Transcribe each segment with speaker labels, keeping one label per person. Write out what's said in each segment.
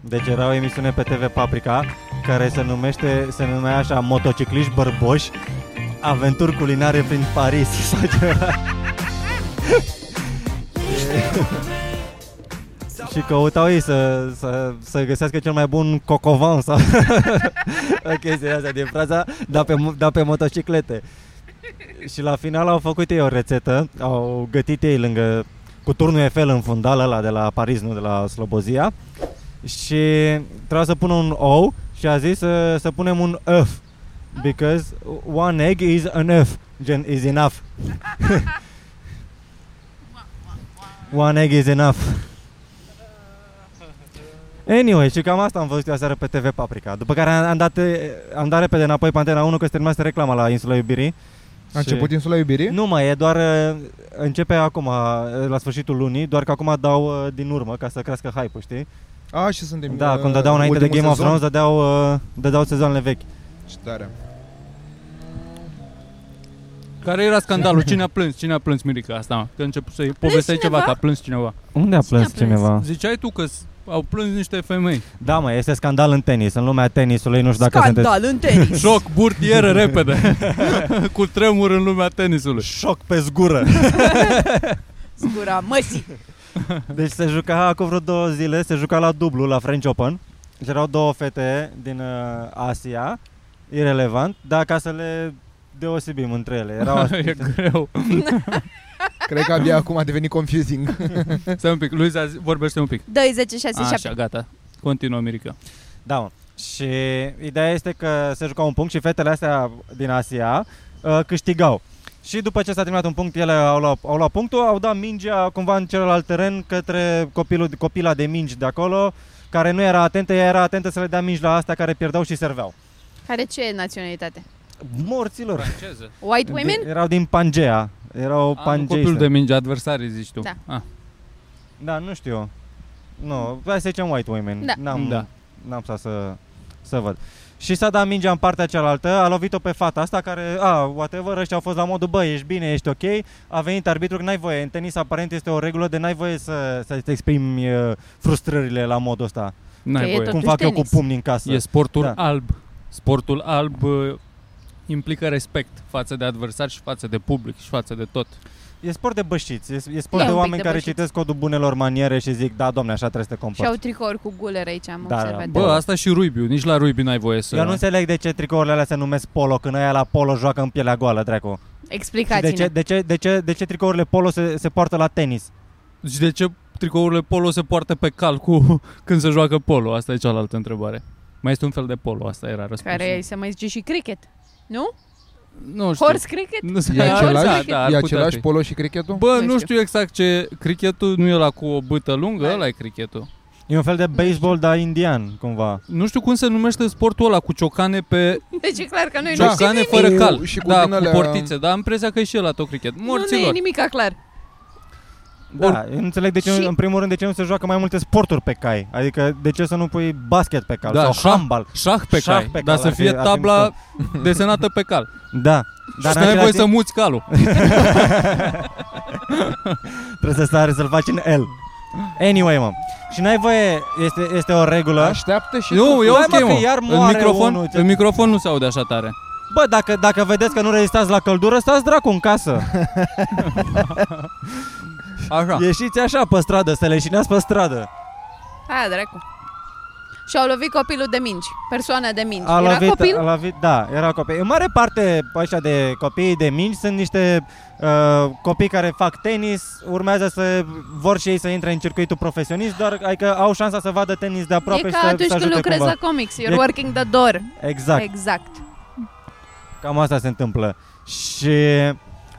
Speaker 1: Deci era o emisiune pe TV Paprika care se numește, se numea așa Motocicliști bărboși, aventuri culinare prin Paris sau ceva. Și căutau ei să, să, să găsească cel mai bun cocovan sau o chestie asta din fraza, dar pe, dar pe motociclete. Și la final au făcut ei o rețetă, au gătit ei lângă cu turnul Eiffel în fundal ăla de la Paris, nu de la Slobozia. Și trebuia să pună un ou și a zis să, să punem un F. Because one egg is enough. Gen, is enough. one egg is enough. Anyway, și cam asta am văzut eu aseară pe TV Paprika. După care am, am dat, am dat repede înapoi pe Antena 1 că se terminase reclama la Insula Iubirii.
Speaker 2: A început insula iubirii?
Speaker 1: Nu mai e, doar uh, începe acum, uh, la sfârșitul lunii, doar că acum dau uh, din urmă ca să crească hype-ul, știi?
Speaker 2: A, și suntem
Speaker 1: Da,
Speaker 2: uh,
Speaker 1: cum dădeau înainte de Game
Speaker 2: ultimul
Speaker 1: of Thrones,
Speaker 2: sezon?
Speaker 1: dădeau, uh, dădeau sezoanele vechi.
Speaker 2: Ce tare.
Speaker 3: Care era scandalul? Cine a plâns? Cine a plâns, Mirica, asta? mă? Că a început să-i povesteai ceva,
Speaker 4: cineva?
Speaker 3: că a plâns cineva.
Speaker 1: Unde a
Speaker 4: Cine
Speaker 1: plâns
Speaker 4: a plâns?
Speaker 1: cineva?
Speaker 3: Ziceai tu că s- au plâns niște femei.
Speaker 1: Da, mă, este scandal în tenis, în lumea tenisului, nu știu dacă sunteți...
Speaker 4: Scandal în tenis.
Speaker 3: Șoc, burtieră, repede. Cu tremur în lumea tenisului.
Speaker 1: Șoc pe zgură!
Speaker 4: Zgura măsii.
Speaker 1: Deci se juca acum vreo două zile, se juca la dublu la French Open. Deci erau două fete din uh, Asia, irelevant, dar ca să le deosebim între ele. Erau așa,
Speaker 3: e greu.
Speaker 2: Cred că abia acum a devenit confusing.
Speaker 3: Stai un pic, Luiza, zi- vorbește un pic.
Speaker 4: 2, 10, 6, 7.
Speaker 3: Așa, gata. Continuă, Mirica.
Speaker 1: Da, mă. Și ideea este că se juca un punct și fetele astea din Asia uh, câștigau. Și după ce s-a terminat un punct, ele au luat, au luat punctul, au dat mingea cumva în celălalt teren către copilul, copila de mingi de acolo, care nu era atentă, ea era atentă să le dea mingi la astea care pierdeau și serveau.
Speaker 4: Care ce naționalitate?
Speaker 1: Morților!
Speaker 3: Franceză.
Speaker 4: White women?
Speaker 1: De, erau din Pangea. Erau
Speaker 3: Am
Speaker 1: Pangei.
Speaker 3: Ah, copilul de minge adversarii, zici tu.
Speaker 4: Da.
Speaker 3: Ah,
Speaker 1: Da, nu știu. Nu, hai să zicem white women.
Speaker 4: Da.
Speaker 1: N-am,
Speaker 3: Da.
Speaker 1: n-am stat să, să văd. Și s-a dat mingea în partea cealaltă, a lovit-o pe fata asta care, a, whatever, ăștia au fost la modul, bă, ești bine, ești ok, a venit arbitru că n-ai voie, în tenis aparent este o regulă de n-ai voie să, să te exprimi uh, frustrările la modul ăsta.
Speaker 4: Că
Speaker 3: n-ai
Speaker 4: e
Speaker 3: voie.
Speaker 4: tot-
Speaker 1: Cum
Speaker 4: Totuși
Speaker 1: fac eu cu
Speaker 4: Păi tenis.
Speaker 1: pumni în casă.
Speaker 3: E sportul
Speaker 1: Da.
Speaker 3: alb. Sportul alb uh, implică respect față de adversari și față de public și față de tot.
Speaker 1: E sport de bășiți, e, e sport
Speaker 4: Da,
Speaker 1: de
Speaker 4: un pic
Speaker 1: oameni
Speaker 4: de
Speaker 1: care
Speaker 4: bășiți.
Speaker 1: citesc codul bunelor maniere și zic, da, domne, așa trebuie să te
Speaker 4: Și
Speaker 1: comporți.
Speaker 4: au tricouri cu gulere aici, am
Speaker 1: Da,
Speaker 4: observat.
Speaker 1: da.
Speaker 3: Bă, asta și Ruibiu, nici la Ruibiu n-ai voie să...
Speaker 1: Eu nu înțeleg de ce tricourile alea se numesc polo, când aia la polo joacă în pielea goală, dracu. Și de
Speaker 4: Explicați-ne.
Speaker 1: ce, de, ce, de, ce, de ce tricourile polo se, se poartă la tenis?
Speaker 3: Și Deci de ce tricourile polo se poartă pe cal cu când se joacă polo? Asta e cealaltă întrebare. Mai este un fel de polo, asta era răspunsul.
Speaker 4: Care se mai zice și cricket. Nu?
Speaker 3: Nu știu.
Speaker 4: Horse cricket?
Speaker 3: Nu se-
Speaker 2: E același,
Speaker 3: da, da,
Speaker 2: e
Speaker 3: ar putea
Speaker 2: același
Speaker 3: fi.
Speaker 2: polo și crichetul?
Speaker 3: Bă,
Speaker 4: Nu
Speaker 3: nu
Speaker 4: știu.
Speaker 3: știu exact ce... Crichetul nu e la cu o bâtă lungă,
Speaker 4: Da.
Speaker 3: ăla e crichetul.
Speaker 1: E un fel de baseball, dar indian, cumva.
Speaker 3: Nu știu cum se numește sportul ăla cu ciocane pe
Speaker 4: Deci e clar că noi nu știm
Speaker 3: ciocane
Speaker 4: nimic.
Speaker 3: fără
Speaker 2: Cu-
Speaker 3: cal.
Speaker 2: și cu
Speaker 3: da,
Speaker 2: din alea-
Speaker 3: cu portițe, dar am impresia că e și ăla tot cricket.
Speaker 4: Nu ne e
Speaker 3: Morților.
Speaker 4: nimica clar.
Speaker 1: Da, eu nu înțeleg de ce,
Speaker 4: Și-
Speaker 1: în primul rând, de ce nu se joacă mai multe sporturi pe cai. Adică, de ce să nu pui basket pe cal
Speaker 3: Da,
Speaker 1: sau
Speaker 3: șah-
Speaker 1: handbal.
Speaker 3: Șah pe
Speaker 1: Șah
Speaker 3: cal,
Speaker 1: pe
Speaker 3: dar
Speaker 1: cal,
Speaker 3: să
Speaker 1: ar fi-
Speaker 3: fie
Speaker 1: ar fi
Speaker 3: tabla desenată pe cal.
Speaker 1: Da.
Speaker 3: Dar și
Speaker 1: în
Speaker 3: n-ai
Speaker 1: același
Speaker 3: voie să
Speaker 1: timp
Speaker 3: muți calul.
Speaker 1: Trebuie să sare să-l faci în L. Anyway, mă. Și n-ai voie, este, este o regulă.
Speaker 2: Așteaptă și
Speaker 3: Nu,
Speaker 2: tu.
Speaker 3: e
Speaker 1: Hai, mă,
Speaker 3: ok,
Speaker 1: că iar
Speaker 3: mă. În
Speaker 1: moare
Speaker 3: microfon,
Speaker 1: unul, ce-
Speaker 3: în microfon nu se aude așa tare.
Speaker 1: Bă, dacă, dacă vedeți că nu rezistați la căldură, stați dracu în casă.
Speaker 3: Așa.
Speaker 1: Ieșiți așa pe stradă, să leșinați pe stradă.
Speaker 4: Aia, dracu. Și au lovit copilul de mingi. Persoana de mingi.
Speaker 1: A
Speaker 4: Era
Speaker 1: lovit,
Speaker 4: copil?
Speaker 1: A lovit, da, era copil. În mare parte, așa de copiii de mingi sunt niște uh, copii care fac tenis, urmează să vor și ei să intre în circuitul profesionist, doar adică au șansa să vadă tenis de aproape
Speaker 4: e
Speaker 1: și
Speaker 4: ca
Speaker 1: să,
Speaker 4: atunci
Speaker 1: să
Speaker 4: când
Speaker 1: ajute
Speaker 4: lucrezi
Speaker 1: cumva.
Speaker 4: la comics. You're
Speaker 1: E-
Speaker 4: working the door.
Speaker 1: Exact,
Speaker 4: Exact.
Speaker 1: cam asta se întâmplă. Și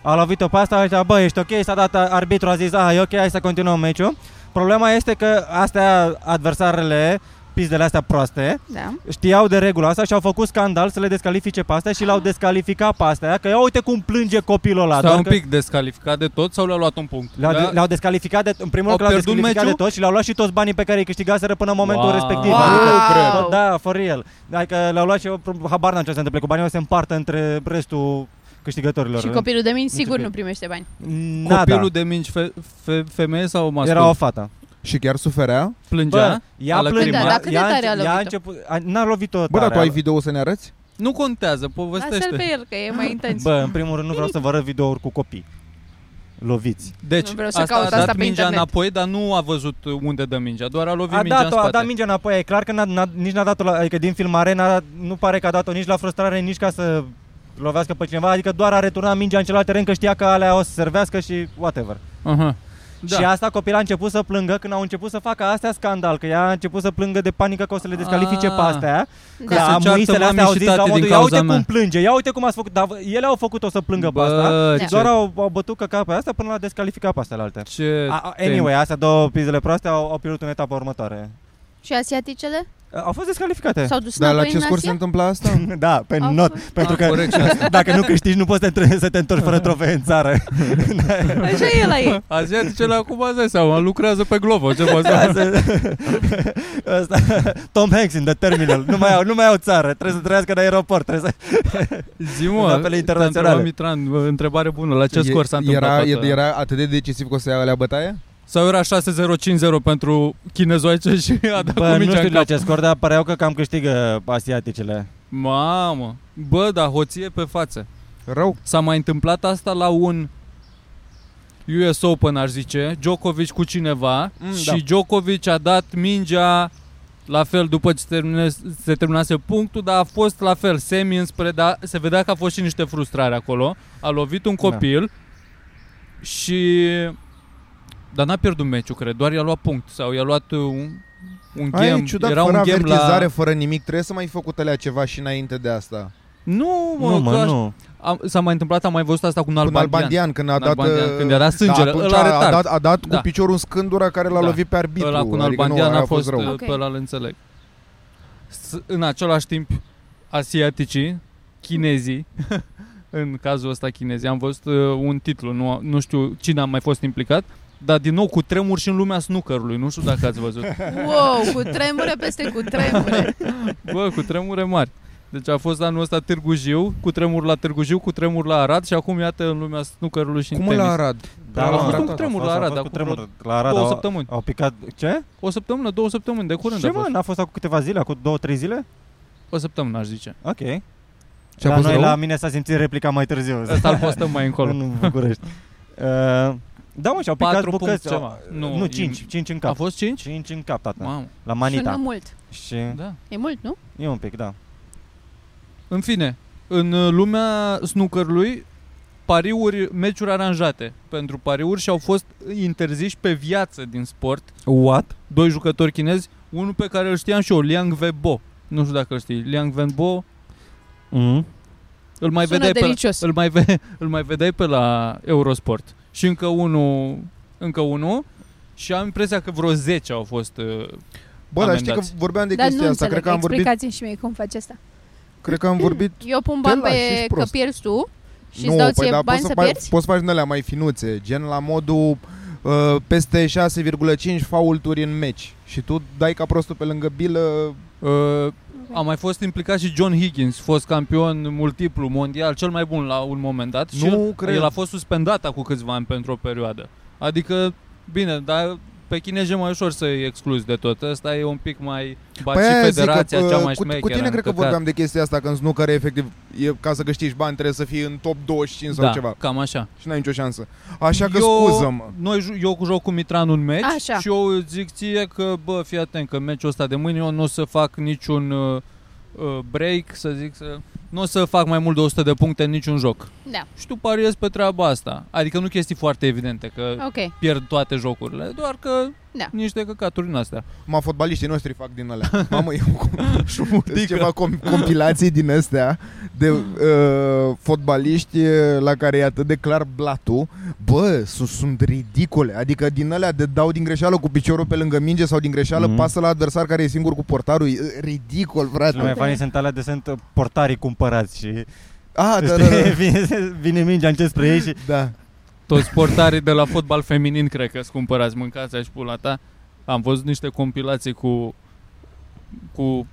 Speaker 1: a lovit-o pe asta, ăștia, bă, ești ok, s-a dat arbitru, a zis, ah, e ok, hai să continuăm meciul. Problema este că astea, adversarele, pizdele astea proaste,
Speaker 4: Da.
Speaker 1: știau de regula asta și au făcut scandal să le descalifice pe astea și l-au descalificat pe astea, că ia uite cum plânge copilul ăla.
Speaker 3: Stai
Speaker 1: doar
Speaker 3: un
Speaker 1: că
Speaker 3: pic descalificat de tot sau le-a luat un punct?
Speaker 1: Le-au,
Speaker 3: Da?
Speaker 1: da. le-au descalificat de, în primul rând că
Speaker 3: Au
Speaker 1: l-au
Speaker 3: pierdut
Speaker 1: descalificat de
Speaker 3: meciul?
Speaker 1: tot și le-au luat și toți banii pe care îi câștigaseră până în momentul
Speaker 3: Wow.
Speaker 1: respectiv.
Speaker 4: Wow.
Speaker 1: Adică,
Speaker 4: Wow.
Speaker 1: da, for real. Adică le-au luat și eu, habar n-am ce se întâmplă cu banii, o să se împartă între restul câștigătorilor.
Speaker 4: Și copilul de mingi sigur
Speaker 1: Înțeleg.
Speaker 4: nu primește bani.
Speaker 1: Nada.
Speaker 3: Copilul de mingi fe- fe- femeie sau mascul?
Speaker 1: da. Era o fată.
Speaker 2: Și chiar suferea?
Speaker 3: Plângea?
Speaker 1: Bă, ea
Speaker 3: A lăcrimat?
Speaker 1: plângea,
Speaker 3: Da,
Speaker 4: dar cât de
Speaker 1: ea, a înce-
Speaker 4: tare a
Speaker 1: ea a
Speaker 4: lovit-o?
Speaker 1: început, a, n-a lovit-o
Speaker 2: Bă, dar
Speaker 1: tare,
Speaker 2: tu ai video să ne arăți?
Speaker 3: Nu contează,
Speaker 1: Păi
Speaker 4: Lasă-l pe
Speaker 3: povestește.
Speaker 4: el, că e mai intens.
Speaker 1: Bă, în primul rând nu vreau să vă arăt videouri cu copii. Loviți.
Speaker 3: Deci,
Speaker 4: Nu vreau să
Speaker 3: asta
Speaker 4: caut
Speaker 3: a
Speaker 4: asta
Speaker 3: dat
Speaker 4: pe
Speaker 3: mingea
Speaker 4: internet.
Speaker 3: înapoi, dar nu a văzut unde dă mingea, doar a lovit
Speaker 1: A
Speaker 3: mingea în
Speaker 1: dat-o, a
Speaker 3: spate.
Speaker 1: dat mingea înapoi, e clar că n-a, n-a, nici n-a dat-o, la, adică din filmare n-a, nu pare că a dat-o nici la frustrare, nici ca să lovească pe cineva, adică doar a returnat mingea în celălalt teren că știa că alea o să servească și whatever.
Speaker 3: Aha.
Speaker 1: Da. Și asta copila a început să plângă când au început să facă astea scandal, că ea a început să plângă de panică că o să le descalifice
Speaker 3: Ah.
Speaker 1: pe astea.
Speaker 3: Că
Speaker 4: da.
Speaker 3: se
Speaker 1: Da,
Speaker 3: ceartă
Speaker 1: muisele
Speaker 3: mami
Speaker 1: astea au
Speaker 3: și
Speaker 1: zis
Speaker 3: tati
Speaker 1: la
Speaker 3: din
Speaker 1: modul, ia uite
Speaker 3: cauza mea."
Speaker 1: cum plânge, ia uite cum ați făcut, dar v- ele au făcut-o să plângă pe asta.
Speaker 3: Bă,
Speaker 4: Da.
Speaker 1: Doar
Speaker 3: ce,
Speaker 1: au, au bătut căca pe asta până la descalificat pe astea la alte.
Speaker 3: ce
Speaker 1: A- a- Anyway, astea două pizele proaste au, au pierdut în etapa următoare.
Speaker 4: Și asiaticele?
Speaker 1: Uh, Au fost descalificate.
Speaker 4: S-au dus
Speaker 2: Da. Dar la
Speaker 4: înapoi
Speaker 2: ce
Speaker 4: în
Speaker 2: scurs se
Speaker 4: Asia?
Speaker 2: întâmplă asta?
Speaker 1: Da, pe
Speaker 4: Au
Speaker 1: not,
Speaker 4: fost.
Speaker 1: pentru
Speaker 3: Ah,
Speaker 1: că
Speaker 3: corect și asta.
Speaker 1: dacă nu câștigi nu poți să te, să te întorci fără trofee în țară.
Speaker 4: Așa Păi e la ei.
Speaker 3: Aziaticele acum ați dat seama, lucrează pe Glovo, ce poți
Speaker 1: Da,
Speaker 3: să...
Speaker 1: să- Ăsta- Tom Hanks în The Terminal. Nu mai au, nu mai au țară, trebuie să trăiască în aeroport, trebuie să...
Speaker 3: Zi,
Speaker 1: În
Speaker 3: mă,
Speaker 1: apele
Speaker 3: te-a
Speaker 1: internaționale.
Speaker 3: întrebat Mitran, bă, întrebare bună, la ce scor s-a întâmplat
Speaker 2: era,
Speaker 3: toată?
Speaker 2: era atât de decisiv că o să ia la bătaie?
Speaker 3: Sau era 6-0-5-0 pentru chinezoice și a dat
Speaker 1: Bă,
Speaker 3: cu
Speaker 1: nu
Speaker 3: mingea
Speaker 1: știu
Speaker 3: în
Speaker 1: la
Speaker 3: cap.
Speaker 1: ce scor, dar păreau că cam câștigă asiaticele.
Speaker 3: Mamă, bă, da, hoție pe față.
Speaker 2: Rău.
Speaker 3: S-a mai întâmplat asta la un US Open, aș zice, Djokovic cu cineva
Speaker 1: Mm,
Speaker 3: mm, și
Speaker 1: da.
Speaker 3: da. Djokovic a dat mingea la fel după ce se terminase, se terminase punctul, dar a fost la fel, semi înspre, dar se vedea că a fost și niște frustrare acolo. A lovit un
Speaker 1: Da.
Speaker 3: copil da. și... Dar n-a pierdut meciul, cred, doar i-a luat punct sau i-a luat uh, un, un
Speaker 2: Aia
Speaker 3: game.
Speaker 2: e ciudat,
Speaker 3: era
Speaker 2: fără
Speaker 3: un game
Speaker 2: avertizare,
Speaker 3: la...
Speaker 2: fără nimic, trebuie să mai fi făcut alea ceva și înainte de asta.
Speaker 3: Nu, mă,
Speaker 1: Nu,
Speaker 3: că
Speaker 1: mă,
Speaker 3: aș-
Speaker 1: nu.
Speaker 3: Am, s-a mai întâmplat, am mai văzut asta cu un
Speaker 2: Cu
Speaker 3: albandian.
Speaker 2: Albandian, când a
Speaker 3: În
Speaker 2: dat...
Speaker 3: Albandian,
Speaker 2: uh,
Speaker 3: când era sângere,
Speaker 2: da, atunci
Speaker 3: ăla
Speaker 2: a,
Speaker 3: retard.
Speaker 2: dat, a dat cu
Speaker 3: Da.
Speaker 2: piciorul în scândura care l-a
Speaker 3: Da.
Speaker 2: lovit pe arbitru.
Speaker 3: Ăla cu un
Speaker 2: adică nu,
Speaker 3: albandian
Speaker 2: aia
Speaker 3: a fost,
Speaker 2: rău.
Speaker 3: uh,
Speaker 4: Ok.
Speaker 3: pe ăla îl înțeleg. S- în același timp, asiaticii, chinezii, în cazul ăsta chinezii, am văzut uh, un titlu, nu, nu știu cine a mai fost implicat, dar din nou cu tremur și în lumea snookerului, nu știu dacă ați văzut.
Speaker 4: Wow, cu tremure peste cu tremure.
Speaker 3: Bă, cu tremure mari. Deci a fost anul ăsta Târgu Jiu, cu tremur la Târgu Jiu, cu tremur la Arad și acum iată în lumea snookerului și
Speaker 2: Cum
Speaker 3: în
Speaker 2: mă,
Speaker 3: tenis.
Speaker 2: la Arad?
Speaker 1: Da,
Speaker 3: a
Speaker 1: mă,
Speaker 3: fost
Speaker 1: a
Speaker 3: un
Speaker 1: fost-
Speaker 3: tremur
Speaker 1: a
Speaker 3: la
Speaker 1: fost- a
Speaker 3: Arad
Speaker 1: fost cu
Speaker 3: acum vreo
Speaker 1: tremur la Arad.
Speaker 3: două
Speaker 1: au-
Speaker 3: săptămâni.
Speaker 1: Au picat... Ce?
Speaker 3: O săptămână, două săptămâni, de curând
Speaker 1: Ce
Speaker 3: a fost.
Speaker 1: mă, n-a fost acum câteva zile, acum două, trei zile?
Speaker 3: O săptămână, aș zice.
Speaker 1: Ok.
Speaker 2: Și a
Speaker 1: Dar
Speaker 2: fost
Speaker 1: noi
Speaker 2: rău?
Speaker 1: la mine s-a simțit replica mai târziu.
Speaker 3: Asta îl postăm mai încolo.
Speaker 1: În București. Uh, da, mă, și-au picat
Speaker 3: Patru
Speaker 1: bucăți.
Speaker 3: punct
Speaker 1: au-
Speaker 3: ceva.
Speaker 1: Nu,
Speaker 3: Nu, Da.
Speaker 1: nu
Speaker 3: e-
Speaker 1: 5, 5 în
Speaker 3: A
Speaker 1: cap.
Speaker 3: fost 5?
Speaker 1: 5 în cap, tata.
Speaker 3: Mamă,
Speaker 1: La
Speaker 4: Sună
Speaker 1: manita.
Speaker 4: mult.
Speaker 1: Și
Speaker 3: da.
Speaker 4: E mult, nu?
Speaker 1: e un pic, da.
Speaker 3: În fine, în uh, lumea snookerului, pariuri, meciuri aranjate pentru pariuri și au fost interziși pe viață din sport
Speaker 1: What?
Speaker 3: doi jucători chinezi, unul pe care îl știam și eu, Liang Wenbo. Nu știu dacă îl știi. Liang Wenbo,
Speaker 1: Mm.
Speaker 3: îl mai
Speaker 4: Sună
Speaker 3: vedeai pe la,
Speaker 4: delicios.
Speaker 3: îl mai, ve- îl mai vedeai pe la Eurosport. Și încă unul, încă unul și am impresia că vreo 10 au fost uh,
Speaker 2: Bă, dar știi că
Speaker 3: amendați.
Speaker 2: vorbeam de
Speaker 4: Dar nu
Speaker 2: chestia asta.
Speaker 4: înțeleg,
Speaker 2: Cred că am vorbit,
Speaker 4: explicați-mi și mie cum faci asta.
Speaker 2: cred că am vorbit
Speaker 4: Eu pun bani
Speaker 2: Te lași,
Speaker 4: pe
Speaker 2: ești
Speaker 4: că
Speaker 2: prost.
Speaker 4: pierzi tu și
Speaker 2: nu,
Speaker 4: îți dau
Speaker 2: păi
Speaker 4: ție
Speaker 2: da,
Speaker 4: bani
Speaker 2: poți
Speaker 4: să
Speaker 2: faci-
Speaker 4: pierzi?
Speaker 2: Poți să faci din alea mai finuțe, gen la modul uh, peste 6,5 faulturi în meci și tu dai ca prostul pe lângă bilă.
Speaker 3: Uh, a mai fost implicat și John Higgins, fost campion multiplu mondial, cel mai bun la un moment dat. și
Speaker 2: Nu
Speaker 3: el,
Speaker 2: cred.
Speaker 3: el a fost suspendat acum câțiva ani pentru o perioadă. Adică, bine, dar pe chinezi e mai ușor să-i excluzi de tot. Asta e un pic mai... Ba și
Speaker 2: Păi aia zic
Speaker 3: federația
Speaker 2: că,
Speaker 3: cea
Speaker 2: uh,
Speaker 3: mai
Speaker 2: cu,
Speaker 3: șmecheră.
Speaker 2: cu tine cred că
Speaker 3: încăcat.
Speaker 2: vorbeam de chestia asta când snooker efectiv e, ca să câștigi bani trebuie să fii în top 25 sau
Speaker 3: da,
Speaker 2: ceva
Speaker 3: cam așa.
Speaker 2: și n-ai nicio șansă. Așa că
Speaker 3: eu,
Speaker 2: scuză-mă.
Speaker 3: Noi, ju- eu joc cu Mitran un meci
Speaker 4: Așa.
Speaker 3: și eu îți zic ție că, bă, fii atent că meciul ăsta de mâine eu nu o să fac niciun uh, uh, break, să zic, să... nu o să fac mai mult de 100 de puncte în niciun joc.
Speaker 4: Da,
Speaker 3: Și tu pariezi pe treaba asta. Adică nu chestii foarte evidente că
Speaker 4: ok.
Speaker 3: pierd toate jocurile, doar că
Speaker 4: Da.
Speaker 3: niște căcaturi în astea.
Speaker 2: Ma fotbaliștii noștri fac din alea. Mamă, eu Sunt
Speaker 3: Șumurtică.
Speaker 2: Deci ceva com- compilații din astea de uh, fotbaliști uh, la care e atât de clar blatul. Bă, sunt, sunt ridicole. Adică din alea de dau din greșeală cu piciorul pe lângă minge sau din greșeală
Speaker 1: Mhm.
Speaker 2: mm. pasă la adversar care e singur cu portarul. E Ridicol, frate.
Speaker 3: Da.
Speaker 1: Cele mai fani sunt alea de sunt uh, portarii cumpărați și
Speaker 2: Ah, da, da, da.
Speaker 1: știi, vine, vine mingea încet spre ei și
Speaker 2: da.
Speaker 3: Toți portarii de la fotbal feminin cred că scumpărați mâncația și pula ta. Am văzut niște compilații cu cu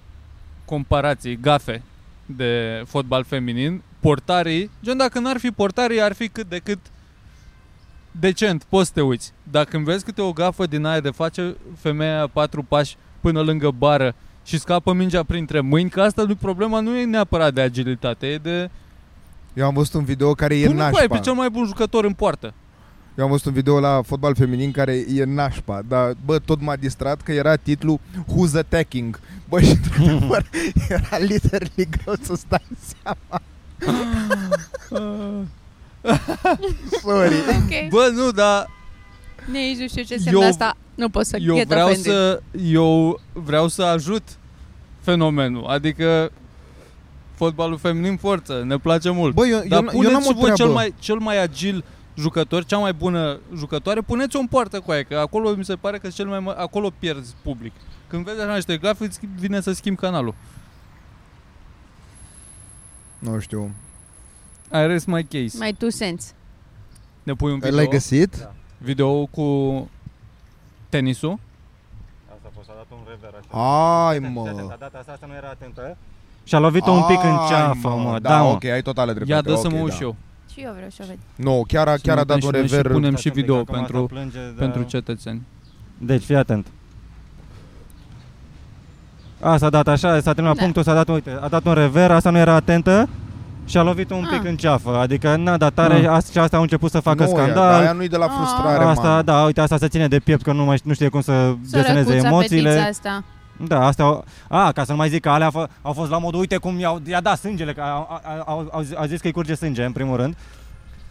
Speaker 3: comparații, gafe de fotbal feminin. Portarii, gen dacă n-ar fi portarii, ar fi cât de cât decent, poți să te uiți. Dacă îmi vezi câte o gafă din aia de face femeia patru pași până lângă bară și scapă mingea printre mâini, că asta nu problema nu e neapărat de agilitate, e de...
Speaker 2: Eu am văzut un video care e
Speaker 3: tu nu
Speaker 2: nașpa.
Speaker 3: pe cel mai bun jucător în poartă.
Speaker 2: Eu am văzut un video la fotbal feminin care e nașpa, dar bă, tot m-a distrat că era titlul Who's Attacking. Bă, și într-adevăr era literally greu să stai seama. Sorry.
Speaker 4: Ok.
Speaker 3: Bă, nu, dar
Speaker 4: Nici nu știu ce înseamnă
Speaker 3: Eu-
Speaker 4: asta. Nu pot să
Speaker 3: eu
Speaker 4: get
Speaker 3: vreau
Speaker 4: offended.
Speaker 3: să, eu vreau să ajut fenomenul, adică fotbalul feminin forță, ne place mult.
Speaker 2: Bă, eu,
Speaker 3: Dar
Speaker 2: eu, eu n-am
Speaker 3: puneți
Speaker 2: o
Speaker 3: și voi
Speaker 2: treabă.
Speaker 3: cel mai, cel mai agil jucător, cea mai bună jucătoare, puneți-o în poartă cu aia, că acolo mi se pare că cel mai ma- acolo pierzi public. Când vezi așa niște grafe, îți vine să schimbi canalul.
Speaker 2: Nu știu.
Speaker 3: I rest my case.
Speaker 4: Mai two cents.
Speaker 3: Ne pui un
Speaker 2: L-ai
Speaker 3: video,
Speaker 2: găsit?
Speaker 3: video cu tenisul.
Speaker 1: Asta poți să dat un rever așa.
Speaker 2: Hai,
Speaker 1: Fii atent,
Speaker 2: mă.
Speaker 1: a dat asta, asta nu era atentă. Și-a lovit-o un pic în
Speaker 2: Ai,
Speaker 1: ceafă, mă,
Speaker 2: Da,
Speaker 1: da, mă.
Speaker 2: ok, ai totală dreptate.
Speaker 3: Ia dă să
Speaker 2: ok,
Speaker 3: mă uit
Speaker 2: da.
Speaker 3: și eu.
Speaker 4: Și eu vreau să o ved.
Speaker 2: Nu, chiar a,
Speaker 3: Să
Speaker 2: chiar
Speaker 3: ne
Speaker 2: a
Speaker 3: uităm
Speaker 2: dat un
Speaker 3: și noi și
Speaker 2: rever.
Speaker 3: punem-
Speaker 1: Stați
Speaker 3: și
Speaker 1: un pic,
Speaker 3: video
Speaker 1: acum asta
Speaker 3: pentru-
Speaker 1: plânge, da.
Speaker 2: Da.
Speaker 1: dar-
Speaker 3: Pentru cetățeni.
Speaker 1: Deci fii atent. A, s-a dat așa, s-a terminat
Speaker 4: Da.
Speaker 1: da. punctul, s-a dat, uite, a dat un rever, asta nu era atentă și a lovit un
Speaker 4: Ah.
Speaker 1: pic în ceafă. Adică n-a dat tare
Speaker 3: Ah.
Speaker 1: a, și asta au început să facă
Speaker 2: Nu, ea,
Speaker 1: scandal.
Speaker 2: Aia nu-i de la
Speaker 4: Ah.
Speaker 2: frustrare,
Speaker 1: asta,
Speaker 2: mă.
Speaker 1: da, uite, asta se ține de piept că nu mai nu știe cum să deseneze
Speaker 4: Sărăcuța
Speaker 1: emoțiile.
Speaker 4: fetița asta.
Speaker 1: Da, astea au, a, ca să nu mai zic că alea fă, au fost la modul, uite cum i-au, i-a dat sângele, că au, au, au, au, zis- au zis că îi curge sânge, în primul rând.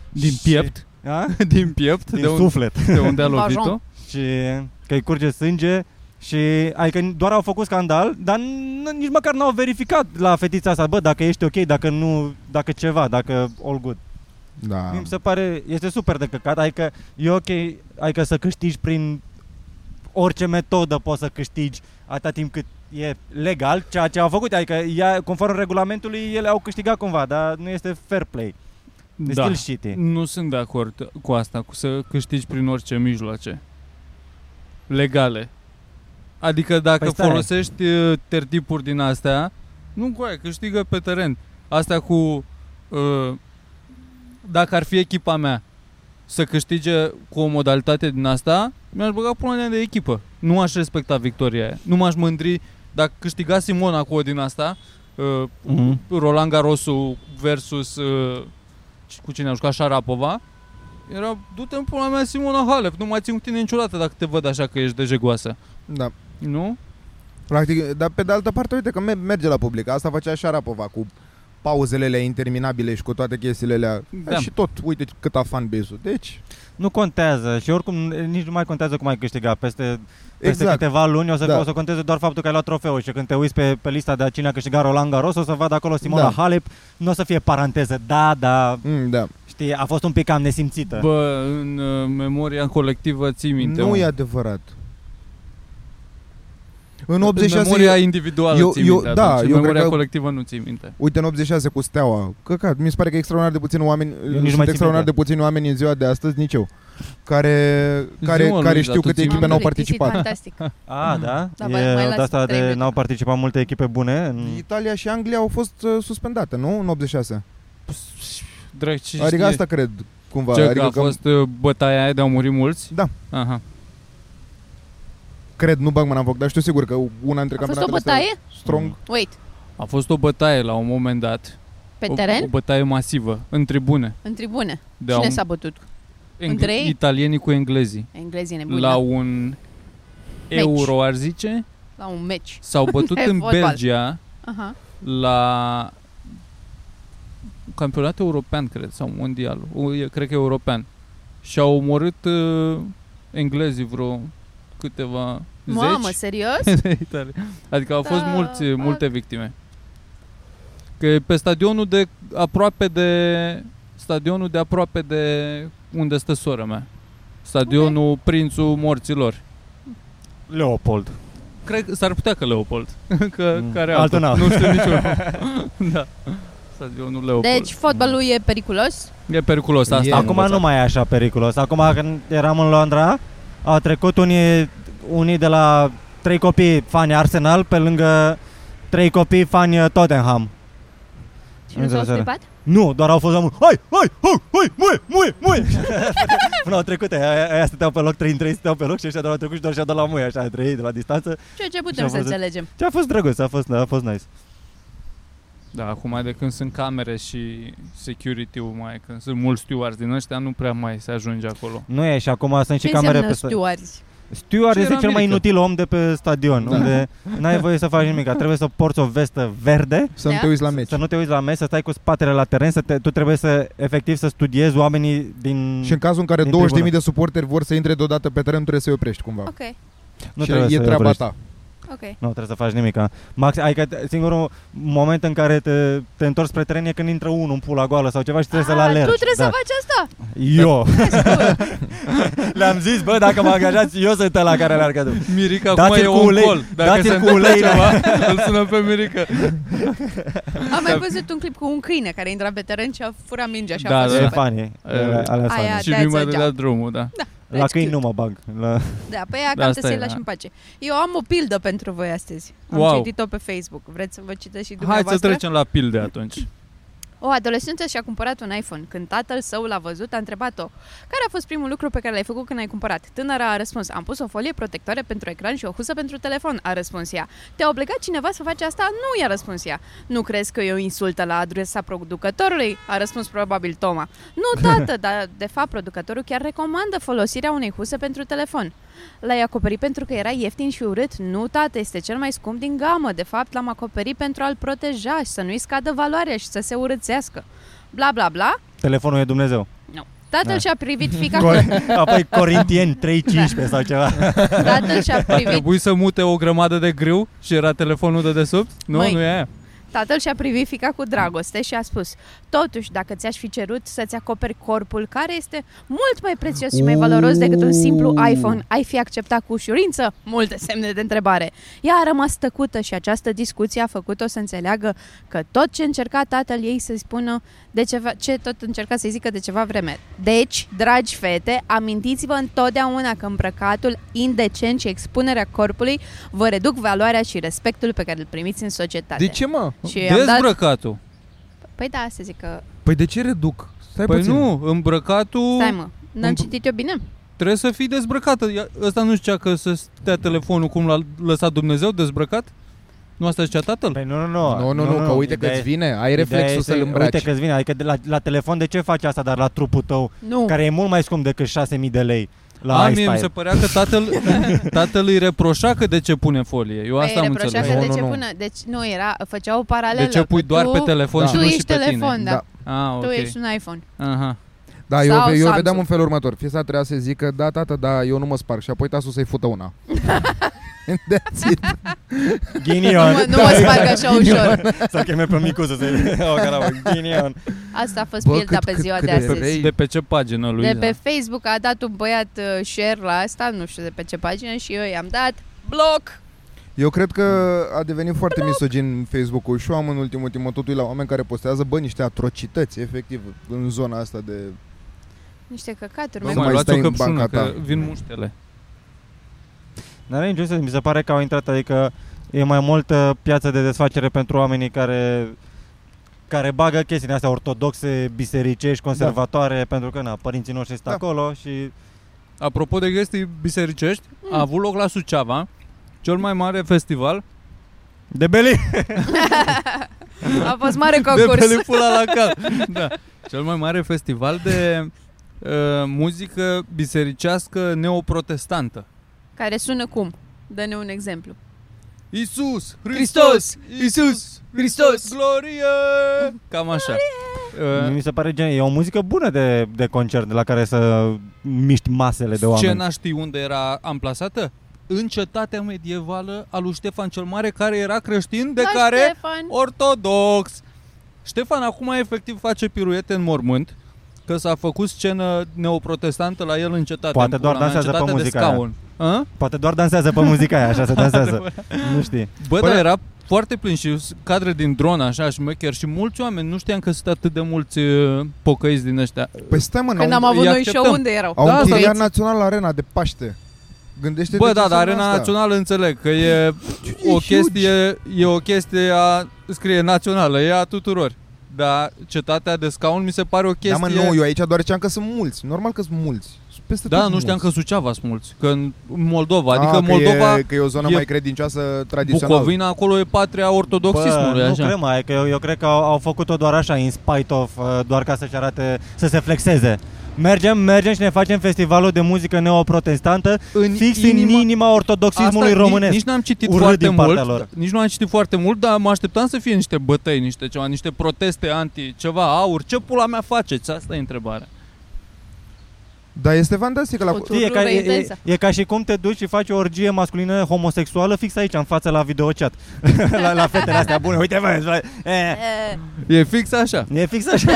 Speaker 3: Din
Speaker 1: Și-
Speaker 3: piept,
Speaker 1: Da?
Speaker 3: din piept,
Speaker 1: Din
Speaker 3: de, un,
Speaker 1: suflet.
Speaker 3: de unde a
Speaker 4: Din bajon.
Speaker 3: lovit-o.
Speaker 1: și că îi curge sânge și adică doar au făcut scandal, dar n- nici măcar n-au verificat la fetița asta, bă, dacă ești ok, dacă nu, dacă ceva, dacă all good.
Speaker 2: Da.
Speaker 1: Mi se pare, este super de căcat, adică e ok, adică să câștigi prin orice metodă poți să câștigi atâta timp cât e legal ceea ce au făcut, adică ea, conform regulamentului ele au câștigat cumva, dar nu este fair play, de
Speaker 3: Da.
Speaker 1: still shitty.
Speaker 3: Nu sunt de acord cu asta, cu să câștigi prin orice mijloace. Legale. Adică dacă
Speaker 1: Păi
Speaker 3: păi
Speaker 1: stai.
Speaker 3: folosești uh, tertipuri din astea, nu coaie, câștigă pe teren. Asta cu... Uh, dacă ar fi echipa mea să câștige cu o modalitate din asta, mi-aș băga pula mea de echipă. Nu aș respecta victoria aia. Nu m-aș mândri dacă câștiga Simona cu o din asta, uh,
Speaker 1: Mhm.
Speaker 3: Roland Garrosu versus uh, cu cine a jucat Șarapova, era, du-te în pula mea Simona Halep, nu mai țin cu tine niciodată dacă te văd așa că ești de jegoasă.
Speaker 2: Da.
Speaker 3: Nu?
Speaker 2: Practic, dar pe de altă parte, uite că me- merge la public. Asta facea Șarapova cu pauzele alea interminabile și cu toate chestiile alea.
Speaker 3: Da.
Speaker 2: Și tot, uite cât a fanbase-ul. Deci,
Speaker 1: Nu contează și oricum nici nu mai contează cum ai câștigat, peste Peste
Speaker 2: exact.
Speaker 1: câteva luni o să,
Speaker 2: Da.
Speaker 1: da. o să conteze doar faptul că ai luat trofeul și când te uiți pe, pe lista de a cine a câștigat Roland Garros, o să vadă acolo Simona
Speaker 2: Da.
Speaker 1: da. Halep, nu o să fie paranteză, da, da,
Speaker 2: Mm, da.
Speaker 1: știi, a fost un pic cam nesimțită. Bă.
Speaker 3: Bă, în uh, memoria colectivă ții minte.
Speaker 2: nu
Speaker 3: mă.
Speaker 2: e adevărat. În
Speaker 3: în
Speaker 2: 86
Speaker 3: memoria individuală
Speaker 2: eu-
Speaker 3: ții
Speaker 2: eu-
Speaker 3: minte
Speaker 2: da,
Speaker 3: atunci, în
Speaker 2: eu cred
Speaker 3: memoria
Speaker 2: că-
Speaker 3: colectivă nu ții minte.
Speaker 2: Uite, în 86 cu Steaua. Căcat, mi se pare că extraordinar de puțini oameni,
Speaker 1: nu
Speaker 2: sunt
Speaker 1: mai țin
Speaker 2: extraordinar de
Speaker 1: minte.
Speaker 2: puțini oameni în ziua de astăzi, nici eu. Care, care,
Speaker 3: Zi, mă,
Speaker 2: care
Speaker 3: Luiza,
Speaker 2: știu
Speaker 3: tu
Speaker 2: câte
Speaker 3: ții
Speaker 2: echipe
Speaker 3: minte?
Speaker 2: n-au
Speaker 4: M-am plictisit,
Speaker 2: participat.
Speaker 4: Fantastic.
Speaker 1: A, da?
Speaker 4: Da, bă, mai
Speaker 1: e
Speaker 4: las
Speaker 1: de asta
Speaker 4: trei
Speaker 1: de
Speaker 4: minute.
Speaker 1: n-au participat multe echipe bune? În...
Speaker 2: Italia și Anglia au fost uh, suspendate, nu? În 86.
Speaker 3: Drag, ce
Speaker 2: adică
Speaker 3: știe?
Speaker 2: asta cred, cumva.
Speaker 3: Ce,
Speaker 2: adică
Speaker 3: că a fost uh, bătaia aia de au murit mulți?
Speaker 2: Da.
Speaker 3: Aha.
Speaker 2: Cred, nu bag mâna în foc, dar știu sigur că una dintre
Speaker 4: A fost o
Speaker 2: campionatele astea
Speaker 4: bătaie?
Speaker 2: Strong.
Speaker 4: Wait,
Speaker 3: A fost o bătaie la un moment dat.
Speaker 4: pe
Speaker 3: o, O
Speaker 4: teren?
Speaker 3: bătaie masivă, în tribune.
Speaker 4: În tribune.
Speaker 3: De
Speaker 4: Cine
Speaker 3: au-
Speaker 4: s-a bătut?
Speaker 3: Eng-
Speaker 4: Între ei?
Speaker 3: Italienii cu englezii.
Speaker 4: Englezii nebuni.
Speaker 3: la
Speaker 4: da?
Speaker 3: un euro, ar zice.
Speaker 4: la un meci.
Speaker 3: S-au bătut
Speaker 4: De
Speaker 3: în
Speaker 4: fotbal.
Speaker 3: Belgia
Speaker 4: Aha.
Speaker 3: la campionat european, cred, sau mondial. O, e- Cred că european. Și au omorât uh, englezii vreo câteva
Speaker 4: Mamă,
Speaker 3: zeci
Speaker 4: serios?
Speaker 3: de Italia. Adică au fost
Speaker 4: Da,
Speaker 3: mulți,
Speaker 4: fac.
Speaker 3: multe victime. Că e pe stadionul de aproape de stadionul de aproape de unde stă sora mea. Stadionul Prințul Morților.
Speaker 1: Leopold.
Speaker 3: Cred că s-ar putea că Leopold. Că,
Speaker 1: Mm.
Speaker 3: Care
Speaker 1: Altul n-au.
Speaker 3: Nu știu niciunul. da. Stadionul Leopold.
Speaker 4: Deci fotbalul e periculos?
Speaker 3: E periculos asta.
Speaker 2: E.
Speaker 3: am
Speaker 1: Acum nu
Speaker 3: învățat.
Speaker 1: mai e așa periculos. Acum când eram în Londra, au trecut unii, unii de la trei copii fani Arsenal pe lângă trei copii fani Tottenham.
Speaker 4: Și nu s-au
Speaker 1: Înțeles,
Speaker 4: stripat?
Speaker 1: Nu, doar au fost la mână. Hai, hai, hai, hai, mui, mui, mui. Până au trecut, aia, aia- aia stăteau pe loc, trei în trei stăteau pe loc și ăștia doar au trecut și doar și-au dat la mui, așa, trei de la distanță.
Speaker 4: Ceea ce putem
Speaker 1: Și-au
Speaker 4: să
Speaker 1: văzut.
Speaker 4: înțelegem.
Speaker 3: Deci
Speaker 1: Și a fost drăguț, a fost, a fost nice.
Speaker 3: Da, acum de când sunt camere și security-ul mai, când sunt mulți stewards din ăștia, nu prea mai se ajunge acolo.
Speaker 1: Nu e și acum sunt și
Speaker 4: Ce
Speaker 1: camere
Speaker 4: Păi înseamnă
Speaker 1: pe sta-
Speaker 4: stewards?
Speaker 1: Steward
Speaker 3: Ce
Speaker 1: este
Speaker 3: era
Speaker 1: cel mai
Speaker 3: America?
Speaker 1: inutil om de pe stadion,
Speaker 2: Da.
Speaker 1: unde n-ai voie să faci nimic, trebuie să porți o vestă verde
Speaker 2: Să nu
Speaker 4: Da.
Speaker 2: te uiți la meci.
Speaker 1: Să nu te uiți la mesi, să stai cu spatele la teren, să te, tu trebuie să efectiv să studiezi oamenii din
Speaker 2: Și în cazul în care
Speaker 1: Din
Speaker 2: 20.000
Speaker 1: tribună.
Speaker 2: de suporteri vor să intre deodată pe teren, tu trebuie să-i oprești cumva.
Speaker 4: Ok,
Speaker 1: nu
Speaker 2: și
Speaker 1: trebuie
Speaker 2: e
Speaker 1: să
Speaker 2: treaba
Speaker 1: oprești.
Speaker 2: ta.
Speaker 4: ok.
Speaker 1: Nu trebuie să faci nimic. Max, adică te- singurul moment în care te, te întorci spre teren e când intră unul în pula goală sau ceva și trebuie să-l
Speaker 4: Ah,
Speaker 1: alergi.
Speaker 4: Tu trebuie
Speaker 1: da.
Speaker 4: să faci asta.
Speaker 1: Eu. Le-am zis, bă, dacă mă angajați, eu sunt la care alergă după.
Speaker 3: Mirica acum
Speaker 1: Dați-l
Speaker 3: e
Speaker 1: cu
Speaker 3: un
Speaker 1: ulei.
Speaker 3: gol. Dacă
Speaker 1: Dați-l
Speaker 3: se
Speaker 1: cu
Speaker 3: întâmplă
Speaker 1: ulei,
Speaker 3: ceva, îl sunăm pe Mirica.
Speaker 4: Am mai văzut un clip cu un câine care intra pe teren și a furat mingea și a
Speaker 3: Da,
Speaker 4: fost
Speaker 3: da,
Speaker 1: E
Speaker 4: super.
Speaker 1: funny. Alea, alea
Speaker 4: Aia,
Speaker 1: funny.
Speaker 4: deci
Speaker 3: și
Speaker 4: that's
Speaker 3: nu-i
Speaker 4: a
Speaker 3: mai dădea
Speaker 4: job.
Speaker 3: drumul, da.
Speaker 1: La
Speaker 4: That's
Speaker 1: câini
Speaker 4: cute.
Speaker 1: nu mă bag. La...
Speaker 4: Da, pe aia
Speaker 3: Da,
Speaker 4: cam
Speaker 3: asta
Speaker 4: să-i
Speaker 3: e,
Speaker 4: lași
Speaker 3: da.
Speaker 4: în pace. Eu am o pildă pentru voi astăzi. Am
Speaker 3: Wow.
Speaker 4: citit-o pe Facebook. Vreți să vă citesc și
Speaker 3: Hai
Speaker 4: dumneavoastră? Păi-
Speaker 3: să trecem la pilde atunci.
Speaker 4: O adolescentă și-a cumpărat un iPhone. Când tatăl său l-a văzut, a întrebat-o Care a fost primul lucru pe care l-ai făcut când ai cumpărat? Tânăra a răspuns Am pus o folie protectoare pentru ecran și o husă pentru telefon, a răspuns ea Te-a obligat cineva să faci asta? Nu, i-a răspuns ea Nu crezi că e o insultă la adresa producătorului? A răspuns probabil Toma Nu, tată, dar de fapt producătorul chiar recomandă folosirea unei huse pentru telefon L-ai acoperit pentru că era ieftin și urât? Nu, tată, este cel mai scump din gamă. De fapt, l-am acoperit pentru a-l proteja și să nu-i scadă valoarea și să se urățească. Bla, bla, bla.
Speaker 1: Telefonul e Dumnezeu.
Speaker 4: Tatăl
Speaker 1: Da.
Speaker 4: și-a privit fica cu...
Speaker 1: Cor- Apoi Corintieni
Speaker 4: Da.
Speaker 1: 3.15 sau ceva.
Speaker 4: Tatăl și-a
Speaker 3: A
Speaker 4: privit
Speaker 3: trebuit să mute o grămadă de grâu și era telefonul de desubt? Nu,
Speaker 4: Măi.
Speaker 3: nu e aia.
Speaker 4: Tatăl și-a privit fica cu dragoste și a spus Totuși, dacă ți-aș fi cerut să-ți acoperi corpul care este mult mai prețios și mai valoros decât un simplu
Speaker 2: Uuu.
Speaker 4: iPhone, ai fi acceptat cu ușurință? Multe semne de întrebare. Ea a rămas tăcută și această discuție a făcut-o să înțeleagă că tot ce încerca tatăl ei să spună de ceva, ce tot încerca să-i zică de ceva vreme. Deci, dragi fete, amintiți-vă întotdeauna că îmbrăcatul indecent și expunerea corpului vă reduc valoarea și respectul pe care îl primiți în societate.
Speaker 2: De ce, mă?
Speaker 4: Și i-am dat...
Speaker 3: Dezbrăcatul.
Speaker 4: Păi da, să zic că...
Speaker 2: Păi de ce reduc? Stai
Speaker 3: Păi
Speaker 2: puțin.
Speaker 3: nu, îmbrăcatul
Speaker 4: Stai mă, n-am
Speaker 3: îmb-
Speaker 4: citit eu bine?
Speaker 3: trebuie să fii dezbrăcată. Ia- Ăsta nu știa că să stea telefonul cum l-a lăsat Dumnezeu dezbrăcat? Nu asta zicea tatăl?
Speaker 1: Păi nu, nu, nu.
Speaker 2: Nu, nu, nu, că uite
Speaker 1: Ideea
Speaker 2: că-ți
Speaker 1: e-
Speaker 2: vine, ai
Speaker 1: Ideea
Speaker 2: reflexul
Speaker 1: este-
Speaker 2: să-l îmbraci.
Speaker 1: Uite că-ți vine, adică de la, la telefon de ce faci asta, dar la trupul tău,
Speaker 4: Nu.
Speaker 1: care e mult mai scump decât 6.000 de lei la
Speaker 3: A, mie
Speaker 1: iStyle.
Speaker 3: mi se părea că tatăl, tatăl îi reproșa că de ce pune folie. Eu asta am
Speaker 4: reproșa
Speaker 3: înțeles.
Speaker 4: că Păi, de
Speaker 2: Nu,
Speaker 4: ce
Speaker 2: nu, nu.
Speaker 4: până... Deci nu era, făcea o
Speaker 3: De
Speaker 4: paralelă.
Speaker 3: ce pui
Speaker 4: că
Speaker 3: doar
Speaker 4: tu,
Speaker 3: pe telefon
Speaker 2: Da.
Speaker 3: și
Speaker 4: Tu
Speaker 3: nu și
Speaker 4: ești
Speaker 3: pe
Speaker 4: telefon,
Speaker 3: tine?
Speaker 4: da.
Speaker 2: Da.
Speaker 3: Ah,
Speaker 4: Tu
Speaker 3: ok.
Speaker 4: ești un iPhone.
Speaker 3: Aha.
Speaker 2: Da, eu,
Speaker 4: Sau
Speaker 2: eu
Speaker 4: Samsung.
Speaker 2: vedeam în felul următor. Fiesa trebuia să zică, da, tată, da, eu nu mă sparg. Și apoi tasul să-i fută una. That's it.
Speaker 1: Ghinion.
Speaker 4: Nu mă- nu mă sparg așa ușor.
Speaker 1: Să cheme pe micu să se... O, carabă, ghinion.
Speaker 4: Asta a fost
Speaker 2: Bă,
Speaker 4: pilda
Speaker 2: cât-
Speaker 4: pe
Speaker 2: cât-
Speaker 4: ziua
Speaker 2: cât
Speaker 4: de
Speaker 2: de
Speaker 4: astăzi.
Speaker 2: rei.
Speaker 3: De pe ce pagină, lui? da.
Speaker 4: De pe Facebook a dat un băiat uh, share la asta, nu știu de pe ce pagină, și eu i-am dat bloc.
Speaker 2: Eu cred că a devenit foarte misogin Facebook-ul și eu am în ultimul timp mă tot uit la oameni care postează, bă, niște atrocități, efectiv, în zona asta de...
Speaker 4: Niște căcaturi.
Speaker 2: Bă,
Speaker 4: mai
Speaker 2: mă,
Speaker 3: mai
Speaker 2: mai
Speaker 3: luați
Speaker 2: stai
Speaker 3: o
Speaker 2: în
Speaker 3: căpșună,
Speaker 2: banca
Speaker 3: că
Speaker 2: ta.
Speaker 3: vin muștele.
Speaker 1: Dar are niciun sens, mi se pare că au intrat, adică e mai multă piață de desfacere pentru oamenii care care bagă chestiile astea ortodoxe, bisericești, conservatoare, pentru că na, părinții noștri sunt
Speaker 2: Da.
Speaker 1: acolo și
Speaker 3: Apropo de chestii bisericești,
Speaker 4: Mm.
Speaker 3: a avut loc la Suceava, cel mai mare festival
Speaker 1: de beli.
Speaker 4: A fost mare
Speaker 3: de
Speaker 4: concurs.
Speaker 3: pelipula la cal. Da. Cel mai mare festival de uh, muzică bisericească neoprotestantă.
Speaker 4: Care sună cum? Dă-ne un exemplu.
Speaker 3: Isus,
Speaker 4: Hristos!
Speaker 3: Hristos, Isus, Hristos, glorie! Cam așa. Uh,
Speaker 1: Mi se pare gen, e o muzică bună de, de concert de la care să miști masele de oameni.
Speaker 3: Scena știi unde era amplasată? În cetatea medievală a lui Ștefan cel Mare, care era creștin, de
Speaker 4: La
Speaker 3: care
Speaker 4: Da, Ștefan.
Speaker 3: ortodox. Ștefan acum efectiv face piruete în mormânt, că s-a făcut scenă neoprotestantă la el în cetate.
Speaker 1: Poate
Speaker 3: în
Speaker 1: doar
Speaker 3: pula mea, în
Speaker 1: dansează pe
Speaker 3: cetate de
Speaker 1: muzica aia.
Speaker 3: scaun. A?
Speaker 1: Poate doar dansează pe muzica aia, așa se dansează. nu știi.
Speaker 3: Bă,
Speaker 2: Păi
Speaker 3: dar
Speaker 2: da.
Speaker 3: era foarte plin și s- cadre din dron, așa, și mecher și mulți oameni. Nu știam că sunt atât de mulți uh, pocăiți din ăștia.
Speaker 2: Păi stai, mă,
Speaker 4: Când
Speaker 2: n-au,
Speaker 4: am
Speaker 2: au
Speaker 4: avut
Speaker 3: îi
Speaker 4: noi
Speaker 3: acceptăm.
Speaker 4: show, unde erau?
Speaker 3: Da, asta
Speaker 2: un
Speaker 3: e.
Speaker 2: da, național la arena de Paște. Gândește-te
Speaker 3: Bă,
Speaker 2: ce
Speaker 3: da, dar
Speaker 2: înseamnă
Speaker 3: Arena
Speaker 2: asta.
Speaker 3: Națională înțeleg că e,
Speaker 2: E
Speaker 3: o
Speaker 2: huge.
Speaker 3: chestie, e o chestie a, scrie națională, e a tuturor. dar cetatea de scaun mi se pare o
Speaker 2: Da, mă,
Speaker 3: chestie...
Speaker 2: nu, eu aici doar știam că sunt mulți. Normal că sunt mulți. Sunt Peste
Speaker 3: da
Speaker 2: tot
Speaker 3: nu știam
Speaker 2: mulți.
Speaker 3: că Suceava sunt mulți, că în Moldova, adică
Speaker 2: Ah, că
Speaker 3: Moldova,
Speaker 2: E, că e o zonă
Speaker 3: e-
Speaker 2: mai credincioasă tradițională.
Speaker 3: Bucovina, acolo e patria ortodoxismului,
Speaker 1: Bă, nu
Speaker 3: așa.
Speaker 1: cred, mai, că eu, eu cred că au, au făcut-o doar așa, in spite of, uh, doar ca să-și arate, să se flexeze. Mergem, mergem și ne facem festivalul de muzică neoprotestantă
Speaker 3: În
Speaker 1: fix inima, în inima ortodoxismului
Speaker 3: Asta
Speaker 1: românesc.
Speaker 3: Nici, nici n-am citit
Speaker 1: Urât
Speaker 3: foarte
Speaker 1: din partea
Speaker 3: mult,
Speaker 1: lor.
Speaker 3: nici nu am citit foarte mult, dar mă așteptam să fie niște bătăi, niște ceva, niște proteste anti ceva, aur, ce pula mea faceți? Asta e întrebarea.
Speaker 2: Da, este fantastic. La...
Speaker 4: Tot.
Speaker 1: Știi, e, ca,
Speaker 4: Turlură
Speaker 1: e, e,
Speaker 4: intensă.
Speaker 1: e ca și cum te duci și faci o orgie masculină homosexuală fix aici, în fața la videochat. la, la fetele astea bune, uite vă, e,
Speaker 4: E,
Speaker 3: E fix așa.
Speaker 1: e fix așa.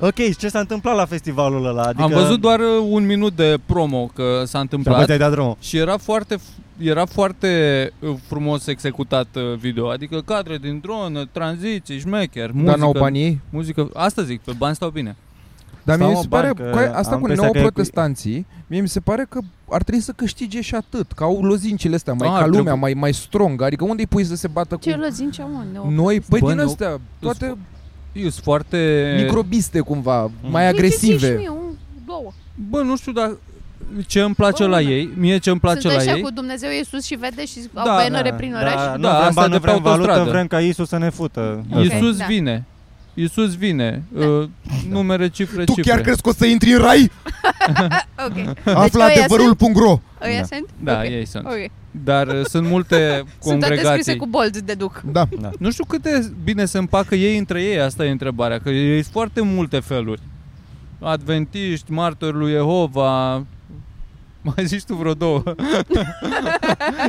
Speaker 1: ok, ce s-a întâmplat la festivalul ăla? Adică
Speaker 3: Am văzut doar uh, un minut de promo că s-a
Speaker 1: Și apoi
Speaker 3: întâmplat
Speaker 1: ți-ai dat drumul.
Speaker 3: și era foarte f- era foarte uh, frumos executat uh, video, adică cadre din dron, uh, tranziții, șmecher,
Speaker 2: Dar n-au
Speaker 3: muzică,
Speaker 2: bani ei?
Speaker 3: muzică, asta zic, pe bani stau bine.
Speaker 2: Dar
Speaker 1: Sau
Speaker 2: mie
Speaker 1: mă
Speaker 2: mi se pare,
Speaker 1: bag, că
Speaker 2: că asta
Speaker 1: am
Speaker 2: cu
Speaker 1: impresia că e cu-
Speaker 2: neoprotestanții, mie mi se pare că ar trebui să câștige și atât, ca au lozincile astea, mai
Speaker 3: Ah,
Speaker 2: ca
Speaker 3: ar
Speaker 2: lumea,
Speaker 3: trebui.
Speaker 2: mai, mai strong, adică unde îi pui să se bată cu
Speaker 4: Ce lăzim ce am
Speaker 2: noi? Păi
Speaker 3: Bă,
Speaker 2: din
Speaker 3: nu.
Speaker 2: astea, toate
Speaker 3: Eu sunt foarte...
Speaker 2: microbiste cumva,
Speaker 3: Mm.
Speaker 2: mai agresive.
Speaker 4: Două.
Speaker 3: Bă, nu știu, dar ce îmi place
Speaker 4: Bă,
Speaker 3: la
Speaker 4: una.
Speaker 3: ei, mie ce îmi place
Speaker 4: Sunt
Speaker 3: la
Speaker 4: ăștia
Speaker 3: ei,
Speaker 4: cu Dumnezeu e sus și vede și au
Speaker 3: Da,
Speaker 4: bannere prin oraș.
Speaker 1: Da, nu
Speaker 3: Da,
Speaker 1: vrem
Speaker 3: asta
Speaker 1: bani,
Speaker 3: de
Speaker 1: nu
Speaker 3: pe
Speaker 1: vrem valută,
Speaker 3: autostradă.
Speaker 1: vrem ca Iisus să ne fută.
Speaker 4: Ok,
Speaker 3: Iisus
Speaker 4: da.
Speaker 3: vine. Iisus vine. Uh, numere, cifre,
Speaker 2: Tu
Speaker 3: cifre.
Speaker 2: chiar crezi că o să intri în rai?
Speaker 4: Ok. Deci
Speaker 2: Află
Speaker 4: ăia
Speaker 2: adevărul pungro.
Speaker 4: Ăia
Speaker 1: Da.
Speaker 4: sunt?
Speaker 3: Da,
Speaker 4: Ok.
Speaker 3: ei sunt.
Speaker 4: Ok.
Speaker 3: Dar uh, sunt multe
Speaker 4: Sunt toate scrise
Speaker 3: congregații.
Speaker 4: cu bold, deduc.
Speaker 2: Da.
Speaker 3: Nu știu cât de bine se împacă ei între ei, asta e întrebarea, că ei sunt foarte multe feluri. Adventiști, martori lui Jehova, mai zici tu vreo două.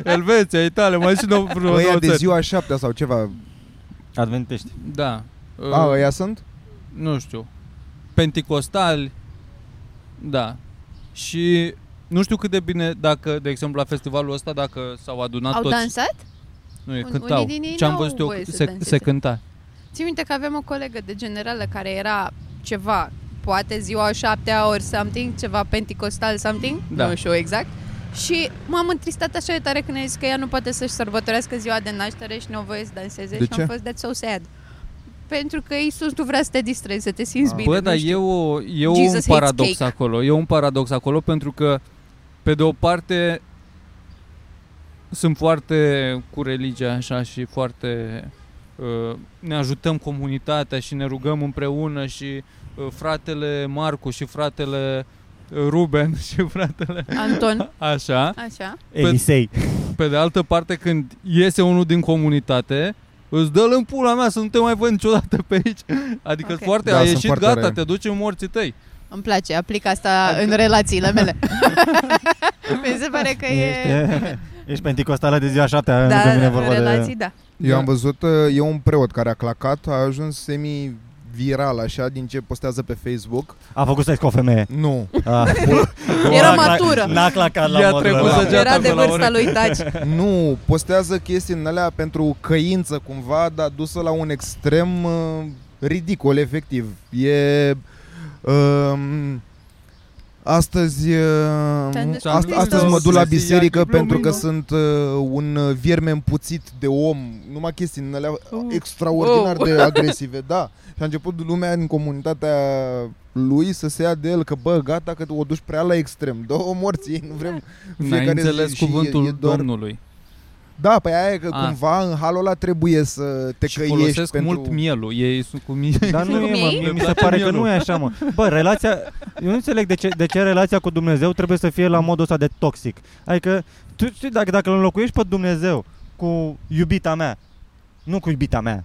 Speaker 3: Elveția, Italia, mai zici vreo două
Speaker 2: Ăia Păi de
Speaker 3: țări.
Speaker 2: ziua șaptea sau ceva.
Speaker 1: Adventiști.
Speaker 3: Da. Uh,
Speaker 2: A, ăia sunt?
Speaker 3: nu știu, penticostali, da. Și nu știu cât de bine dacă, de exemplu, la festivalul ăsta, dacă s-au adunat
Speaker 4: Au
Speaker 3: toți.
Speaker 4: dansat?
Speaker 3: Nu, e,
Speaker 4: Un-
Speaker 3: cântau.
Speaker 4: unii din ei
Speaker 3: Ce am
Speaker 4: n-au
Speaker 3: văzut eu,
Speaker 4: voie să
Speaker 3: se,
Speaker 4: danseze.
Speaker 3: se cânta.
Speaker 4: Țin minte că aveam o colegă de generală care era ceva, poate ziua a șaptea ori something, ceva penticostal something,
Speaker 3: Da.
Speaker 4: da. nu știu exact. Și m-am întristat așa de tare când a zis că ea nu poate să-și sărbătorească ziua de naștere și nu au voie să danseze
Speaker 2: De
Speaker 4: și
Speaker 2: ce?
Speaker 4: am fost that's so sad. Pentru că Isus nu vrea să te distrezi, să te simți
Speaker 2: Ah.
Speaker 4: bine.
Speaker 3: Bă,
Speaker 4: nu
Speaker 3: dar
Speaker 4: știu.
Speaker 3: e, o, e
Speaker 4: Jesus
Speaker 3: un
Speaker 4: hates
Speaker 3: paradox
Speaker 4: cake.
Speaker 3: acolo. E un paradox acolo pentru că, pe de o parte, sunt foarte cu religia așa și foarte... uh, Ne ajutăm comunitatea și ne rugăm împreună și uh, fratele Marcu și fratele uh, Ruben și fratele
Speaker 4: Anton,
Speaker 3: așa.
Speaker 4: așa.
Speaker 1: Elisei.
Speaker 3: Pe de altă parte, când iese unul din comunitate, îți dă în pula mea să nu te mai văd niciodată pe aici. Adică
Speaker 4: Ok.
Speaker 3: foarte,
Speaker 2: Da,
Speaker 3: a
Speaker 2: sunt
Speaker 3: ieșit,
Speaker 2: foarte
Speaker 3: gata,
Speaker 2: rare.
Speaker 3: te duci în morții tăi.
Speaker 4: Îmi place, aplic asta în relațiile mele. Mi se pare că
Speaker 1: Ești,
Speaker 4: e...
Speaker 1: ești penticostală de ziua șaptea, nu că
Speaker 4: Da,
Speaker 1: vine
Speaker 4: în
Speaker 1: vorba de...
Speaker 4: relații, da.
Speaker 2: Eu
Speaker 3: Da.
Speaker 2: am văzut, uh, e un preot care a clacat, a ajuns semi viral așa din ce postează pe Facebook.
Speaker 1: A făcut sex cu o femeie.
Speaker 2: Nu,
Speaker 1: A.
Speaker 4: Era
Speaker 1: N-a cla-
Speaker 4: matură.
Speaker 1: N-a clacat la
Speaker 3: I-a
Speaker 1: modul
Speaker 3: trecut
Speaker 1: ăla.
Speaker 3: să geata
Speaker 4: Era de
Speaker 3: pe la
Speaker 4: vârsta
Speaker 3: ureche.
Speaker 4: lui Taci.
Speaker 2: nu, postează chestii în alea pentru căință cumva, dar dusă la un extrem uh, ridicol, efectiv. E... Um, Astăzi, uh,
Speaker 4: Te-am
Speaker 2: ast-
Speaker 4: descoprit
Speaker 2: astăzi
Speaker 4: tu.
Speaker 2: mă duc la
Speaker 3: Să se ia
Speaker 2: biserică
Speaker 3: diplomino.
Speaker 2: pentru că sunt uh, un uh, vierme împuțit de om, numai chestii în alea extraordinar
Speaker 4: Wow.
Speaker 2: de agresive, da. Și a început lumea în comunitatea lui să se ia de el, că bă, gata, că o duci prea la extrem, două morții, nu vrem în
Speaker 3: N-ai înțeles
Speaker 2: și
Speaker 3: cuvântul
Speaker 2: e, e doar...
Speaker 3: Domnului.
Speaker 2: Da, păi aia e că
Speaker 3: A.
Speaker 2: cumva în halul ăla trebuie să te
Speaker 3: Ah. Și
Speaker 2: căiești
Speaker 3: folosesc
Speaker 2: pentru...
Speaker 3: mult mielul. Ei sunt cu mie.
Speaker 1: Dar nu
Speaker 4: Cum
Speaker 1: e, mă,
Speaker 4: ei?
Speaker 1: mie mi
Speaker 3: Îmi
Speaker 1: se
Speaker 3: place
Speaker 1: pare că
Speaker 3: mielul.
Speaker 1: nu e așa, mă. Bă, relația... Eu nu înțeleg de ce, de ce relația cu Dumnezeu trebuie să fie la modul ăsta de toxic. Adică, tu știi, dacă, dacă îl înlocuiești pe Dumnezeu cu iubita mea, nu cu iubita mea,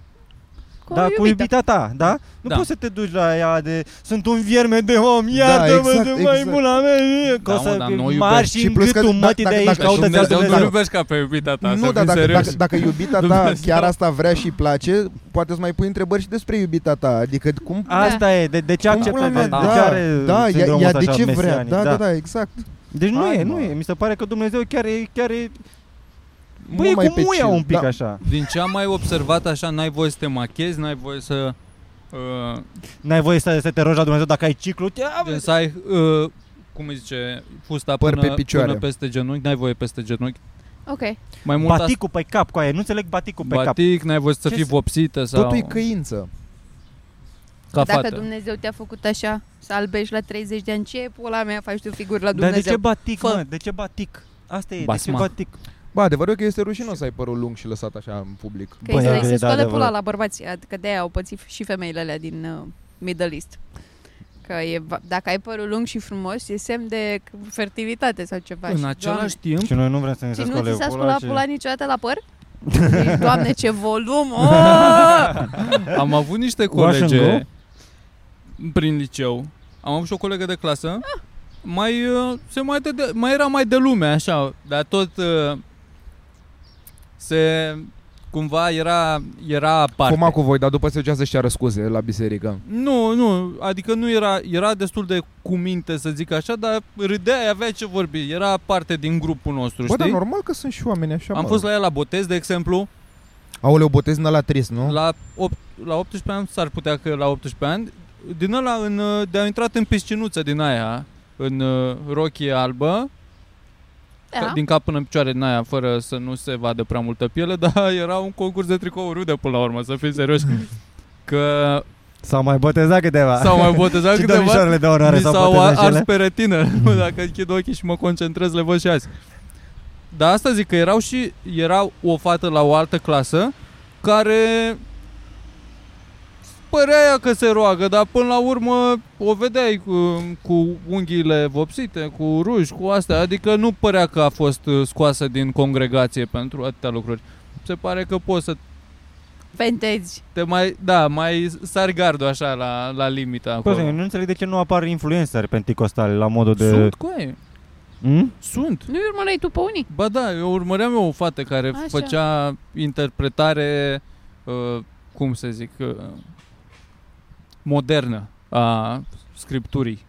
Speaker 4: Cu
Speaker 1: da, cu
Speaker 4: iubita.
Speaker 1: iubita ta, da? Nu
Speaker 3: Da.
Speaker 1: poți să te duci la ea de sunt un vierme de om, iartă-mă
Speaker 2: exact,
Speaker 1: de mai
Speaker 2: exact.
Speaker 1: mula mea, că
Speaker 3: Da,
Speaker 1: o
Speaker 3: mă, dar
Speaker 1: să
Speaker 3: noi
Speaker 1: mari
Speaker 3: iubesc.
Speaker 1: și
Speaker 2: Și
Speaker 1: în
Speaker 2: plus că
Speaker 1: gâtul
Speaker 2: dacă-
Speaker 1: mătii de
Speaker 2: dacă-
Speaker 1: aici,
Speaker 2: dacă
Speaker 1: caută-ți
Speaker 2: Dumnezeu
Speaker 1: altă
Speaker 3: Dumnezeu nu
Speaker 1: Dumnezeu.
Speaker 3: iubești ca pe iubita ta,
Speaker 2: Nu,
Speaker 3: să
Speaker 2: dar
Speaker 3: fim
Speaker 2: dacă,
Speaker 3: serios.
Speaker 2: dacă, dacă iubita ta
Speaker 3: Dumnezeu.
Speaker 2: chiar asta vrea și îi place, poate să mai pui întrebări și despre iubita ta. Adică cum...
Speaker 4: Da.
Speaker 1: Asta e, de, de ce
Speaker 2: cum
Speaker 1: acceptă,
Speaker 2: pula mea,
Speaker 1: de, de
Speaker 2: da,
Speaker 1: ce are
Speaker 2: da, ea,
Speaker 1: sindromul
Speaker 2: ea
Speaker 1: ăsta
Speaker 2: de
Speaker 1: așa
Speaker 2: ce vrea?
Speaker 1: mesianic,
Speaker 2: Da, da, da, exact.
Speaker 1: Deci nu
Speaker 2: Hai,
Speaker 1: e,
Speaker 2: mă.
Speaker 1: nu e, mi se pare că Dumnezeu chiar e, chiar e, bă,
Speaker 2: Nu
Speaker 1: e
Speaker 2: mai
Speaker 1: cu
Speaker 2: pe
Speaker 1: muia
Speaker 2: chill,
Speaker 1: un pic
Speaker 2: da.
Speaker 1: așa.
Speaker 3: Din ce am mai observat așa, n-ai voie să te machezi, n-ai voie să... Uh,
Speaker 1: N-ai voie să, să te rogi la Dumnezeu dacă ai ciclu, te
Speaker 3: gen, să ai, uh, cum îi zice, fusta
Speaker 2: Păr
Speaker 3: până,
Speaker 2: pe picioare.
Speaker 3: până peste genunchi, n-ai voie peste genunchi.
Speaker 4: Ok.
Speaker 3: Mai mult asta-
Speaker 1: Baticul pe cap, coaie, nu înțeleg baticul pe cap.
Speaker 3: batic, n-ai voie să
Speaker 1: Ce
Speaker 3: fii
Speaker 1: să-
Speaker 3: vopsită sau
Speaker 2: Totul e căință.
Speaker 3: ca
Speaker 4: Dacă
Speaker 3: fată.
Speaker 4: Dumnezeu te-a făcut așa, să albești la 30 de ani, ce pula mea faci tu figuri la
Speaker 1: Dar de
Speaker 4: Dumnezeu?
Speaker 1: ce batic,
Speaker 4: Fă.
Speaker 1: mă? De ce batic? Asta e,
Speaker 3: Basma.
Speaker 1: de ce batic?
Speaker 2: Ba, adevărul e că este rușinos să ai părul lung și lăsat așa în public.
Speaker 4: Că
Speaker 1: Bă,
Speaker 4: Bă,
Speaker 1: Păi, e
Speaker 4: se, se
Speaker 1: adevărat,
Speaker 4: scoală pula
Speaker 1: adevărat.
Speaker 4: la bărbați, adică de-aia au pățit și femeile alea din uh, Middle East. Că e, va- dacă ai părul lung și frumos, e semn de c- fertilitate sau ceva.
Speaker 3: În
Speaker 4: Și,
Speaker 3: același timp,
Speaker 1: Și noi nu vrem să ne se
Speaker 4: Doamne, și
Speaker 1: scoale
Speaker 4: nu ți s-a
Speaker 1: pula
Speaker 4: sculat
Speaker 1: și...
Speaker 4: pula niciodată la păr? Deci, Doamne, ce volum! Oh!
Speaker 3: Am avut niște
Speaker 1: Wash and
Speaker 3: colege prin liceu. Am avut și o colegă de clasă. Mai, uh, se mai, de, mai era mai de lume, așa, dar tot uh, se cumva era, era aparte.
Speaker 2: Fuma cu voi, dar după se ducea să-și ceară scuze la biserică.
Speaker 3: Nu, nu, adică nu era, era destul de cuminte să zic așa, dar râdea, avea ce vorbi, era parte din grupul nostru,
Speaker 2: Bă, dar
Speaker 3: știi?
Speaker 2: normal că sunt și oameni așa,
Speaker 3: Am
Speaker 2: mă.
Speaker 3: fost la ea la botez, de exemplu,
Speaker 2: Aoleu, botez din la trist, nu?
Speaker 3: la, 8, la 18 ani, s-ar putea că la 18 ani, din ăla în, uh, de-a intrat în piscinuță din aia, în uh, rochie albă,
Speaker 4: Da.
Speaker 3: ca- din cap până în picioare din aia, fără să nu se vadă prea multă piele, dar era un concurs de tricouri rude până la urmă, să fim serioși. Că
Speaker 1: S-au mai botezat câteva.
Speaker 3: s-au mai botezat
Speaker 1: și
Speaker 3: câteva
Speaker 1: domnișoarele de onoare
Speaker 3: mi
Speaker 1: s-au
Speaker 3: s-au
Speaker 1: botezat și
Speaker 3: ars
Speaker 1: ele.
Speaker 3: peretină Dacă închid ochii și mă concentrez Le văd și azi Dar asta zic că erau și Erau o fată la o altă clasă Care Părea ea că se roagă Dar până la urmă o vedeai cu, cu unghiile vopsite Cu ruși, cu astea Adică nu părea că a fost uh, scoasă din congregație Pentru atâtea lucruri Se pare că poți să
Speaker 4: Fentezi.
Speaker 3: te mai, da, mai sar gardul așa la, la limita
Speaker 1: Bă,
Speaker 3: acolo.
Speaker 1: eu Păi, nu înțeleg de ce nu apar influenceri penticostali la modul de...
Speaker 3: Sunt cu ei.
Speaker 1: Hmm?
Speaker 3: Sunt.
Speaker 4: Nu-i urmăreai tu pe unii?
Speaker 3: Ba da, eu urmăream eu o fată care
Speaker 4: Așa.
Speaker 3: Așa. făcea interpretare, uh, cum să zic, uh, modernă a scripturii.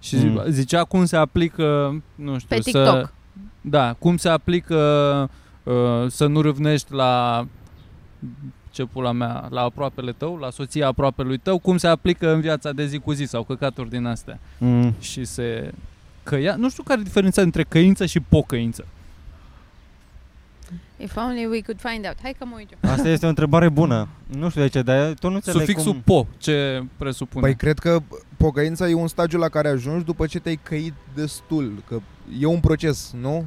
Speaker 3: Și
Speaker 1: Mm.
Speaker 3: mm. zicea cum se aplică, nu știu,
Speaker 4: Pe
Speaker 3: să...
Speaker 4: TikTok.
Speaker 3: Da, cum se aplică uh, să nu râvnești la ce pula mea, la aproapele tău, la soția aproapelui tău, cum se aplică în viața de zi cu zi sau căcaturi din astea.
Speaker 1: Mm.
Speaker 3: Și se căia, nu știu care e diferența între căință și pocăință.
Speaker 4: If only we could find out. Hai că mă uit eu.
Speaker 1: Asta este o întrebare bună. Nu știu de ce, dar tu nu înțeleg
Speaker 3: Sufixul
Speaker 1: cum...
Speaker 3: po, ce presupune?
Speaker 2: Păi cred că pocăința e un stagiu la care ajungi după ce te-ai căit destul, că e un proces, nu?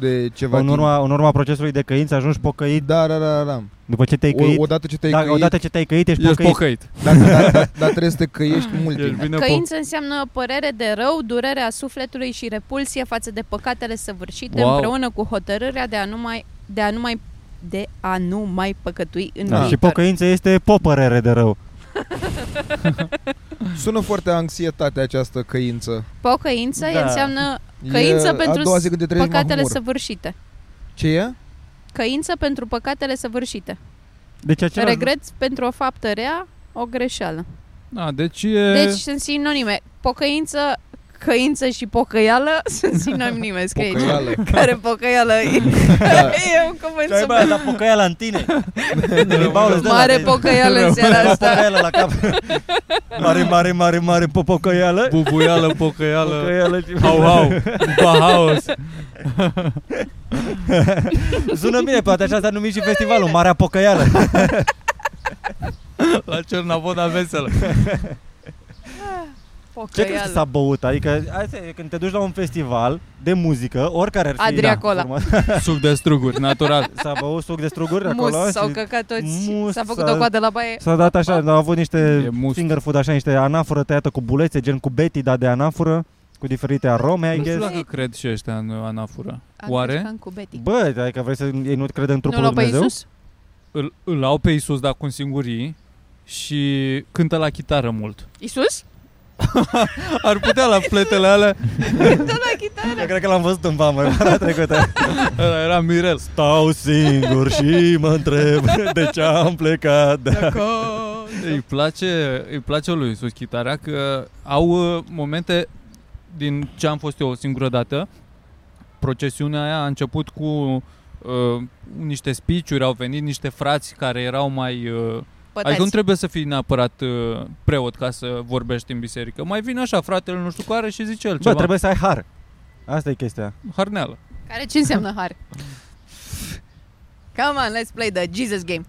Speaker 2: De ceva
Speaker 1: În urma, în urma procesului de căință ajungi pocăit
Speaker 2: timp. Da, da, da, da.
Speaker 1: după ce te-ai
Speaker 2: O,
Speaker 1: căit.
Speaker 2: odată ce te-ai
Speaker 1: da,
Speaker 2: căit,
Speaker 1: odată ce te-ai căit, ești,
Speaker 3: Ești
Speaker 1: pocăit.
Speaker 3: pocăit.
Speaker 2: dar, dar, dar, dar trebuie să te căiești mult
Speaker 3: Ești
Speaker 2: timp.
Speaker 3: bine po-
Speaker 4: Căință înseamnă părere de rău, durerea sufletului și repulsie față de păcatele săvârșite
Speaker 3: Wow.
Speaker 4: împreună cu hotărârea de a nu mai, de a nu mai, de a nu mai păcătui în
Speaker 1: Da.
Speaker 4: viitor.
Speaker 1: Și pocăința este popărere de rău.
Speaker 2: Sună foarte anxietate această căință.
Speaker 4: Pocăință
Speaker 1: Da.
Speaker 4: înseamnă Căință
Speaker 2: e
Speaker 4: pentru
Speaker 2: a doua zi când te trezești
Speaker 4: păcatele
Speaker 2: mahmur.
Speaker 4: săvârșite.
Speaker 2: Ce e?
Speaker 4: Căință pentru păcatele săvârșite.
Speaker 1: Deci același...
Speaker 4: Regret pentru o faptă rea, o greșeală.
Speaker 3: Da, deci e...
Speaker 4: Deci sunt sinonime. Pocăință, căință și pocăială sunt sinonime, scrie aici.
Speaker 2: Pocăială. Da,
Speaker 4: Care pocăială e? e un cuvânt
Speaker 1: Da. Ce ai bă,
Speaker 4: super.
Speaker 1: dar pocăiala în tine. Bilbao îți dă la-
Speaker 4: Mare
Speaker 1: de-
Speaker 4: pocăială în seara
Speaker 1: Mare
Speaker 4: asta.
Speaker 1: pocăială la cap. Mare, mare, mare, mare popocăială.
Speaker 3: Bubuială, pocăială,
Speaker 1: Pocăială. și-
Speaker 3: hau, hau, bahaos.
Speaker 1: Sună bine, poate așa s-a numit și festivalul, Marea Pocăială.
Speaker 3: La Cernavoda veselă.
Speaker 1: Ce crezi că s-a
Speaker 4: Pocăială.
Speaker 1: băut? Adică hai să- când te duci la un festival de muzică, oricare ar fi
Speaker 4: Adria Cola.
Speaker 1: format,
Speaker 3: Suc de struguri, natural.
Speaker 1: S-a băut suc de struguri
Speaker 4: Mus,
Speaker 1: acolo
Speaker 4: s-au
Speaker 1: și
Speaker 4: căcat toți.
Speaker 1: Mus,
Speaker 4: S-a făcut
Speaker 1: s-a-
Speaker 4: o coadă la baie.
Speaker 1: S-a dat așa, au avut niște
Speaker 3: E must.
Speaker 1: finger food, așa, niște anafură tăiată cu bulețe, gen cu betida de anafură, cu diferite arome, I
Speaker 3: Nu știu
Speaker 1: guess.
Speaker 3: dacă cred și ăștia în anafură.
Speaker 4: Am
Speaker 3: Oare?
Speaker 4: cășcan cu Betty.
Speaker 1: Bă, dacă vrei să ei nu cred în
Speaker 4: Nu
Speaker 1: trupul
Speaker 4: l-au
Speaker 1: lui
Speaker 4: pe
Speaker 1: Dumnezeu?
Speaker 4: Iisus?
Speaker 3: Îl, îl au pe Iisus, dar cu un singurii și cântă la chitară mult.
Speaker 4: Iisus?
Speaker 3: Ar putea la pletele alea,
Speaker 4: Cântă la chitară.
Speaker 1: Eu cred că l-am văzut în vamă vara trecută.
Speaker 3: ăla era Mirel.
Speaker 1: Stau singur și mă întreb de ce am plecat.
Speaker 3: Îi place, îi place lui Iisus chitara că au uh, momente din ce am fost eu o singură dată. Procesiunea aia a început cu uh, niște spiciuri, au venit niște frați care erau mai... Uh, adică nu
Speaker 4: Pătați.
Speaker 3: trebuie să fii neapărat uh, preot ca să vorbești în biserică. Mai vine așa fratele nu știu care și zice el
Speaker 1: Bă,
Speaker 3: ceva.
Speaker 1: trebuie să ai har. Asta e chestia.
Speaker 3: Harneală.
Speaker 4: Care ce înseamnă har? Come on, let's play the Jesus game.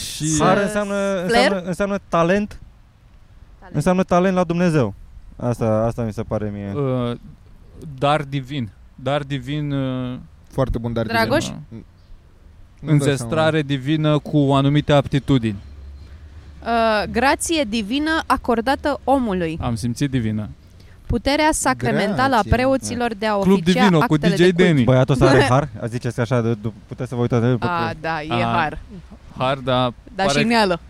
Speaker 3: Și
Speaker 4: Har-
Speaker 1: Har înseamnă,
Speaker 4: Flair?
Speaker 1: înseamnă, înseamnă talent, înseamnă talent la Dumnezeu. Asta, asta mi se pare mie.
Speaker 3: uh, dar divin. Dar divin uh,
Speaker 2: Foarte bun, dar
Speaker 4: Dragoș?
Speaker 3: uh,
Speaker 2: Nu-mi dau
Speaker 3: înzestrare divină cu anumite aptitudini.
Speaker 4: Uh, grație divină acordată omului.
Speaker 3: Am simțit divină.
Speaker 4: Puterea sacramentală a
Speaker 2: Grație.
Speaker 4: preoților de a
Speaker 3: Club
Speaker 4: oficia
Speaker 3: Divino cu
Speaker 4: actele
Speaker 3: DJ
Speaker 4: de cult.
Speaker 3: Denny.
Speaker 1: Băiatul ăsta are har? A ziceți că așa, de, de, puteți să vă uitați la el.
Speaker 4: A, da, e
Speaker 3: A,
Speaker 4: har.
Speaker 3: Har, da,
Speaker 4: Dar
Speaker 3: pare-
Speaker 4: și neală.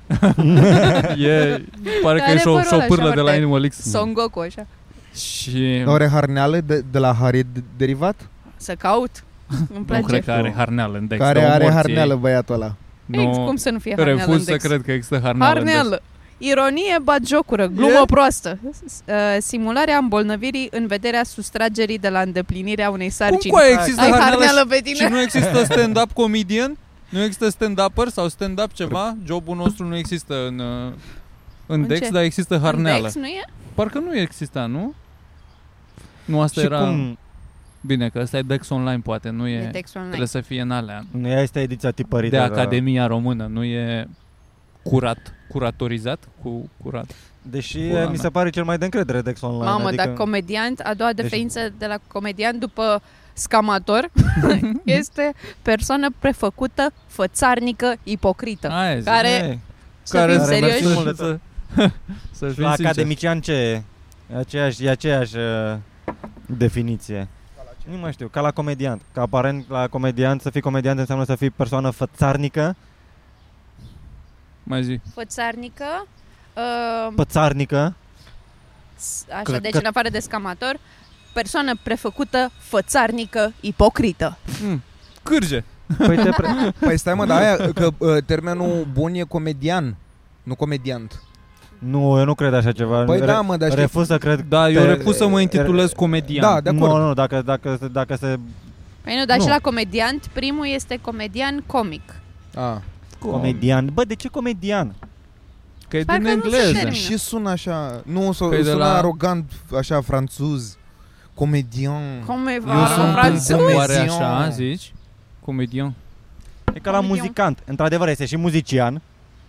Speaker 3: e, pare că
Speaker 4: Dar
Speaker 3: e
Speaker 4: are
Speaker 3: și o,
Speaker 4: părul
Speaker 3: și o
Speaker 4: ăla
Speaker 3: pârlă
Speaker 4: așa
Speaker 3: de la
Speaker 4: foarte-
Speaker 3: Animal X.
Speaker 4: Songoku, așa.
Speaker 3: Și
Speaker 2: seama. Are harneală de, de la Harry derivat?
Speaker 4: Să caut. Îmi
Speaker 3: nu
Speaker 4: place.
Speaker 3: cred că are harneală în Dex.
Speaker 2: care
Speaker 3: dă o
Speaker 2: are
Speaker 3: morție.
Speaker 2: harneală băiatul ăla.
Speaker 4: Ei,
Speaker 3: Nu,
Speaker 4: cum să nu fie harneală în
Speaker 3: refuz să
Speaker 4: Dex?
Speaker 3: cred că există harneală în Dex.
Speaker 4: Harneală. Ironie, batjocură, glumă
Speaker 2: E?
Speaker 4: proastă, S- uh, simularea îmbolnăvirii în vederea sustragerii de la îndeplinirea unei
Speaker 3: Cum
Speaker 4: sarcini.
Speaker 3: cu există
Speaker 4: Ai
Speaker 3: harneală
Speaker 4: harneală pe
Speaker 3: Și
Speaker 4: tine?
Speaker 3: nu există stand-up comedian? Nu există stand-upper sau stand-up ceva? Jobul nostru nu există în, uh, în
Speaker 4: În
Speaker 3: Dex,
Speaker 4: ce?
Speaker 3: dar există harneală.
Speaker 4: Dex, nu e?
Speaker 3: Parcă nu exista, nu? Nu, asta
Speaker 1: Și
Speaker 3: deci era...
Speaker 1: cum?
Speaker 3: Bine, că ăsta e Dex Online, poate, nu e...
Speaker 4: E Dex online.
Speaker 3: Trebuie să fie în alea.
Speaker 1: Nu ea este ediția tipărită.
Speaker 3: De
Speaker 1: da.
Speaker 3: Academia Română, nu e curat, curatorizat cu curat.
Speaker 1: Deși
Speaker 3: Pula
Speaker 1: eh,
Speaker 3: mea.
Speaker 1: mi se pare cel mai de încredere Dex Online.
Speaker 4: Mamă,
Speaker 1: adică...
Speaker 4: adică... dar comediant, a doua
Speaker 1: Deci-
Speaker 4: definiție de la comediant după scamator este persoană prefăcută, fățarnică, ipocrită.
Speaker 3: Aia zic.
Speaker 4: Da. Care-
Speaker 1: Eh,
Speaker 4: Să fim
Speaker 1: care
Speaker 4: serioși.
Speaker 1: merge mult.
Speaker 3: Să, să
Speaker 1: La
Speaker 3: fim sinceri.
Speaker 1: academician ce e? E aceeași, e aceeași eh, definiție. Nu mai știu, ca la comediant. Ca aparent la comediant, să fii comediant înseamnă să fii persoană fățarnică,
Speaker 3: Mai zi.
Speaker 4: Fățarnică, uh,
Speaker 1: pățarnică,
Speaker 4: s- așa,
Speaker 1: că-
Speaker 4: deci
Speaker 1: că-
Speaker 4: în afară de scamator, persoană prefăcută, fățarnică, ipocrită.
Speaker 3: Mm. Cârge.
Speaker 1: Păi te pre...
Speaker 2: Păi stai mă, dar aia, că uh, termenul bun e comedian, nu comediant.
Speaker 1: Nu, eu nu cred așa ceva.
Speaker 2: Păi
Speaker 1: Re-
Speaker 2: da, mă, dar știi,
Speaker 1: Refuz să cred
Speaker 3: Da, eu
Speaker 1: Te-
Speaker 3: repus să mă intitulez comedian.
Speaker 2: Da, de acord.
Speaker 1: Nu, nu, dacă, dacă, dacă se...
Speaker 4: Păi nu, dar
Speaker 1: Nu.
Speaker 4: și la comediant, primul este comedian comic.
Speaker 2: A.
Speaker 1: Comedian. Bă, de ce comedian?
Speaker 3: Că e
Speaker 4: Parcă
Speaker 3: din
Speaker 4: nu se
Speaker 3: engleză.
Speaker 4: termină.
Speaker 2: Și sună așa, nu, so,
Speaker 3: Că e de
Speaker 2: sună
Speaker 3: la-
Speaker 2: arogant, așa, franțuz, comedian.
Speaker 4: Come
Speaker 3: Eu
Speaker 2: Ah,
Speaker 3: sunt
Speaker 2: franțuz.
Speaker 3: un bun oare
Speaker 2: Comedian.
Speaker 3: așa, zici? Comedian.
Speaker 1: E ca la
Speaker 4: Comedian.
Speaker 1: muzicant. Într-adevăr, este și muzician,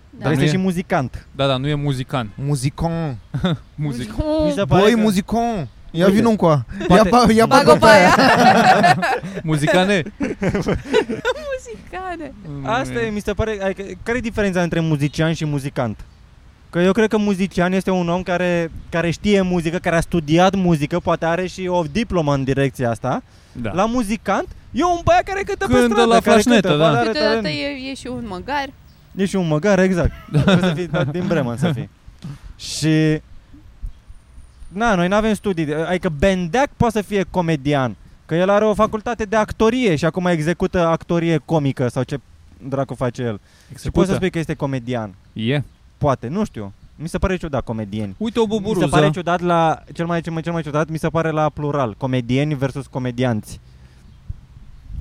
Speaker 4: da.
Speaker 1: dar este
Speaker 3: nu e.
Speaker 1: și muzicant.
Speaker 3: Da, da, nu e muzican.
Speaker 2: Muzicon.
Speaker 3: Muzic.
Speaker 1: Mi se pare
Speaker 2: Băi,
Speaker 1: că-
Speaker 2: muzicon. Ia
Speaker 1: Uite.
Speaker 2: vin un coa. Ia
Speaker 1: Poate-
Speaker 2: pa, ia pa,
Speaker 4: Bag-o pe aia.
Speaker 3: Muzicane.
Speaker 4: Muzicale.
Speaker 1: Asta e, mi se pare... Adică, care e diferența între muzician și muzicant? Că eu cred că muzician este un om care, care știe muzică, care a studiat muzică, poate are și o diplomă în direcția asta.
Speaker 3: Da.
Speaker 1: Da. La muzicant, e un băiat care cântă pe
Speaker 3: Cântă
Speaker 1: stradă,
Speaker 3: la
Speaker 1: care
Speaker 3: flașnetă,
Speaker 1: cântă,
Speaker 3: da.
Speaker 1: poate are
Speaker 4: Câteodată
Speaker 1: teren.
Speaker 4: e, e și un măgar.
Speaker 1: E și un măgar, exact. Trebuie să fii da, din Bremen să fii. Și... Na, noi nu avem studii. de- Adică Bendeac poate să fie comedian. Că el are o facultate de actorie și acum execută actorie comică sau ce dracu face el. Și poți să spui că este comedian.
Speaker 3: E.
Speaker 1: Poate, nu știu. Mi se pare ciudat comedieni.
Speaker 3: Uite o
Speaker 1: Mi se
Speaker 3: buburuză.
Speaker 1: pare ciudat la... Cel mai, cel mai, cel mai ciudat mi se pare la plural. Comedieni versus comedianți.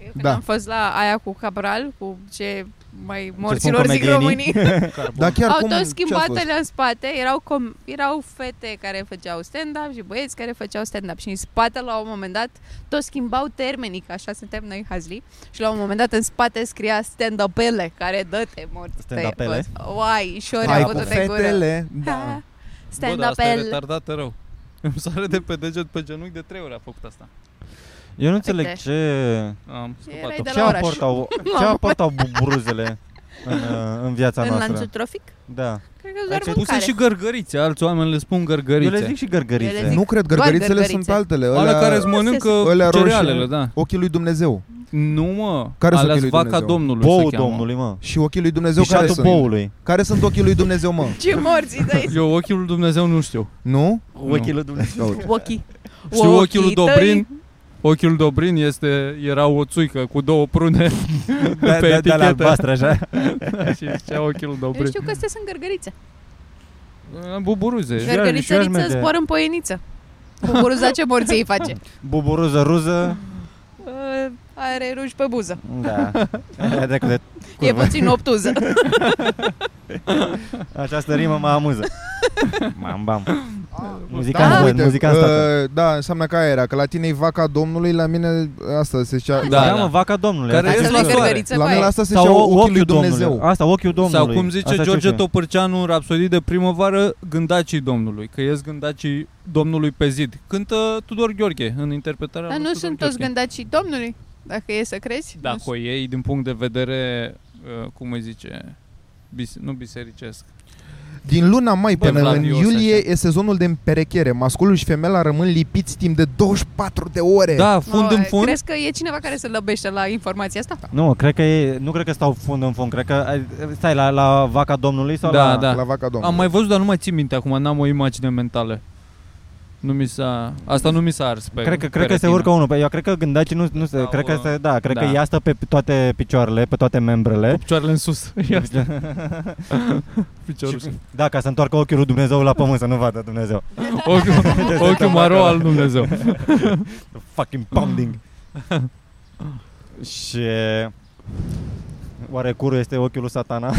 Speaker 4: Eu când
Speaker 2: Da.
Speaker 4: am fost la aia cu Cabral, cu ce mai
Speaker 1: spun
Speaker 4: morților zic
Speaker 1: comedienii?
Speaker 4: românii,
Speaker 2: Dar chiar
Speaker 4: au
Speaker 2: cum,
Speaker 4: tot
Speaker 2: ce-a
Speaker 4: schimbat
Speaker 2: fost?
Speaker 4: alea în spate, erau, com- erau fete care făceau stand-up și băieți care făceau stand-up și în spate la un moment dat tot schimbau termenii, că așa suntem noi hazli și la un moment dat în spate scria stand-upele, care dă-te morți
Speaker 1: Stand-upele?
Speaker 4: te- Uai, și ori
Speaker 2: Hai
Speaker 4: au
Speaker 2: cu
Speaker 4: bătut de gură.
Speaker 2: fetele. Da.
Speaker 4: Ha,
Speaker 3: Bă, dar asta e
Speaker 4: Stand-upele.
Speaker 3: retardat rău. Îmi sare de pe deget pe genunchi de trei ori a făcut asta.
Speaker 1: Eu nu înțeleg
Speaker 4: Uite.
Speaker 1: ce...
Speaker 3: Am
Speaker 4: erai
Speaker 3: scăpat-o.
Speaker 4: de
Speaker 1: ce
Speaker 4: la oraș.
Speaker 1: aportau, ce aportau buburuzele în, uh, în viața
Speaker 4: În
Speaker 1: noastră?
Speaker 4: lanțul trofic?
Speaker 1: Da.
Speaker 4: Cred că doar
Speaker 1: Aici
Speaker 4: mâncare.
Speaker 3: Puse și gărgărițe, alți oameni le spun
Speaker 1: Eu le
Speaker 3: gărgărițe.
Speaker 1: zic și
Speaker 4: Eu
Speaker 1: gărgărițe.
Speaker 4: le zic.
Speaker 1: Nu,
Speaker 2: Nu cred,
Speaker 4: Doar
Speaker 2: gărgărițele
Speaker 4: gărgărițe.
Speaker 2: sunt altele.
Speaker 3: Alea care îți
Speaker 4: Astea
Speaker 3: mănâncă
Speaker 4: sunt-
Speaker 2: alea roșii.
Speaker 3: cerealele, da.
Speaker 2: Ochii lui Dumnezeu.
Speaker 3: Nu, mă.
Speaker 2: Care sunt
Speaker 3: Alea
Speaker 2: ochii lui
Speaker 3: vaca
Speaker 2: Dumnezeu?
Speaker 3: Domnului
Speaker 1: bou
Speaker 3: se cheamă.
Speaker 1: domnului, mă.
Speaker 2: Și ochii lui Dumnezeu care
Speaker 1: Pișatul
Speaker 2: sunt?
Speaker 1: boului.
Speaker 2: Care sunt ochii lui Dumnezeu, mă?
Speaker 4: Ce morți dai
Speaker 3: Eu ochiul lui Dumnezeu nu știu.
Speaker 2: Nu?
Speaker 3: Ochii
Speaker 1: lui Dumnezeu.
Speaker 2: Caut.
Speaker 4: Ochii.
Speaker 3: Știu ochiul lui
Speaker 4: Ochii
Speaker 3: Dobrin.
Speaker 4: tăi.
Speaker 3: Ochiul lui Dobrin este, era o țuică cu două prune
Speaker 1: Da,
Speaker 3: pe
Speaker 1: da, da, la
Speaker 3: etichetă.
Speaker 1: albastră, așa.
Speaker 3: și zicea ochiul lui
Speaker 4: Eu
Speaker 3: Dobrin. Deci,
Speaker 4: știu că astea sunt gărgărițe.
Speaker 3: Buburuze.
Speaker 1: Găr- și eu aș
Speaker 4: Gărgărițăriță
Speaker 1: merge.
Speaker 4: zboară în poieniță. Cucuruza ce morții îi face?
Speaker 1: Buburuză, ruză.
Speaker 4: Uh, Are ruși pe buză.
Speaker 1: Da. Aia dracu de
Speaker 4: E
Speaker 1: curvă.
Speaker 4: puțin obtuză.
Speaker 1: Această rimă mă amuză. Mam, bam. Muzicant, da, bun, muzicant uh,
Speaker 2: uh, da, înseamnă că aia era, că la tine e vaca domnului, la mine asta se zicea...
Speaker 3: Da,
Speaker 1: da,
Speaker 3: da.
Speaker 1: mă, vaca domnului.
Speaker 3: Care
Speaker 1: asta
Speaker 3: e
Speaker 1: e
Speaker 4: Hai
Speaker 3: ești
Speaker 4: să
Speaker 3: la
Speaker 4: le
Speaker 3: soare.
Speaker 4: gărgărițe
Speaker 2: La
Speaker 4: pe
Speaker 2: mine la
Speaker 4: aia.
Speaker 2: asta se zicea
Speaker 1: Sau
Speaker 2: ochiul,
Speaker 1: ochiul
Speaker 2: lui
Speaker 1: domnului.
Speaker 2: Dumnezeu.
Speaker 1: Asta, ochiul domnului.
Speaker 3: Sau cum zice
Speaker 1: Asta
Speaker 3: asta
Speaker 1: știu
Speaker 3: George
Speaker 1: și eu.
Speaker 3: Topârceanu, rapsodii de primăvară, gândacii domnului, că ies gândacii domnului pe zid. Cântă Tudor Gheorghe în interpretarea
Speaker 4: Dar
Speaker 3: lui
Speaker 4: nu
Speaker 3: Tudor
Speaker 4: sunt toți
Speaker 3: Gheorghe.
Speaker 4: gândacii domnului, dacă e să crezi.
Speaker 3: Da,
Speaker 4: Nu
Speaker 3: cu ei, din punct de vedere, uh, cum îi zice, bis, nu bisericesc.
Speaker 2: Din luna mai
Speaker 3: Bă,
Speaker 2: până
Speaker 3: Vlad,
Speaker 2: în
Speaker 3: eu o să
Speaker 2: iulie
Speaker 3: așa.
Speaker 2: e sezonul de împerechiere. Masculul și femeia rămân lipiți timp de 24 de ore.
Speaker 3: Da,
Speaker 4: știu.
Speaker 3: fund
Speaker 4: Mă,
Speaker 3: în fund.
Speaker 4: Crezi că e cineva care se lăbește la informația asta?
Speaker 1: Nu, cred că e, nu cred că stau fund în fund, cred că ai- stai la, la vaca domnului sau
Speaker 3: Da,
Speaker 1: la...
Speaker 3: da.
Speaker 2: La vaca domnului.
Speaker 3: Am mai văzut, dar nu mai țin minte acum, n-am o imagine mentală. Nu mi s-a... Asta nu mi s-a ars pe
Speaker 1: Cred că,
Speaker 3: pe
Speaker 1: cred că se
Speaker 3: retină.
Speaker 1: urcă unul, pe- eu cred că gândaci nu, nu se,
Speaker 3: Sau,
Speaker 1: cred că
Speaker 3: uh,
Speaker 1: se, da, cred
Speaker 3: da.
Speaker 1: că ea stă pe toate picioarele, pe toate membrele.
Speaker 3: Cu picioarele în sus. Ia, piciorul sus.
Speaker 1: da, ca să întoarcă ochiul lui Dumnezeu la pământ, să nu vadă Dumnezeu.
Speaker 3: Ochiul, ochiul maro al Dumnezeu.
Speaker 1: Da. Fucking pounding. Și oare curul este ochiul lui satana?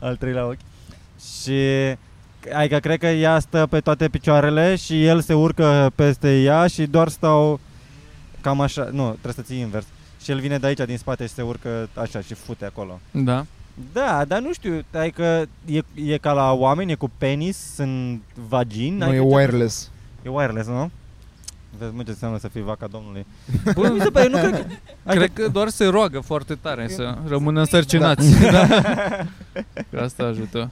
Speaker 1: Al treilea ochi. Și adică cred că ea stă pe toate picioarele și el se urcă peste ea și doar stau cam așa, nu, trebuie să ții invers. Și el vine de aici din spate și se urcă așa și fute acolo.
Speaker 3: Da.
Speaker 1: Da, dar nu știu, adică e, e ca la oameni, e cu penis în vagin.
Speaker 2: Nu
Speaker 1: adică
Speaker 2: e
Speaker 1: ce-
Speaker 2: wireless.
Speaker 1: E wireless, nu? Vezi, mă, ce înseamnă să fii vaca domnului.
Speaker 3: Bă,
Speaker 1: Mi se pare, nu cred că... Adică-
Speaker 3: Cred că doar se roagă foarte tare să rămână însărcinați. Da. Că Asta ajută.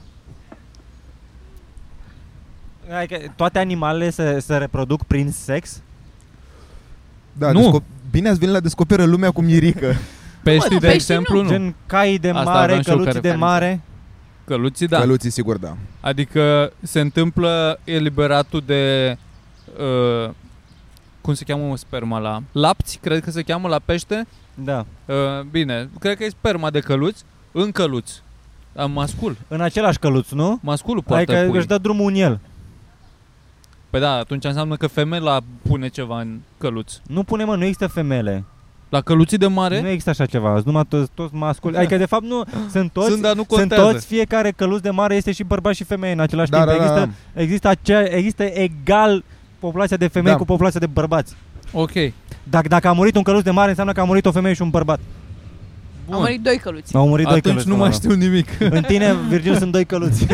Speaker 1: Adică toate animalele se, se reproduc prin sex?
Speaker 2: Da,
Speaker 3: Nu.
Speaker 2: desco- Bine ați venit la Descoperă lumea cu mirică.
Speaker 3: Peștii, de
Speaker 4: peștii
Speaker 3: exemplu,
Speaker 1: Nu.
Speaker 3: nu.
Speaker 1: Gen caii de
Speaker 3: Asta
Speaker 1: mare,
Speaker 3: aveam și eu ca
Speaker 1: căluții de
Speaker 3: referință.
Speaker 1: mare?
Speaker 3: Căluții, da.
Speaker 2: Da. Căluții, sigur, da.
Speaker 3: Adică se întâmplă eliberatul de... Uh, cum se cheamă mă, sperma la... Lapți, cred că se cheamă la pește.
Speaker 1: Da.
Speaker 3: Uh, bine, cred că e sperma de căluți în căluți. Uh, mascul.
Speaker 1: În același căluț, nu?
Speaker 3: Masculul poartă
Speaker 1: Adică
Speaker 3: pui.
Speaker 1: își dă drumul în el.
Speaker 3: Păi da, atunci înseamnă că femeia pune ceva în căluț.
Speaker 1: Nu pune, mă, nu există femele.
Speaker 3: La căluții de mare
Speaker 1: Nu există așa ceva. Sunt numai toți, toți masculi. Adică, de fapt, nu. Sunt toți...
Speaker 3: Da. sunt, dar nu
Speaker 1: Sunt
Speaker 3: contează.
Speaker 1: toți, fiecare căluț de mare este și bărbat și femeie în același
Speaker 2: Da,
Speaker 1: timp.
Speaker 2: da, da.
Speaker 1: există, Există, acea, există egal populația de femei
Speaker 2: Da.
Speaker 1: cu populația de bărbați.
Speaker 3: Ok.
Speaker 1: Dacă, dacă a murit un căluț de mare, înseamnă că a murit o femeie și un bărbat.
Speaker 3: Bun.
Speaker 4: Au murit doi căluți.
Speaker 1: Au
Speaker 2: Păi
Speaker 1: murit doi
Speaker 3: Atunci
Speaker 1: căluți.
Speaker 3: nu
Speaker 1: mă
Speaker 3: mai
Speaker 1: rog.
Speaker 3: știu nimic.
Speaker 1: În tine, Virgil, sunt doi căluți.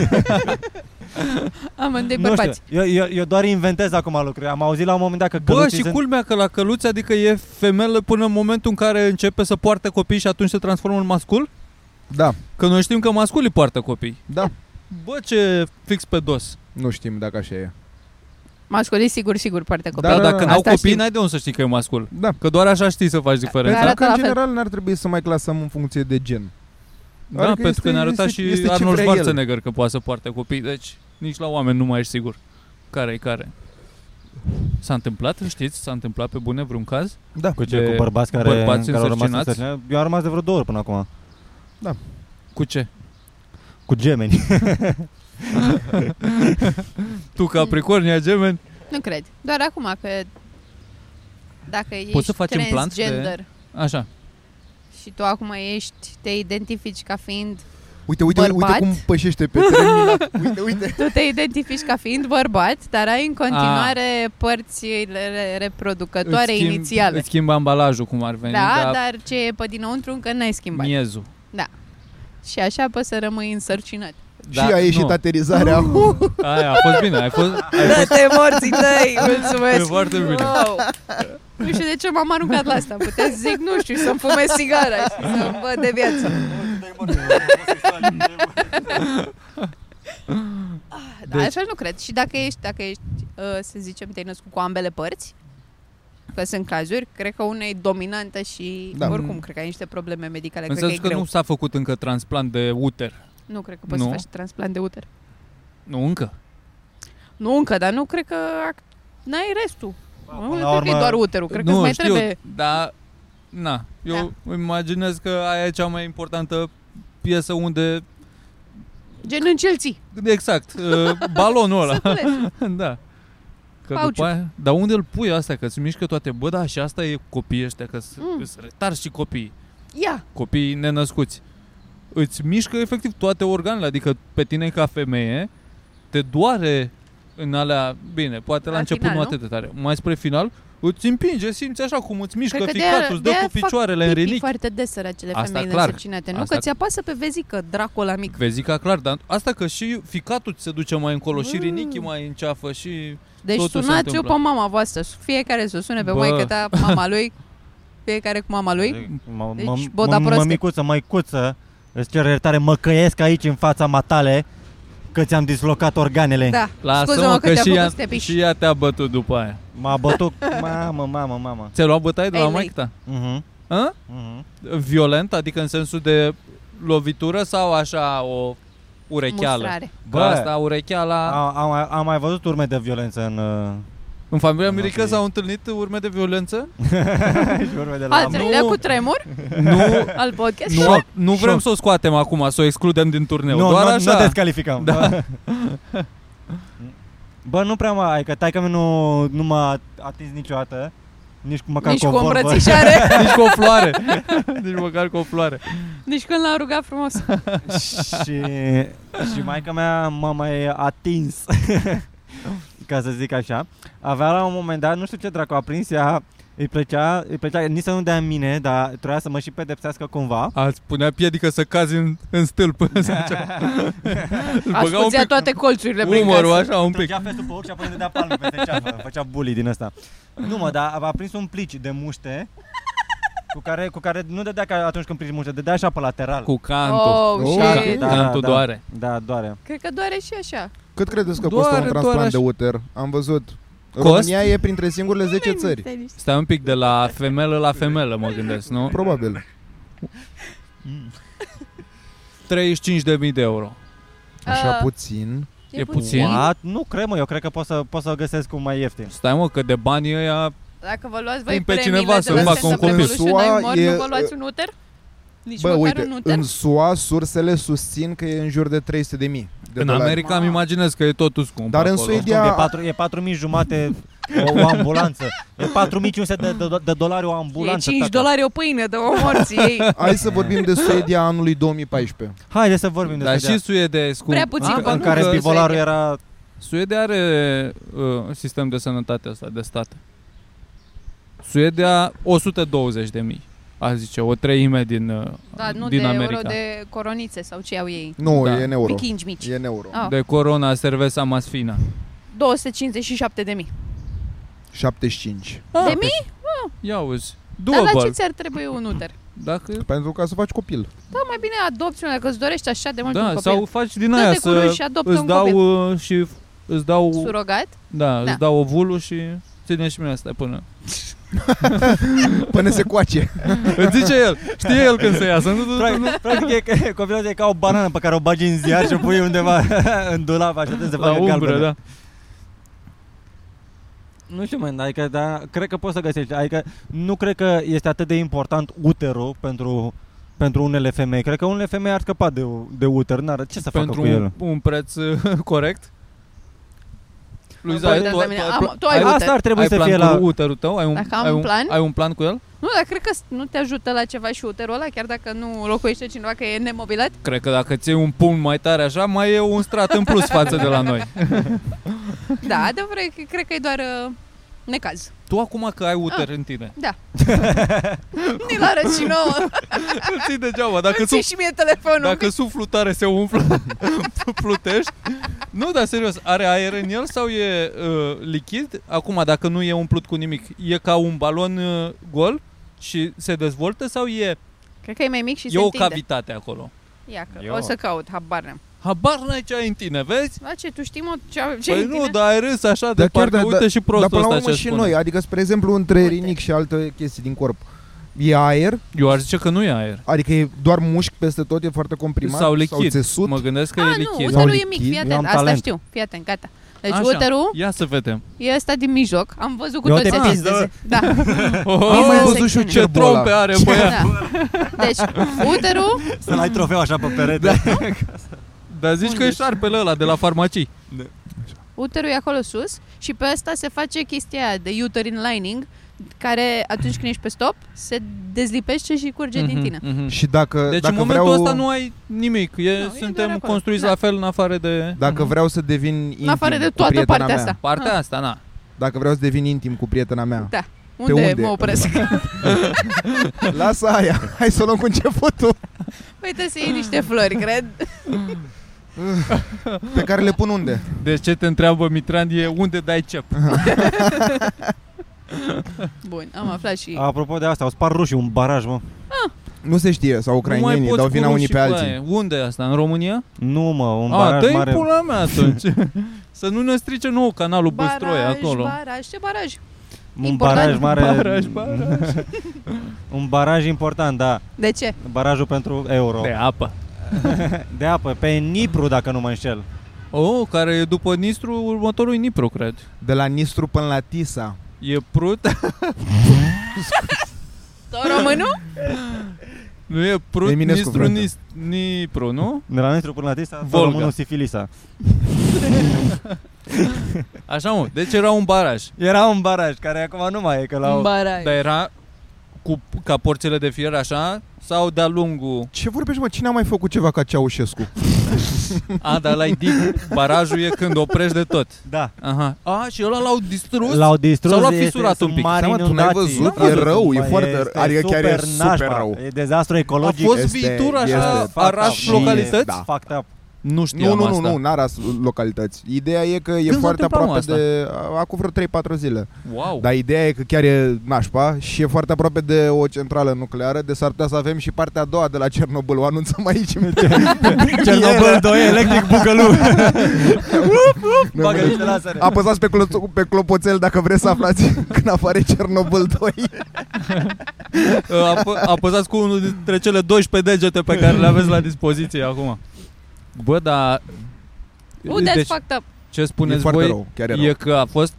Speaker 4: Amândoi
Speaker 1: nu știu,
Speaker 4: bărbați.
Speaker 1: eu, eu, eu doar inventez acum lucruri. Am auzit la un moment dat că
Speaker 3: Bă,
Speaker 1: căluții
Speaker 3: și
Speaker 1: sunt...
Speaker 3: culmea că la căluți, adică e femelă până în momentul în care începe să poartă copii și atunci se transformă în mascul?
Speaker 2: Da,
Speaker 3: Că noi știm că masculii poartă copii.
Speaker 2: da.
Speaker 3: Bă, ce fix pe dos.
Speaker 2: Nu știm dacă așa e.
Speaker 4: Masculii sigur, sigur, parte copii.
Speaker 2: Da,
Speaker 3: Dar
Speaker 2: da,
Speaker 3: dacă
Speaker 2: da.
Speaker 3: n-au
Speaker 4: Asta
Speaker 3: copii,
Speaker 4: știm.
Speaker 3: n-ai de unde să știi că e mascul.
Speaker 2: Da.
Speaker 3: Că doar așa știi să faci diferența.
Speaker 4: arată
Speaker 2: Pentru că,
Speaker 4: la
Speaker 2: în
Speaker 4: fel.
Speaker 2: general, n-ar trebui să mai clasăm în funcție de gen.
Speaker 3: Da,
Speaker 2: Adică
Speaker 3: pentru
Speaker 2: este-
Speaker 3: că ne-a arătat
Speaker 2: este-
Speaker 3: și
Speaker 2: este ce
Speaker 3: Arnold
Speaker 2: vrea el.
Speaker 3: Schwarzenegger că poate să poarte copii, deci nici la oameni nu mai ești sigur care e care. S-a întâmplat, știți, s-a întâmplat pe bune vreun caz?
Speaker 2: Da.
Speaker 1: Cu ce?
Speaker 3: de
Speaker 1: Cu bărbați care,
Speaker 3: bărbați
Speaker 1: care au rămas
Speaker 3: însărcinați?
Speaker 1: însărcinați? Eu am rămas de vreo două ori până acum.
Speaker 3: Cu ce?
Speaker 1: Cu gemeni.
Speaker 3: Tu Capricornia, gemeni?
Speaker 4: Nu cred. Doar acum că dacă ești
Speaker 3: să faci implant de-
Speaker 4: transgender
Speaker 3: Așa.
Speaker 4: și tu acum ești, te identifici ca fiind,
Speaker 2: Uite, uite, uite
Speaker 4: Bărbat.
Speaker 2: cum pășește pe terminat. Uite, uite.
Speaker 4: tu te identifici ca fiind bărbat, dar ai în continuare părțile re- reproducătoare
Speaker 3: schimb-
Speaker 4: inițiale.
Speaker 3: Îți schimbă ambalajul cum ar veni,
Speaker 4: Da,
Speaker 3: dar,
Speaker 4: dar ce e pe dinăuntru încă n-ai schimbat.
Speaker 3: miezul.
Speaker 4: Și așa poți să rămâi însărcinat.
Speaker 3: Da,
Speaker 2: și a ieșit
Speaker 3: nu.
Speaker 2: aterizarea.
Speaker 3: Aia a fost bine, ai fost... Ai fost...
Speaker 4: Dă-te morții tăi!
Speaker 3: Da, E
Speaker 4: Mulțumesc!
Speaker 3: foarte bine.
Speaker 4: Wow. Nu știu de ce m-am aruncat la asta. Puteți să zic, nu știu, să-mi fumez sigara și să văd de viață. Da,
Speaker 3: Deci-
Speaker 4: altfel nu cred. Și dacă ești, dacă ești, uh, să zicem, te-ai născut cu ambele părți, că sunt cazuri, cred că una e dominantă și
Speaker 2: Da.
Speaker 4: oricum, cred că ai niște probleme medicale,
Speaker 3: În
Speaker 4: cred că e
Speaker 3: sensul că
Speaker 4: greu.
Speaker 3: nu
Speaker 4: Nu...
Speaker 3: s-a făcut încă transplant de uter.
Speaker 4: nu cred că poți
Speaker 3: Nu.
Speaker 4: să faci transplant de uter.
Speaker 3: Nu încă.
Speaker 4: Nu încă, dar nu cred că ac- n-ai restul. Nu,
Speaker 1: până
Speaker 4: cred
Speaker 1: la
Speaker 4: că e
Speaker 1: urmă-
Speaker 4: doar uterul, cred că
Speaker 3: nu,
Speaker 4: îți mai
Speaker 3: știu,
Speaker 4: trebuie... Da.
Speaker 3: dar... Na, eu îmi imaginez că aia e cea mai importantă piesă unde
Speaker 4: Gen în Chelsea.
Speaker 3: Exact, uh, balonul ăla.
Speaker 4: Săculețul.
Speaker 3: da. Că
Speaker 4: Pauciu.
Speaker 3: după aia, dar unde îl pui astea? Că se mișcă toate. Bă, da, și asta e cu copiii ăștia, că
Speaker 4: Mm.
Speaker 3: sunt mm. retari și copiii.
Speaker 4: Ia!
Speaker 3: Copiii nenăscuți. Îți mișcă efectiv toate organele, adică pe tine ca femeie te doare în alea, bine, poate la,
Speaker 4: La
Speaker 3: început
Speaker 4: final,
Speaker 3: nu
Speaker 4: nu?
Speaker 3: atât de tare, mai spre final, îți împinge, simți așa cum îți mișcă
Speaker 4: Cred că de-aia-
Speaker 3: ficatul, îți dă
Speaker 4: de-aia
Speaker 3: cu picioarele în
Speaker 4: Pipi
Speaker 3: rinichi.
Speaker 4: foarte des săracele
Speaker 3: Asta
Speaker 4: femeile
Speaker 3: clar.
Speaker 4: însărcinate. Nu
Speaker 3: Asta-
Speaker 4: că ți apasă pe vezică, dracul ăla mic.
Speaker 3: Vezi că clar, dar asta că și ficatul ți se duce mai încolo, și
Speaker 4: Mm.
Speaker 3: rinichii mai înceafă, și...
Speaker 4: Deci
Speaker 3: Totul se
Speaker 4: sunați-o
Speaker 3: întâmplă.
Speaker 4: pe mama voastră. Fiecare să o sune pe
Speaker 3: Bă.
Speaker 4: maică ta, mama lui, fiecare cu mama lui.
Speaker 1: Mă,
Speaker 4: Deci,
Speaker 1: deci,
Speaker 4: bă, da,
Speaker 1: mă,
Speaker 4: proaste.
Speaker 1: mămicuță, măicuță, îți cer iertare, mă căiesc aici în fața matale că ți-am dislocat organele.
Speaker 4: Da,
Speaker 3: Lasă-mă
Speaker 4: scuză-mă
Speaker 3: că,
Speaker 4: că,
Speaker 3: și,
Speaker 4: te-a
Speaker 3: ea,
Speaker 4: făcut să te piși.
Speaker 3: și ea te-a bătut după aia.
Speaker 1: M-a bătut, mamă, mamă, mamă.
Speaker 3: Ți-a luat bătaie de la
Speaker 4: Ei, lei.
Speaker 3: maică ta?
Speaker 1: Mhm,
Speaker 3: A?
Speaker 1: mhm.
Speaker 3: Violent, adică în sensul de lovitură sau așa o urecheală?
Speaker 4: Mustrare.
Speaker 3: Bă, asta urecheala...
Speaker 1: Am, am, mai- am mai văzut urme de violență în... uh,
Speaker 3: În familia
Speaker 1: În
Speaker 3: Mirica
Speaker 1: atelier.
Speaker 3: s-au întâlnit urme de violență?
Speaker 1: și urme de la...
Speaker 4: Al treilea cu tremur
Speaker 3: Nu,
Speaker 4: al podcast.
Speaker 3: nu, nu
Speaker 1: Șoc.
Speaker 3: vrem să o scoatem acum, să o excludem din turneu.
Speaker 1: nu,
Speaker 3: Doar
Speaker 1: nu,
Speaker 3: așa.
Speaker 1: nu descalificăm.
Speaker 3: Da.
Speaker 1: Bă. Bă, nu prea mai, că taică nu, nu m-a atins niciodată. Nici cu măcar
Speaker 4: Nici
Speaker 1: cu
Speaker 4: cu
Speaker 1: o
Speaker 4: o
Speaker 1: vorbă.
Speaker 4: îmbrățișare,
Speaker 3: Nici cu o floare. Nici măcar cu o floare.
Speaker 4: nici când l-am rugat frumos.
Speaker 1: și, și maica mea m-a mai atins, ca să zic așa. Avea la un moment dat, nu știu ce dracu a prins, ea îi plăcea, îi plăcea nici să nu dea în mine, dar trebuia să mă și pedepsească cumva.
Speaker 3: A, îți punea piedică să cazi în, în stâlp. Îți băga un
Speaker 4: Ascuțea
Speaker 3: pic
Speaker 4: toate colțurile prin
Speaker 3: umărul
Speaker 4: casă.
Speaker 3: așa un pic.
Speaker 1: Trăgea festul pe ochi și apoi îmi dădea palme peste ceafă, făcea bully din asta. Nu mă, dar a- a prins un plici de muște, cu care, cu care nu dădea ca atunci când prinzi muște, dădea așa pe lateral.
Speaker 3: Cu cantul.
Speaker 4: Oh,
Speaker 2: Oh,
Speaker 4: shit.
Speaker 2: shit.
Speaker 1: Da,
Speaker 3: Cantul
Speaker 1: da.
Speaker 3: doare.
Speaker 1: Da, doare.
Speaker 4: Cred că doare și așa.
Speaker 2: Cât credeți că
Speaker 3: Doar-
Speaker 2: costă un
Speaker 3: doar
Speaker 2: transplant de
Speaker 3: așa.
Speaker 2: uter? Am văzut. România e printre singurele
Speaker 4: Păi,
Speaker 2: 10 țări.
Speaker 3: Stai un pic de la femelă la femelă, mă gândesc, nu?
Speaker 2: Probabil.
Speaker 4: Uh,
Speaker 3: 35.000 de euro.
Speaker 2: Așa
Speaker 4: Ah.
Speaker 2: puțin.
Speaker 3: E puțin?
Speaker 1: What? Nu cred, mă, eu cred că pot să, pot să o găsesc cu mai ieftin.
Speaker 3: Stai mă, că de banii ăia
Speaker 4: Dacă vă luați voi
Speaker 3: Pun pe
Speaker 4: Păi pe
Speaker 3: cineva
Speaker 4: cineva
Speaker 3: să
Speaker 4: de la
Speaker 2: facă
Speaker 4: Senza
Speaker 2: un copil.
Speaker 4: Revolution
Speaker 2: SUA
Speaker 4: Ai Mor,
Speaker 2: e-
Speaker 4: nu vă luați un uter? Nici
Speaker 2: Bă,
Speaker 4: deci măcar
Speaker 2: uite,
Speaker 4: un uter?
Speaker 2: în SUA sursele susțin că e în jur de 300 de mii. De
Speaker 3: În
Speaker 2: dolari.
Speaker 3: America îmi imaginez că e totul scump
Speaker 2: Dar în
Speaker 3: acolo.
Speaker 1: Nu știu,
Speaker 2: Media-
Speaker 1: e 4, e 4000 jumate o, o ambulanță. E 4500 de, de, de dolari o
Speaker 4: E
Speaker 1: ambulanță.
Speaker 4: 5
Speaker 1: tata.
Speaker 4: dolari o pâine de o morții ei.
Speaker 2: Hai să vorbim de Suedia anului 2014.
Speaker 1: Haide să vorbim
Speaker 3: Dar
Speaker 1: despre
Speaker 3: și
Speaker 1: și
Speaker 3: Suedia e scump.
Speaker 4: Prea puțin,
Speaker 3: Ah,
Speaker 4: bă,
Speaker 1: în
Speaker 4: nu
Speaker 1: care
Speaker 4: că-
Speaker 1: bivolarul era
Speaker 3: Suedia are uh, sistem de sănătate asta de stat. Suedia 120 de mii, a zice, o treime din, uh,
Speaker 4: Da, nu
Speaker 3: din
Speaker 4: de
Speaker 3: America.
Speaker 4: euro, de coronițe sau ce au ei.
Speaker 2: Nu,
Speaker 3: Da.
Speaker 2: e în euro.
Speaker 4: Vichingi mici.
Speaker 2: E în euro.
Speaker 4: Ah.
Speaker 3: de corona, cerveza, masfina.
Speaker 4: 257 de mii.
Speaker 2: 75.
Speaker 4: De mii?
Speaker 3: Ah.
Speaker 4: Ah.
Speaker 3: Ia uzi,
Speaker 4: Dar la ce
Speaker 3: doable.
Speaker 4: ți-ar trebui un uter?
Speaker 3: Dacă,
Speaker 2: Pentru ca să faci copil.
Speaker 4: Da, mai bine adopți unul, dacă îți dorești așa de mult un
Speaker 3: da,
Speaker 4: copil.
Speaker 3: sau faci din aia
Speaker 4: Dă-te cu
Speaker 3: să
Speaker 4: lui și adoptă
Speaker 3: îți
Speaker 4: un copil.
Speaker 3: dau uh, și îți dau,
Speaker 4: Surogat?
Speaker 3: da,
Speaker 4: Da.
Speaker 3: îți dau ovulul și ține și mine asta până.
Speaker 2: Până se coace.
Speaker 3: Îți zice el, știe el când să iasă. Nu, nu, nu,
Speaker 1: Practic, practic e, ca- copilul ăsta e ca o banană pe care o bagi în ziar și o pui undeva în dulap așa să se
Speaker 3: la
Speaker 1: facă
Speaker 3: umbră,
Speaker 1: galbenă.
Speaker 3: da.
Speaker 1: Nu știu, man, adică, da, cred că poți să găsești. Adică nu cred că este atât de important uterul pentru, pentru unele femei. Cred că unele femei ar scăpa de, de uter. N-ar, ce să facă
Speaker 3: pentru
Speaker 1: cu el?
Speaker 3: un, un preț uh, corect. Luiza,
Speaker 4: Mă
Speaker 3: ai,
Speaker 4: gândesc
Speaker 3: tu, ai,
Speaker 4: la mine.
Speaker 3: tu,
Speaker 4: Am- tu ai
Speaker 3: ai,
Speaker 4: uter.
Speaker 1: Asta ar trebui
Speaker 3: ai
Speaker 1: să
Speaker 3: plan
Speaker 1: fie
Speaker 3: cu
Speaker 1: la...
Speaker 3: uterul tău? Ai un,
Speaker 4: Dacă am
Speaker 3: ai
Speaker 4: un
Speaker 3: un
Speaker 4: plan?
Speaker 3: Ai un plan cu el?
Speaker 4: Nu, dar cred că s- nu te ajută la ceva și uterul ăla, chiar dacă nu locuiește cineva că e nemobilat.
Speaker 3: Cred că dacă ți iei un pumn mai tare așa, mai e un strat în plus față de la noi.
Speaker 4: Da, adevărul e că cred că e doar uh, necaz.
Speaker 3: Tu acum că ai uter în tine,
Speaker 4: Ne l arăt și nouă.
Speaker 3: îl ții degeaba.
Speaker 4: Dacă
Speaker 3: Dacă,
Speaker 4: ții
Speaker 3: suf,
Speaker 4: și mie telefonul.
Speaker 3: dacă suflu tare se umflă, plutești. Nu, dar serios, are aer în el sau e uh, lichid? Acum, dacă nu e umplut cu nimic, e ca un balon uh, gol și se dezvoltă sau e,
Speaker 4: Cred că e mai mic și
Speaker 3: e
Speaker 4: se
Speaker 3: o
Speaker 4: întinde.
Speaker 3: cavitate acolo?
Speaker 4: Ia că
Speaker 1: Eu.
Speaker 4: o să caut, habar n-am.
Speaker 3: Habar n-ai ce ai în tine, vezi?
Speaker 4: La ce, tu știi mă ce, ce
Speaker 3: păi
Speaker 4: e în
Speaker 3: nu,
Speaker 4: tine?
Speaker 3: dar ai râs așa de
Speaker 2: Dar chiar
Speaker 3: parcă,
Speaker 2: da-
Speaker 3: uite
Speaker 2: da-
Speaker 3: și
Speaker 2: Dar
Speaker 3: prostul
Speaker 2: până la
Speaker 3: ăsta
Speaker 2: urmă
Speaker 3: ce
Speaker 2: și
Speaker 3: spune.
Speaker 2: noi. Adică, spre exemplu, între
Speaker 4: Uite.
Speaker 2: rinic și alte chestii din corp. E aer,
Speaker 3: Eu ar zice că nu e aer.
Speaker 2: adică e doar mușchi peste tot, e foarte comprimat.
Speaker 3: sau lichid.
Speaker 2: Sau țesut.
Speaker 3: Mă gândesc că
Speaker 4: A,
Speaker 3: e
Speaker 4: Ah, nu,
Speaker 3: lichid.
Speaker 2: uite-
Speaker 4: uterul e
Speaker 2: lichid,
Speaker 4: mic, fii
Speaker 1: eu
Speaker 4: atent,
Speaker 1: am
Speaker 4: asta
Speaker 1: talent.
Speaker 4: știu, fii atent, gata. Deci
Speaker 3: Așa.
Speaker 4: uterul
Speaker 3: Ia să vedem.
Speaker 4: e ăsta din mijloc, am văzut cu
Speaker 1: Eu
Speaker 4: toți
Speaker 1: te
Speaker 4: aceste
Speaker 1: pizd, da,
Speaker 4: zece. Da,
Speaker 2: Am mai
Speaker 4: Ia
Speaker 2: văzut și eu
Speaker 4: secțiune.
Speaker 3: Oh, ce
Speaker 2: cerbola.
Speaker 3: trompe are băiat.
Speaker 4: da. Deci, uterul,
Speaker 1: Să-l ai trofeu așa pe perete.
Speaker 3: Da. Dar zici că e șarpele ăla de la farmacii.
Speaker 4: uterul e acolo sus și pe ăsta se face chestia aia de uterine lining care atunci când ești pe stop se dezlipește și curge
Speaker 1: Mhm.
Speaker 4: din tine.
Speaker 3: Mm-hmm.
Speaker 2: Și dacă,
Speaker 3: Deci
Speaker 2: dacă
Speaker 3: în momentul
Speaker 2: vreau,
Speaker 3: ăsta nu ai nimic. E,
Speaker 4: Nu, e doar
Speaker 3: suntem
Speaker 4: acolo.
Speaker 3: construiți
Speaker 4: Da.
Speaker 3: la fel în afară de...
Speaker 2: Dacă
Speaker 3: Mhm.
Speaker 2: vreau să devin intim
Speaker 4: Mm. În afară de
Speaker 2: cu
Speaker 4: toată
Speaker 2: prietena
Speaker 4: partea
Speaker 2: mea,
Speaker 4: asta.
Speaker 3: Partea asta, na.
Speaker 2: Dacă vreau să devin intim cu prietena mea.
Speaker 4: Da. Unde, unde
Speaker 2: unde?
Speaker 4: mă opresc? Da.
Speaker 2: Lasă aia, hai să o luăm cu începutul.
Speaker 4: Păi trebuie să iei niște flori, cred.
Speaker 2: Pe care le pun unde?
Speaker 3: Deci ce te întreabă Mitran e unde dai cep.
Speaker 4: Bun, am aflat și...
Speaker 1: Apropo de asta, au spart rușii un baraj, mă.
Speaker 2: Nu se știe, sau ucrainienii dau vina unii pe alții.
Speaker 3: Unde e asta? În România?
Speaker 1: Nu, mă, un
Speaker 3: A,
Speaker 1: baraj
Speaker 3: dă-i
Speaker 1: mare.
Speaker 3: pula mea atunci. Să nu ne strice nou canalul Băstroie acolo.
Speaker 4: baraj, ce baraj?
Speaker 1: Un
Speaker 4: important.
Speaker 1: baraj mare.
Speaker 3: Baraj,
Speaker 2: Mm-hmm.
Speaker 3: baraj.
Speaker 1: Un baraj important, da.
Speaker 4: De ce?
Speaker 1: Barajul pentru euro.
Speaker 3: De apă.
Speaker 1: de apă, pe Nipru, dacă nu mă înșel.
Speaker 3: Oh, care e după Nistru, următorul e Nipru, cred.
Speaker 2: De la Nistru până la Tisa.
Speaker 3: E Prut?
Speaker 4: Tot românul?
Speaker 3: nu e Prut,
Speaker 2: Eminescu,
Speaker 3: Nistru,
Speaker 2: frate.
Speaker 3: Nis, Nipru, nu?
Speaker 1: De la Nistru până la Tisa,
Speaker 3: Volga.
Speaker 1: românul Sifilisa.
Speaker 3: Așa mă, deci era un baraj.
Speaker 1: Era un baraj care acum nu mai e, că l-au...
Speaker 4: baraj.
Speaker 3: Dar era cu, ca porțile de fier așa sau de-a lungul
Speaker 2: Ce vorbești, mă? Cine a mai făcut ceva ca Ceaușescu?
Speaker 3: A, dar l-ai dig Barajul e când oprești de tot
Speaker 1: Da.
Speaker 3: Aha. A, și ăla l-au distrus?
Speaker 1: L-au distrus,
Speaker 3: Sau l-au
Speaker 1: este-
Speaker 3: fisurat
Speaker 1: sunt
Speaker 3: un pic?
Speaker 1: mari
Speaker 2: Seama, tu n-ai
Speaker 1: inundații.
Speaker 2: văzut?
Speaker 1: N-am
Speaker 2: E
Speaker 1: văzut.
Speaker 2: rău, e
Speaker 1: Bă,
Speaker 2: foarte-
Speaker 1: este
Speaker 2: adică chiar e
Speaker 1: super
Speaker 2: super
Speaker 1: nașpa.
Speaker 2: rău.
Speaker 1: E dezastru
Speaker 3: A
Speaker 1: ecologic.
Speaker 3: fost
Speaker 2: este-
Speaker 3: viitor așa,
Speaker 2: este
Speaker 1: fucked
Speaker 3: araș
Speaker 1: up.
Speaker 3: localități?
Speaker 1: Da. Fucked up.
Speaker 3: Nu
Speaker 2: Nu,
Speaker 3: știam
Speaker 2: nu, nu,
Speaker 3: asta
Speaker 2: nu, n-aras localități. Ideea e că e
Speaker 3: Când s-a
Speaker 2: foarte
Speaker 3: întâmplat, mă,
Speaker 2: aproape
Speaker 3: asta?
Speaker 2: de... Acum vreo 3-4 zile.
Speaker 3: Wow
Speaker 2: Dar ideea e că chiar e nașpa și e foarte aproape de o centrală nucleară, de s-ar putea să avem și partea a doua de la Cernobâl. O anunțăm aici.
Speaker 1: Cernobâl 2, electric bucălu.
Speaker 2: Nu,
Speaker 1: Bagă
Speaker 2: nu.
Speaker 1: niște lasere.
Speaker 2: Apăsați pe, clo- pe clopoțel dacă vreți să aflați când apare Cernobâl 2.
Speaker 3: Ap- Ă, Apăsați cu unul dintre cele 12 degete pe care le aveți la dispoziție acum Bă, dar
Speaker 4: Oh, that's
Speaker 3: deci,
Speaker 4: fucked up.
Speaker 3: ce spuneți
Speaker 2: foarte
Speaker 3: voi
Speaker 2: rău, chiar e rău.
Speaker 3: e că a fost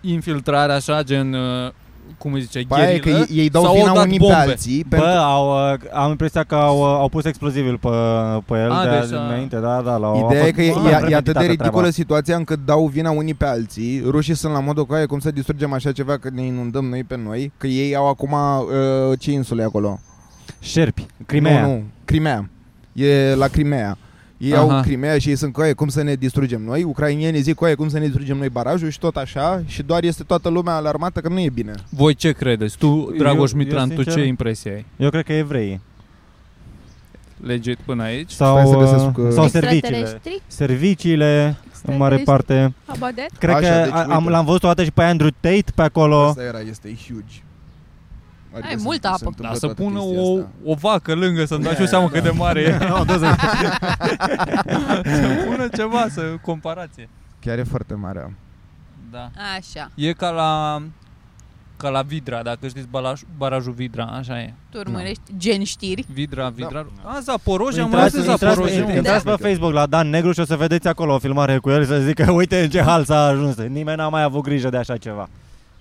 Speaker 3: infiltrare așa, gen, uh, cum îi zice,
Speaker 2: Păi aia e că
Speaker 3: gherilă,
Speaker 2: ei, ei dau
Speaker 3: sau au
Speaker 2: vina
Speaker 3: dat
Speaker 2: unii
Speaker 3: bombe.
Speaker 2: pe alții.
Speaker 1: Bă, au, uh, am impresia că au, uh, au pus explozivul pe, pe el
Speaker 3: A,
Speaker 1: de
Speaker 3: deci, a-
Speaker 1: înainte, da, da, la
Speaker 2: Ideea e că e, e, e atât de ridicolă situația încât dau vina unii pe alții. Rușii sunt la modul că "Hai, cum să distrugem așa ceva că ne inundăm noi pe noi, că ei au acum uh, ce insule acolo?
Speaker 1: Șerpi, Crimea.
Speaker 2: Nu, nu, Crimea. E la Crimea. Ei
Speaker 3: Aha.
Speaker 2: au Crimea și ei sunt coaie, cum să ne distrugem noi? Ucrainienii zic coaie, cum să ne distrugem noi barajul și tot așa și doar este toată lumea alarmată că nu e bine.
Speaker 3: Voi ce credeți? Tu, Dragoș
Speaker 1: eu
Speaker 3: Mitran, tu
Speaker 1: sincer-
Speaker 3: ce impresie ai?
Speaker 1: Eu cred că evrei.
Speaker 3: Legit până aici?
Speaker 1: Sau,
Speaker 2: să găsesc,
Speaker 1: uh,
Speaker 2: că-
Speaker 1: sau serviciile. Serviciile, în mare parte.
Speaker 4: About that?
Speaker 1: Cred
Speaker 2: Așa,
Speaker 1: că
Speaker 2: deci,
Speaker 1: a- am,
Speaker 2: uite.
Speaker 1: l-am văzut o dată și pe Andrew Tate pe acolo.
Speaker 2: era, este huge.
Speaker 4: Ai se- multă se apă.
Speaker 3: Dar Da, să pună o, o vacă lângă să-mi dau și eu seama cât de mare e. să pună ceva, să comparație.
Speaker 2: Chiar e foarte mare.
Speaker 3: Da.
Speaker 4: Așa,
Speaker 3: E ca la, ca la Vidra, dacă știți balaj, barajul Vidra, așa e.
Speaker 4: tu urmărești
Speaker 1: Da.
Speaker 4: gen știri.
Speaker 3: Vidra, Vidra. Da. A, Zaporoja, am
Speaker 1: Intrați,
Speaker 3: auzit
Speaker 1: Păi intrați,
Speaker 3: Zaporoja.
Speaker 1: intrați,
Speaker 3: mă.
Speaker 1: intrați pe Facebook la Dan Negru și o să vedeți acolo o filmare cu el să zică uite în ce hal s-a ajuns. Nimeni n-a mai avut grijă de așa ceva.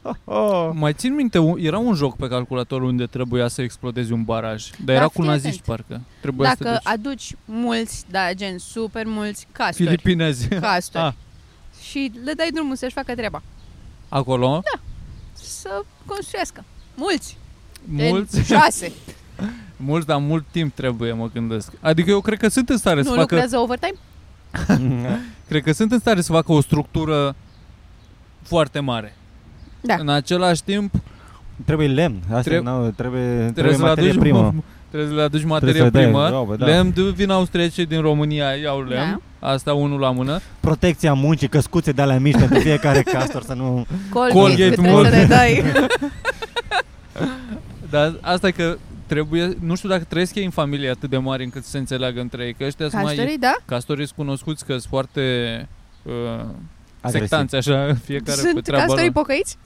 Speaker 1: Oh, oh.
Speaker 3: Mai țin minte, un- era un joc pe calculator unde trebuia să explodezi un baraj, dar era
Speaker 4: Da,
Speaker 3: cu
Speaker 4: fii
Speaker 3: naziști
Speaker 4: atent.
Speaker 3: parcă. Trebuia să te
Speaker 4: Dacă
Speaker 1: deci-
Speaker 3: duci.
Speaker 4: aduci mulți, da, gen super mulți castori,
Speaker 3: Filipinezi.
Speaker 4: castori
Speaker 3: Ah.
Speaker 4: și le dai drumul să-și facă treaba,
Speaker 3: Acolo,
Speaker 4: Da, să construiască. Mulți, gen
Speaker 3: mulți,
Speaker 4: șase.
Speaker 3: mulți, dar mult timp trebuie, mă gândesc. Adică eu cred că sunt în stare
Speaker 4: nu
Speaker 3: să facă
Speaker 4: lucrează overtime?
Speaker 3: Cred că sunt în stare să facă o structură foarte mare.
Speaker 4: Da.
Speaker 3: În același timp,
Speaker 1: trebuie lemn. Asta
Speaker 3: Treb-
Speaker 1: nu, trebuie, trebuie
Speaker 3: trebuie, să le
Speaker 1: materie
Speaker 3: aduci,
Speaker 1: primă.
Speaker 3: trebuie să le aduci
Speaker 1: să
Speaker 3: materie
Speaker 1: le dai
Speaker 3: primă.
Speaker 1: robe, da.
Speaker 3: Lemn, d- vin austriecii din România,
Speaker 4: Da.
Speaker 3: iau lemn. Asta unul la mână.
Speaker 1: Protecția muncii, căscuțe de alea mici pentru fiecare castor să nu...
Speaker 4: Colgate,
Speaker 3: Colgate
Speaker 4: cât trebuie
Speaker 3: mult.
Speaker 4: să le dai.
Speaker 3: Dar asta e că trebuie, nu știu dacă trăiesc ei în familie atât de mari încât să se înțeleagă între ei, că ăștia sunt mai
Speaker 4: Castorii, da?
Speaker 3: castorii sunt cunoscuți că sunt foarte uh,
Speaker 1: Agresiv.
Speaker 3: sectanți așa, fiecare pe
Speaker 4: Sunt
Speaker 3: treaba
Speaker 4: castorii
Speaker 3: lor.
Speaker 4: pocăiți?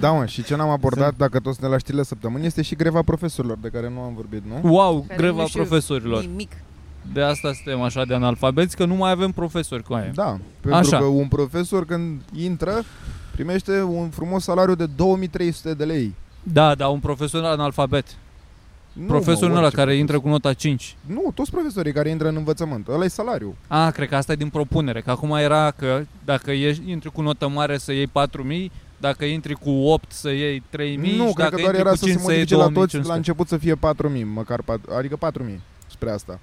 Speaker 2: Da, mă, și ce n-am abordat, dacă toți ne la știrile săptămâni, este și greva profesorilor, de care nu am vorbit, nu?
Speaker 3: Wow,
Speaker 4: Care
Speaker 3: greva
Speaker 4: nu știu
Speaker 3: profesorilor.
Speaker 4: Nimic.
Speaker 3: De asta suntem așa de analfabeți, că nu mai avem profesori cu aia.
Speaker 2: Da, pentru
Speaker 3: Așa.
Speaker 2: că un profesor când intră primește un frumos salariu de 2300 de lei.
Speaker 3: Da, da, un profesor analfabet.
Speaker 2: Nu,
Speaker 3: Profesorul
Speaker 2: mă,
Speaker 3: ăla
Speaker 2: orice
Speaker 3: care
Speaker 2: profesor.
Speaker 3: intră cu nota 5.
Speaker 2: Nu, toți profesorii care intră în învățământ. Ăla e salariu.
Speaker 3: Ah, cred că asta e din propunere, că acum era că dacă ești, intri cu notă mare să iei 4000, dacă intri cu 8 să iei 3000
Speaker 2: nu,
Speaker 3: și
Speaker 2: cred
Speaker 3: dacă
Speaker 2: că doar
Speaker 3: intri
Speaker 2: era
Speaker 3: cu
Speaker 2: să se
Speaker 3: 5 să iei
Speaker 2: modifice la toți
Speaker 3: 2500.
Speaker 2: la început să fie 4.000, măcar 4, adică 4.000 spre asta.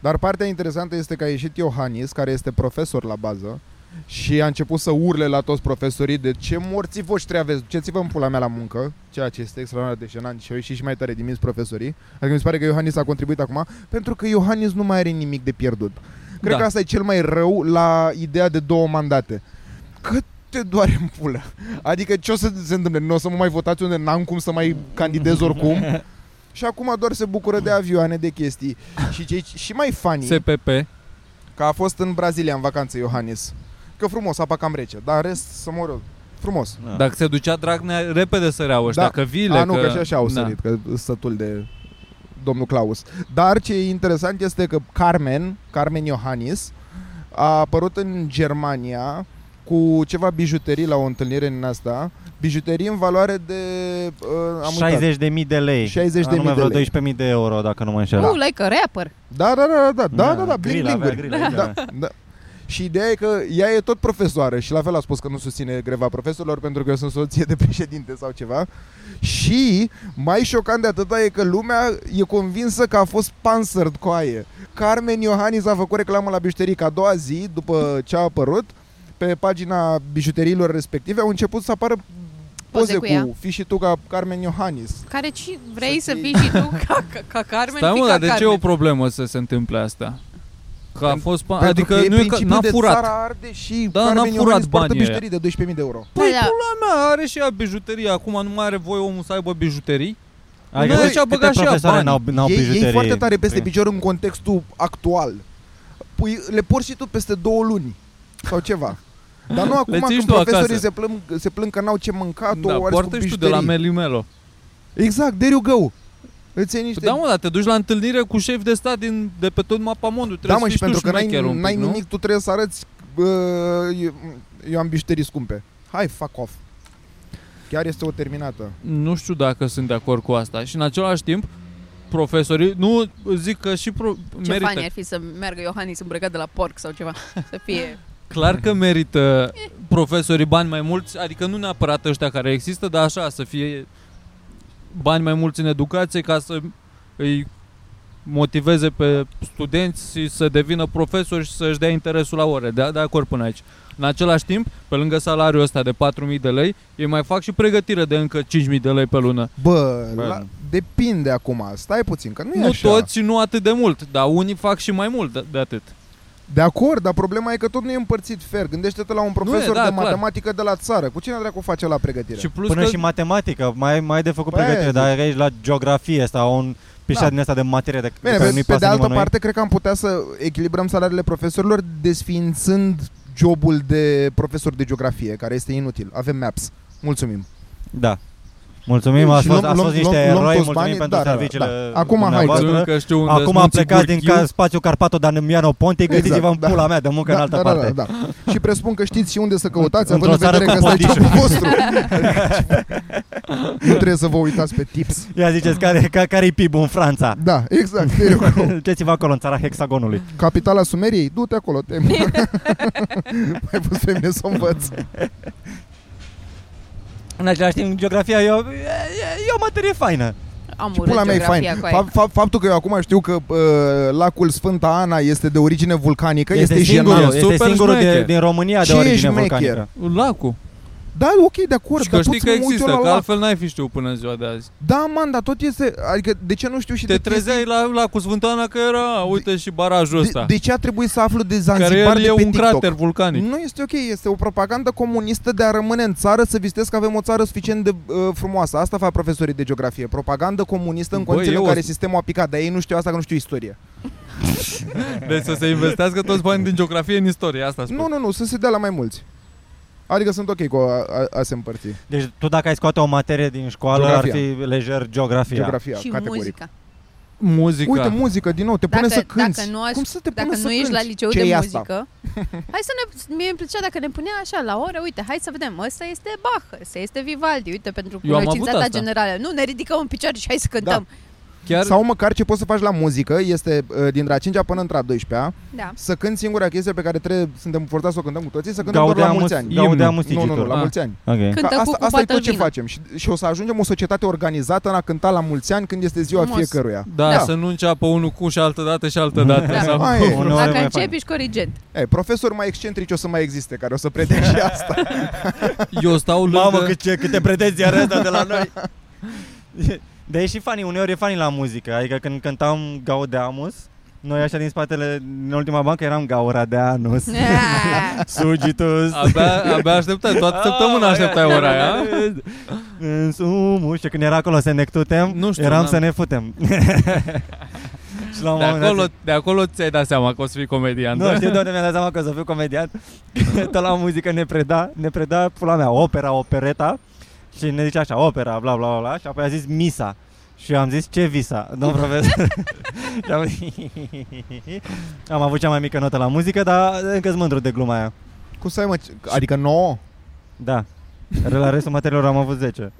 Speaker 2: Dar partea interesantă este că a ieșit Iohannis, care este profesor la bază, și a început să urle la toți profesorii de ce morții voștri aveți, duceți-vă în pula mea la muncă, ceea ce este extraordinar de jenant și au ieșit și mai tare diminți profesorii. Adică mi se pare că Iohannis a contribuit acum, pentru că Iohannis nu mai are nimic de pierdut. Cred
Speaker 3: Da.
Speaker 2: că asta e cel mai rău la ideea de două mandate. Că te doare în pulă. Adică ce o să se întâmple? Nu o să mă mai votați unde n-am cum să mai candidez oricum? Și acum doar se bucură de avioane, de chestii. Și ce e și mai funny, se...
Speaker 3: SPP.
Speaker 2: că a fost în Brazilia în vacanță Iohannis. Că frumos, apa cam rece, dar în rest să mor eu. Frumos.
Speaker 1: Da.
Speaker 3: Dacă se ducea Dragnea, repede săreau ăștia,
Speaker 2: Da.
Speaker 3: că vile,
Speaker 2: A, nu, că,
Speaker 3: că
Speaker 2: și așa au
Speaker 3: Da.
Speaker 2: sărit, că sunt sătul de domnul Claus. Dar ce e interesant este că Carmen, Carmen Iohannis, a apărut în Germania cu ceva bijuterii la o întâlnire în asta, bijuterii în valoare de... Uh, am uitat.
Speaker 1: 60.000 de lei.
Speaker 2: 60.000
Speaker 1: Anume
Speaker 2: de lei.
Speaker 1: vreo 12.000 de euro, dacă nu mă înșel.
Speaker 4: Uh, like a rapper.
Speaker 2: Da, da, da, da, da, da, da, bling,
Speaker 1: grila, avea
Speaker 2: bling,
Speaker 1: grila, aici,
Speaker 2: da, da. Și ideea e că ea e tot profesoară și la fel a spus că nu susține greva profesorilor pentru că eu sunt soție de președinte sau ceva. Și mai șocant de atâta e că lumea e convinsă că a fost pansered coaie. Carmen Iohannis a făcut reclamă la bijuterii că a doua zi, după ce a apărut, pe pagina bijuteriilor respective au început să apară poze,
Speaker 4: Poze cu ea.
Speaker 2: cu, fi și tu ca Carmen Iohannis.
Speaker 4: Care ci vrei
Speaker 2: Să
Speaker 4: să,
Speaker 2: fii-
Speaker 4: fii și tu ca, ca, ca Carmen,
Speaker 3: Stai
Speaker 4: fii
Speaker 3: mă,
Speaker 4: ca
Speaker 3: dar de ce e
Speaker 4: Carmen.
Speaker 3: o problemă să se întâmple asta? Că a
Speaker 2: Pentru-
Speaker 3: fost... pa-
Speaker 2: Pentru
Speaker 3: Adică
Speaker 2: că e
Speaker 3: nu e ca,
Speaker 2: principiul
Speaker 3: n-a
Speaker 2: de
Speaker 3: furat.
Speaker 2: țara arde și
Speaker 3: Da,
Speaker 2: Carmen
Speaker 3: n-a
Speaker 2: Iohannis
Speaker 3: furat
Speaker 2: poartă
Speaker 3: banii
Speaker 2: bijuterii de 12.000 de euro.
Speaker 3: Păi,
Speaker 4: Da, da.
Speaker 3: pula mea, are și ea bijuterii. Acum nu mai are voie omul să aibă bijuterii.
Speaker 1: Adică
Speaker 3: Nu,
Speaker 1: câte
Speaker 3: și-au băgat și ea
Speaker 1: profesoare
Speaker 3: bani.
Speaker 1: n-au, n-au
Speaker 2: ei,
Speaker 1: bijuterie.
Speaker 2: ei foarte tare peste picior în contextul actual. Pui, le porți și tu peste două luni sau ceva. Dar nu acum
Speaker 3: Le ții
Speaker 2: când
Speaker 3: și tu
Speaker 2: profesorii
Speaker 3: acasă.
Speaker 2: se plâng, se plâng că n-au ce mânca, tu
Speaker 3: Da,
Speaker 2: o ales cu
Speaker 3: poartă și tu de la
Speaker 2: bijuterii.
Speaker 3: Melimelo.
Speaker 2: Exact, there you go. Îți iei niște...
Speaker 3: Da, mă, dar te duci la întâlnire cu șef de stat din, de pe tot mapa mondul.
Speaker 2: da,
Speaker 3: Trebuie
Speaker 2: mă
Speaker 3: să
Speaker 2: și
Speaker 3: fii tu
Speaker 2: pentru că n-ai,
Speaker 3: șmecher un
Speaker 2: n-ai
Speaker 3: pic, nu?
Speaker 2: nimic, tu trebuie să arăți bă, eu, eu am bijuterii scumpe. Hai, fuck off. Chiar este o terminată.
Speaker 3: Nu știu dacă sunt de acord cu asta. Și în același timp, profesorii, nu zic că și pro-
Speaker 4: Ce
Speaker 3: merită.
Speaker 4: fani ar fi să meargă Iohannis îmbrăcat de la porc sau ceva. Să fie...
Speaker 3: Clar că merită profesorii bani mai mulți, adică nu neapărat ăștia care există, dar așa, să fie bani mai mulți în educație ca să îi motiveze pe studenți și să devină profesori și să-și dea interesul la ore. Da, De, de acord până aici. În același timp, pe lângă salariul ăsta de 4.000 de lei, ei mai fac și pregătire de încă 5.000 de lei pe lună.
Speaker 2: Bă,
Speaker 1: Bă,
Speaker 2: la,
Speaker 1: nu.
Speaker 2: depinde acum. Stai puțin, că nu e
Speaker 3: Nu
Speaker 2: așa.
Speaker 3: toți și nu atât de mult, dar unii fac și mai mult de, de atât.
Speaker 2: De acord, dar problema e că tot nu e împărțit fer. Gândește-te la un profesor
Speaker 3: da,
Speaker 2: de
Speaker 3: clar.
Speaker 2: matematică de la țară. Cu cine dracu face la pregătire?
Speaker 3: Și plus
Speaker 1: Până
Speaker 3: că
Speaker 1: și matematică, mai, mai ai de făcut
Speaker 2: Păi,
Speaker 1: pregătire,
Speaker 2: zic.
Speaker 1: dar aici la geografie sau un pișat
Speaker 2: Da.
Speaker 1: din asta de materie de
Speaker 2: Bine,
Speaker 1: care
Speaker 2: vezi,
Speaker 1: nu-i
Speaker 2: pe de
Speaker 1: pasă
Speaker 2: altă
Speaker 1: nimănui.
Speaker 2: parte, cred că am putea să echilibrăm salariile profesorilor desființând jobul de profesor de geografie, care este inutil. Avem maps. Mulțumim.
Speaker 1: Da. Mulțumim, ați
Speaker 2: Și
Speaker 1: fost,
Speaker 2: luăm-
Speaker 1: ați fost
Speaker 2: luăm-
Speaker 1: niște
Speaker 2: luăm- luăm
Speaker 1: eroi,
Speaker 2: toți
Speaker 1: mulțumim
Speaker 2: banii,
Speaker 1: pentru
Speaker 2: da, da,
Speaker 1: serviciile
Speaker 2: da. Acum, hai,
Speaker 1: dumneavoastră.
Speaker 3: Mulțumim că știu unde
Speaker 1: Acum
Speaker 3: sunt
Speaker 1: plecați din
Speaker 3: Sigur Chiu.
Speaker 1: ca spațiu Carpato Danumiano Ponte,
Speaker 2: Exact,
Speaker 1: gândiți-vă în
Speaker 2: da.
Speaker 1: pula mea de muncă în altă
Speaker 2: da,
Speaker 1: parte.
Speaker 2: da, da, da. Și presupun că știți și unde să căutați,
Speaker 1: Într-o
Speaker 2: având în
Speaker 1: țară
Speaker 2: vedere
Speaker 1: cu
Speaker 2: că ăsta e
Speaker 1: podișuri.
Speaker 2: jobul vostru. nu trebuie să vă uitați pe tips.
Speaker 1: Ia ziceți, care, ca, care-i PIB-ul în Franța?
Speaker 2: Da, exact. there you go.
Speaker 1: Duceți-vă acolo, în țara hexagonului.
Speaker 2: Capitala Sumeriei? Du-te acolo, te Mai pus pe mine să o învăț.
Speaker 1: În același timp, geografia e o, e, e o materie faină.
Speaker 4: Am
Speaker 2: Și pula
Speaker 4: urât
Speaker 2: mea e fain.
Speaker 4: geografia cu aia.
Speaker 2: Fa- fa- faptul că eu acum știu că uh, lacul Sfânta Ana este de origine vulcanică, este, este
Speaker 1: singurul,
Speaker 2: jenant.
Speaker 3: genos.
Speaker 1: este
Speaker 3: Super
Speaker 1: singurul de,
Speaker 3: șmecher.
Speaker 1: din România de
Speaker 2: Ce
Speaker 1: origine
Speaker 2: șmecher?
Speaker 1: vulcanică.
Speaker 3: Lacul.
Speaker 2: Da, ok, de acord,
Speaker 3: Și că
Speaker 2: dar
Speaker 3: știi
Speaker 2: tot
Speaker 3: că
Speaker 2: mă uit eu
Speaker 3: există,
Speaker 2: la
Speaker 3: că
Speaker 2: lac.
Speaker 3: altfel n-ai fi știut până în ziua de azi.
Speaker 2: Da, man, dar tot este... Adică, de ce nu știu și
Speaker 3: Te
Speaker 2: de chestii-
Speaker 3: trezeai la, la cu Sfântana că era, uite și barajul ăsta.
Speaker 2: de, de ce a trebuit să aflu de
Speaker 3: care
Speaker 2: Zanzibar de
Speaker 3: el e
Speaker 2: pe
Speaker 3: un
Speaker 2: TikTok?
Speaker 3: crater vulcanic.
Speaker 2: Nu este ok, este o propagandă comunistă de a rămâne în țară, să vistez că avem o țară suficient de uh, frumoasă. Asta fac profesorii de geografie. Propagandă comunistă în
Speaker 3: Bă,
Speaker 2: condițiile
Speaker 3: eu
Speaker 2: în
Speaker 3: o-
Speaker 2: care sistemul a picat, dar ei nu știu asta, că nu știu istorie.
Speaker 3: Deci să se investească toți banii din geografie în istorie, asta spun.
Speaker 2: Nu, nu, nu, să se dea la mai mulți. Adică sunt ok cu a, a, a se împărți.
Speaker 1: Deci tu dacă ai scoate o materie din școală,
Speaker 2: Geografia.
Speaker 1: ar fi lejer geografia.
Speaker 2: Geografia,
Speaker 4: și
Speaker 2: categoric.
Speaker 4: muzica.
Speaker 3: Muzica.
Speaker 2: Uite, muzică, din nou, te pune
Speaker 4: Dacă,
Speaker 2: să cânti.
Speaker 4: dacă nu, aș,
Speaker 2: Cum să te pune
Speaker 4: dacă
Speaker 2: să
Speaker 4: nu ești
Speaker 2: cânti?
Speaker 4: la liceu
Speaker 2: Ce
Speaker 4: de
Speaker 2: e asta?
Speaker 4: muzică, hai să ne... Mie îmi plăcea dacă ne punea așa la oră, uite, hai să vedem, ăsta este Bach, ăsta este Vivaldi, uite, pentru
Speaker 3: Eu am avut
Speaker 4: cunoștința ta
Speaker 3: asta.
Speaker 4: generală. Nu, ne ridicăm în picioare și hai să cântăm.
Speaker 3: Chiar
Speaker 2: Sau măcar ce poți să faci la muzică este uh, dintre a 5-a până între a 12-a
Speaker 4: Da.
Speaker 2: să cânti singura chestie pe care trebuie, suntem forțați să o cântăm cu toții, să cântăm doar la
Speaker 1: Gaudea,
Speaker 2: mulți
Speaker 1: mus-
Speaker 2: ani.
Speaker 1: gaudea
Speaker 3: Imnul.
Speaker 2: Nu, nu, nu,
Speaker 1: musticitul.
Speaker 2: la
Speaker 3: Ah.
Speaker 2: mulți ani.
Speaker 1: Ok.
Speaker 4: Cântă
Speaker 2: Că
Speaker 4: cu
Speaker 2: asta,
Speaker 4: cupa
Speaker 2: asta e tot ce
Speaker 4: tălvină.
Speaker 2: facem și, și o să ajungem o societate organizată în a cânta la mulți ani când este ziua
Speaker 4: Frumos.
Speaker 2: fiecăruia.
Speaker 3: da, să nu înceapă unul cu și altă dată și altă dată.
Speaker 4: Da.
Speaker 3: Sau...
Speaker 2: Aia e.
Speaker 1: Uneori
Speaker 4: Dacă
Speaker 1: mai fac.
Speaker 4: începi, ești corigent.
Speaker 2: Ei, profesori mai excentrici o să mai existe care o să predea și asta.
Speaker 3: Eu stau lângă...
Speaker 1: Mamă, cât, ce, câte pretenții are ăsta de la noi. Dar e și funny, uneori e funny la muzică. Adică când cântam Gaudeamus, noi așa din spatele, în ultima bancă, eram Gauradeanus,
Speaker 3: Hmm?
Speaker 4: Ah,
Speaker 1: Sugitus.
Speaker 3: Abia, abia așteptai, toată săptămâna
Speaker 1: Ah,
Speaker 2: da.
Speaker 3: așteptai
Speaker 1: mai-
Speaker 3: ora aia.
Speaker 1: Însumu și când era acolo să ne ctutem,
Speaker 3: Nu știu,
Speaker 1: eram
Speaker 3: n-am-
Speaker 1: să ne futem. și
Speaker 2: Da,
Speaker 1: la un
Speaker 3: De
Speaker 1: moment dat-
Speaker 3: acolo, de acolo ți-ai dat seama că o să fii comedian. da?
Speaker 1: Nu, știi de unde mi-am dat seama că o să fiu comedian? Că Tot la muzică ne preda, ne preda pula mea, opera, opereta și ne zice așa, opera, bla, bla, bla, și apoi a zis misa. Și eu am zis, ce visa, domn profesor? și am, am avut cea mai mică notă la muzică, dar încă-s mândru de gluma aia.
Speaker 2: Cum să ai, mă? Adică nouă?
Speaker 1: Da. La restul materiilor am avut 10.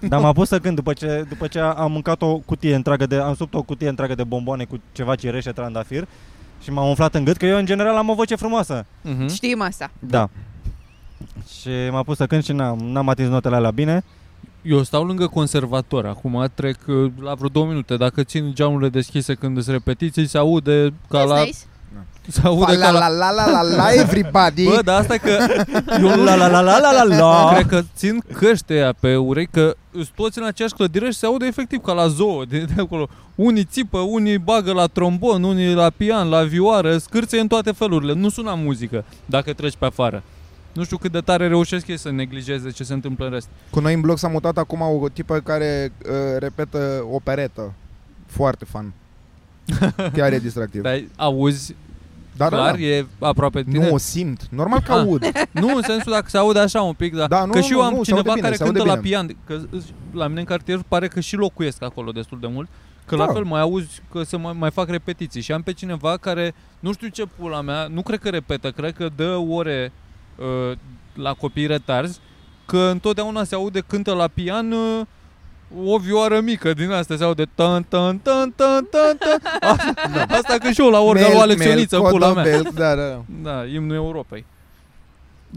Speaker 1: Dar m-a pus să cânt după ce, după ce am mâncat o cutie întreagă de, am subt o cutie întreagă de bomboane cu ceva cireșe trandafir și m-am umflat în gât, că eu în general am o voce frumoasă.
Speaker 3: Mhm.
Speaker 4: Știm asta.
Speaker 1: Da. Și m-a pus să cânt și n-am, n-am atins notele alea bine.
Speaker 3: Eu stau lângă conservator, acum trec uh, la vreo două minute. Dacă țin geamurile deschise când sunt repetiții, se aude ca
Speaker 4: That's
Speaker 3: la...
Speaker 4: nice.
Speaker 3: Se
Speaker 2: Fa-
Speaker 3: aude
Speaker 2: La
Speaker 3: ca
Speaker 2: la
Speaker 3: la...
Speaker 2: la la la la everybody.
Speaker 3: Bă, da. dar asta că... Eu nu
Speaker 1: La la la la la la la.
Speaker 2: Ah.
Speaker 3: Cred că țin căștea pe urechi, că sunt toți în aceeași clădire și se aude efectiv ca la zoo de, de acolo. Unii țipă, unii bagă la trombon, unii la pian, la vioară, scârțe în toate felurile. Nu sună muzică dacă treci pe afară. Nu știu cât de tare reușesc ei să neglijeze ce se întâmplă în rest.
Speaker 2: Cu noi în blog s-a mutat acum o tipă care uh, repetă o peretă. Foarte fan. Chiar e distractiv.
Speaker 3: Dar auzi,
Speaker 2: da, da,
Speaker 3: clar,
Speaker 2: da.
Speaker 3: e aproape de tine.
Speaker 2: Nu o simt. Normal că
Speaker 3: Ah.
Speaker 2: aud.
Speaker 3: Nu, în sensul dacă se aude așa un pic, da.
Speaker 2: Da, nu,
Speaker 3: că și
Speaker 2: nu,
Speaker 3: eu am
Speaker 2: nu, se
Speaker 3: cineva
Speaker 2: aude bine,
Speaker 3: care
Speaker 2: se aude
Speaker 3: cântă la
Speaker 2: bine.
Speaker 3: pian, că îs- la mine în cartier pare că și locuiesc acolo destul de mult, că
Speaker 2: Da.
Speaker 3: la fel mai auzi că se mai, mai fac repetiții și am pe cineva care nu știu ce pula mea, nu cred că repetă, cred că dă ore uh, la copii retarzi, că întotdeauna se aude cântă la pian uh, o vioară mică din asta se aude tan tan tan tan tan tan. Asta, asta că și eu la orga lui Alexioniță, pula mea.
Speaker 2: Codobel, Da, da, da.
Speaker 3: Da, imnul Europei.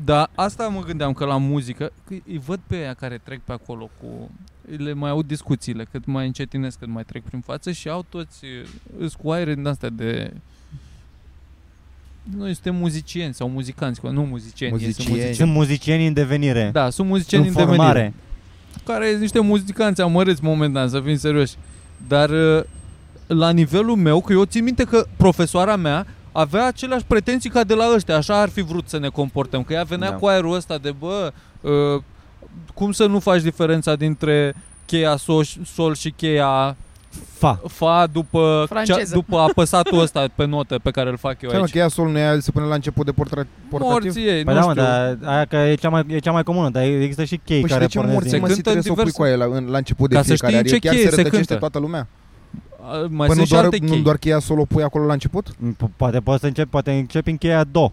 Speaker 3: Da, asta mă gândeam că la muzică, că îi văd pe aia care trec pe acolo cu le mai aud discuțiile, cât mai încetinesc, cât mai trec prin față și au toți uh, îs cu aere din astea de noi suntem muzicieni sau muzicanți, nu muzicieni, ei sunt
Speaker 2: Muzicieni.
Speaker 3: muzicieni.
Speaker 1: Sunt muzicieni în devenire.
Speaker 3: Da, sunt muzicieni
Speaker 1: în
Speaker 3: în devenire
Speaker 1: formare.
Speaker 3: care sunt niște muzicanți amărâți momentan, să fim serioși. Dar uh, la nivelul meu, că eu țin minte că profesoara mea avea aceleași pretenții ca de la ăștia, așa ar fi vrut să ne comportăm, că ea venea
Speaker 1: Da.
Speaker 3: da. cu aerul ăsta de bă, uh, cum să nu faci diferența dintre cheia sol, sol și cheia
Speaker 1: Fa.
Speaker 3: fa după,
Speaker 4: Franceză.
Speaker 3: după apăsatul ăsta pe notă pe care îl fac eu
Speaker 2: Stai mă,
Speaker 3: aici.
Speaker 2: cheia solului nu e aia, se pune la început de portra- portativ?
Speaker 3: Morții ei,
Speaker 1: Păi
Speaker 3: nu
Speaker 1: da, mă,
Speaker 3: știu.
Speaker 1: dar aia că e cea mai, e cea mai comună, dar există și chei
Speaker 2: Păi și
Speaker 1: care
Speaker 2: de ce
Speaker 1: pornesc
Speaker 2: morții
Speaker 1: din-
Speaker 2: mă
Speaker 3: Se
Speaker 2: si
Speaker 3: cântă
Speaker 2: trebuie să o pui
Speaker 3: diverse-
Speaker 2: cu aia la, în, la început de
Speaker 3: Ca să
Speaker 2: fiecare?
Speaker 3: știi
Speaker 2: Adică
Speaker 3: ce
Speaker 2: chiar
Speaker 3: cheie
Speaker 2: se
Speaker 3: se
Speaker 2: rătăcește
Speaker 3: cântă.
Speaker 2: toată lumea?
Speaker 3: A,
Speaker 2: Păi
Speaker 3: Mai
Speaker 2: nu
Speaker 3: sunt și
Speaker 2: doar,
Speaker 3: alte
Speaker 2: nu
Speaker 3: chei.
Speaker 2: doar cheia sol o pui acolo la început?
Speaker 1: Po- Poate poți să începi, poate începi în cheia do.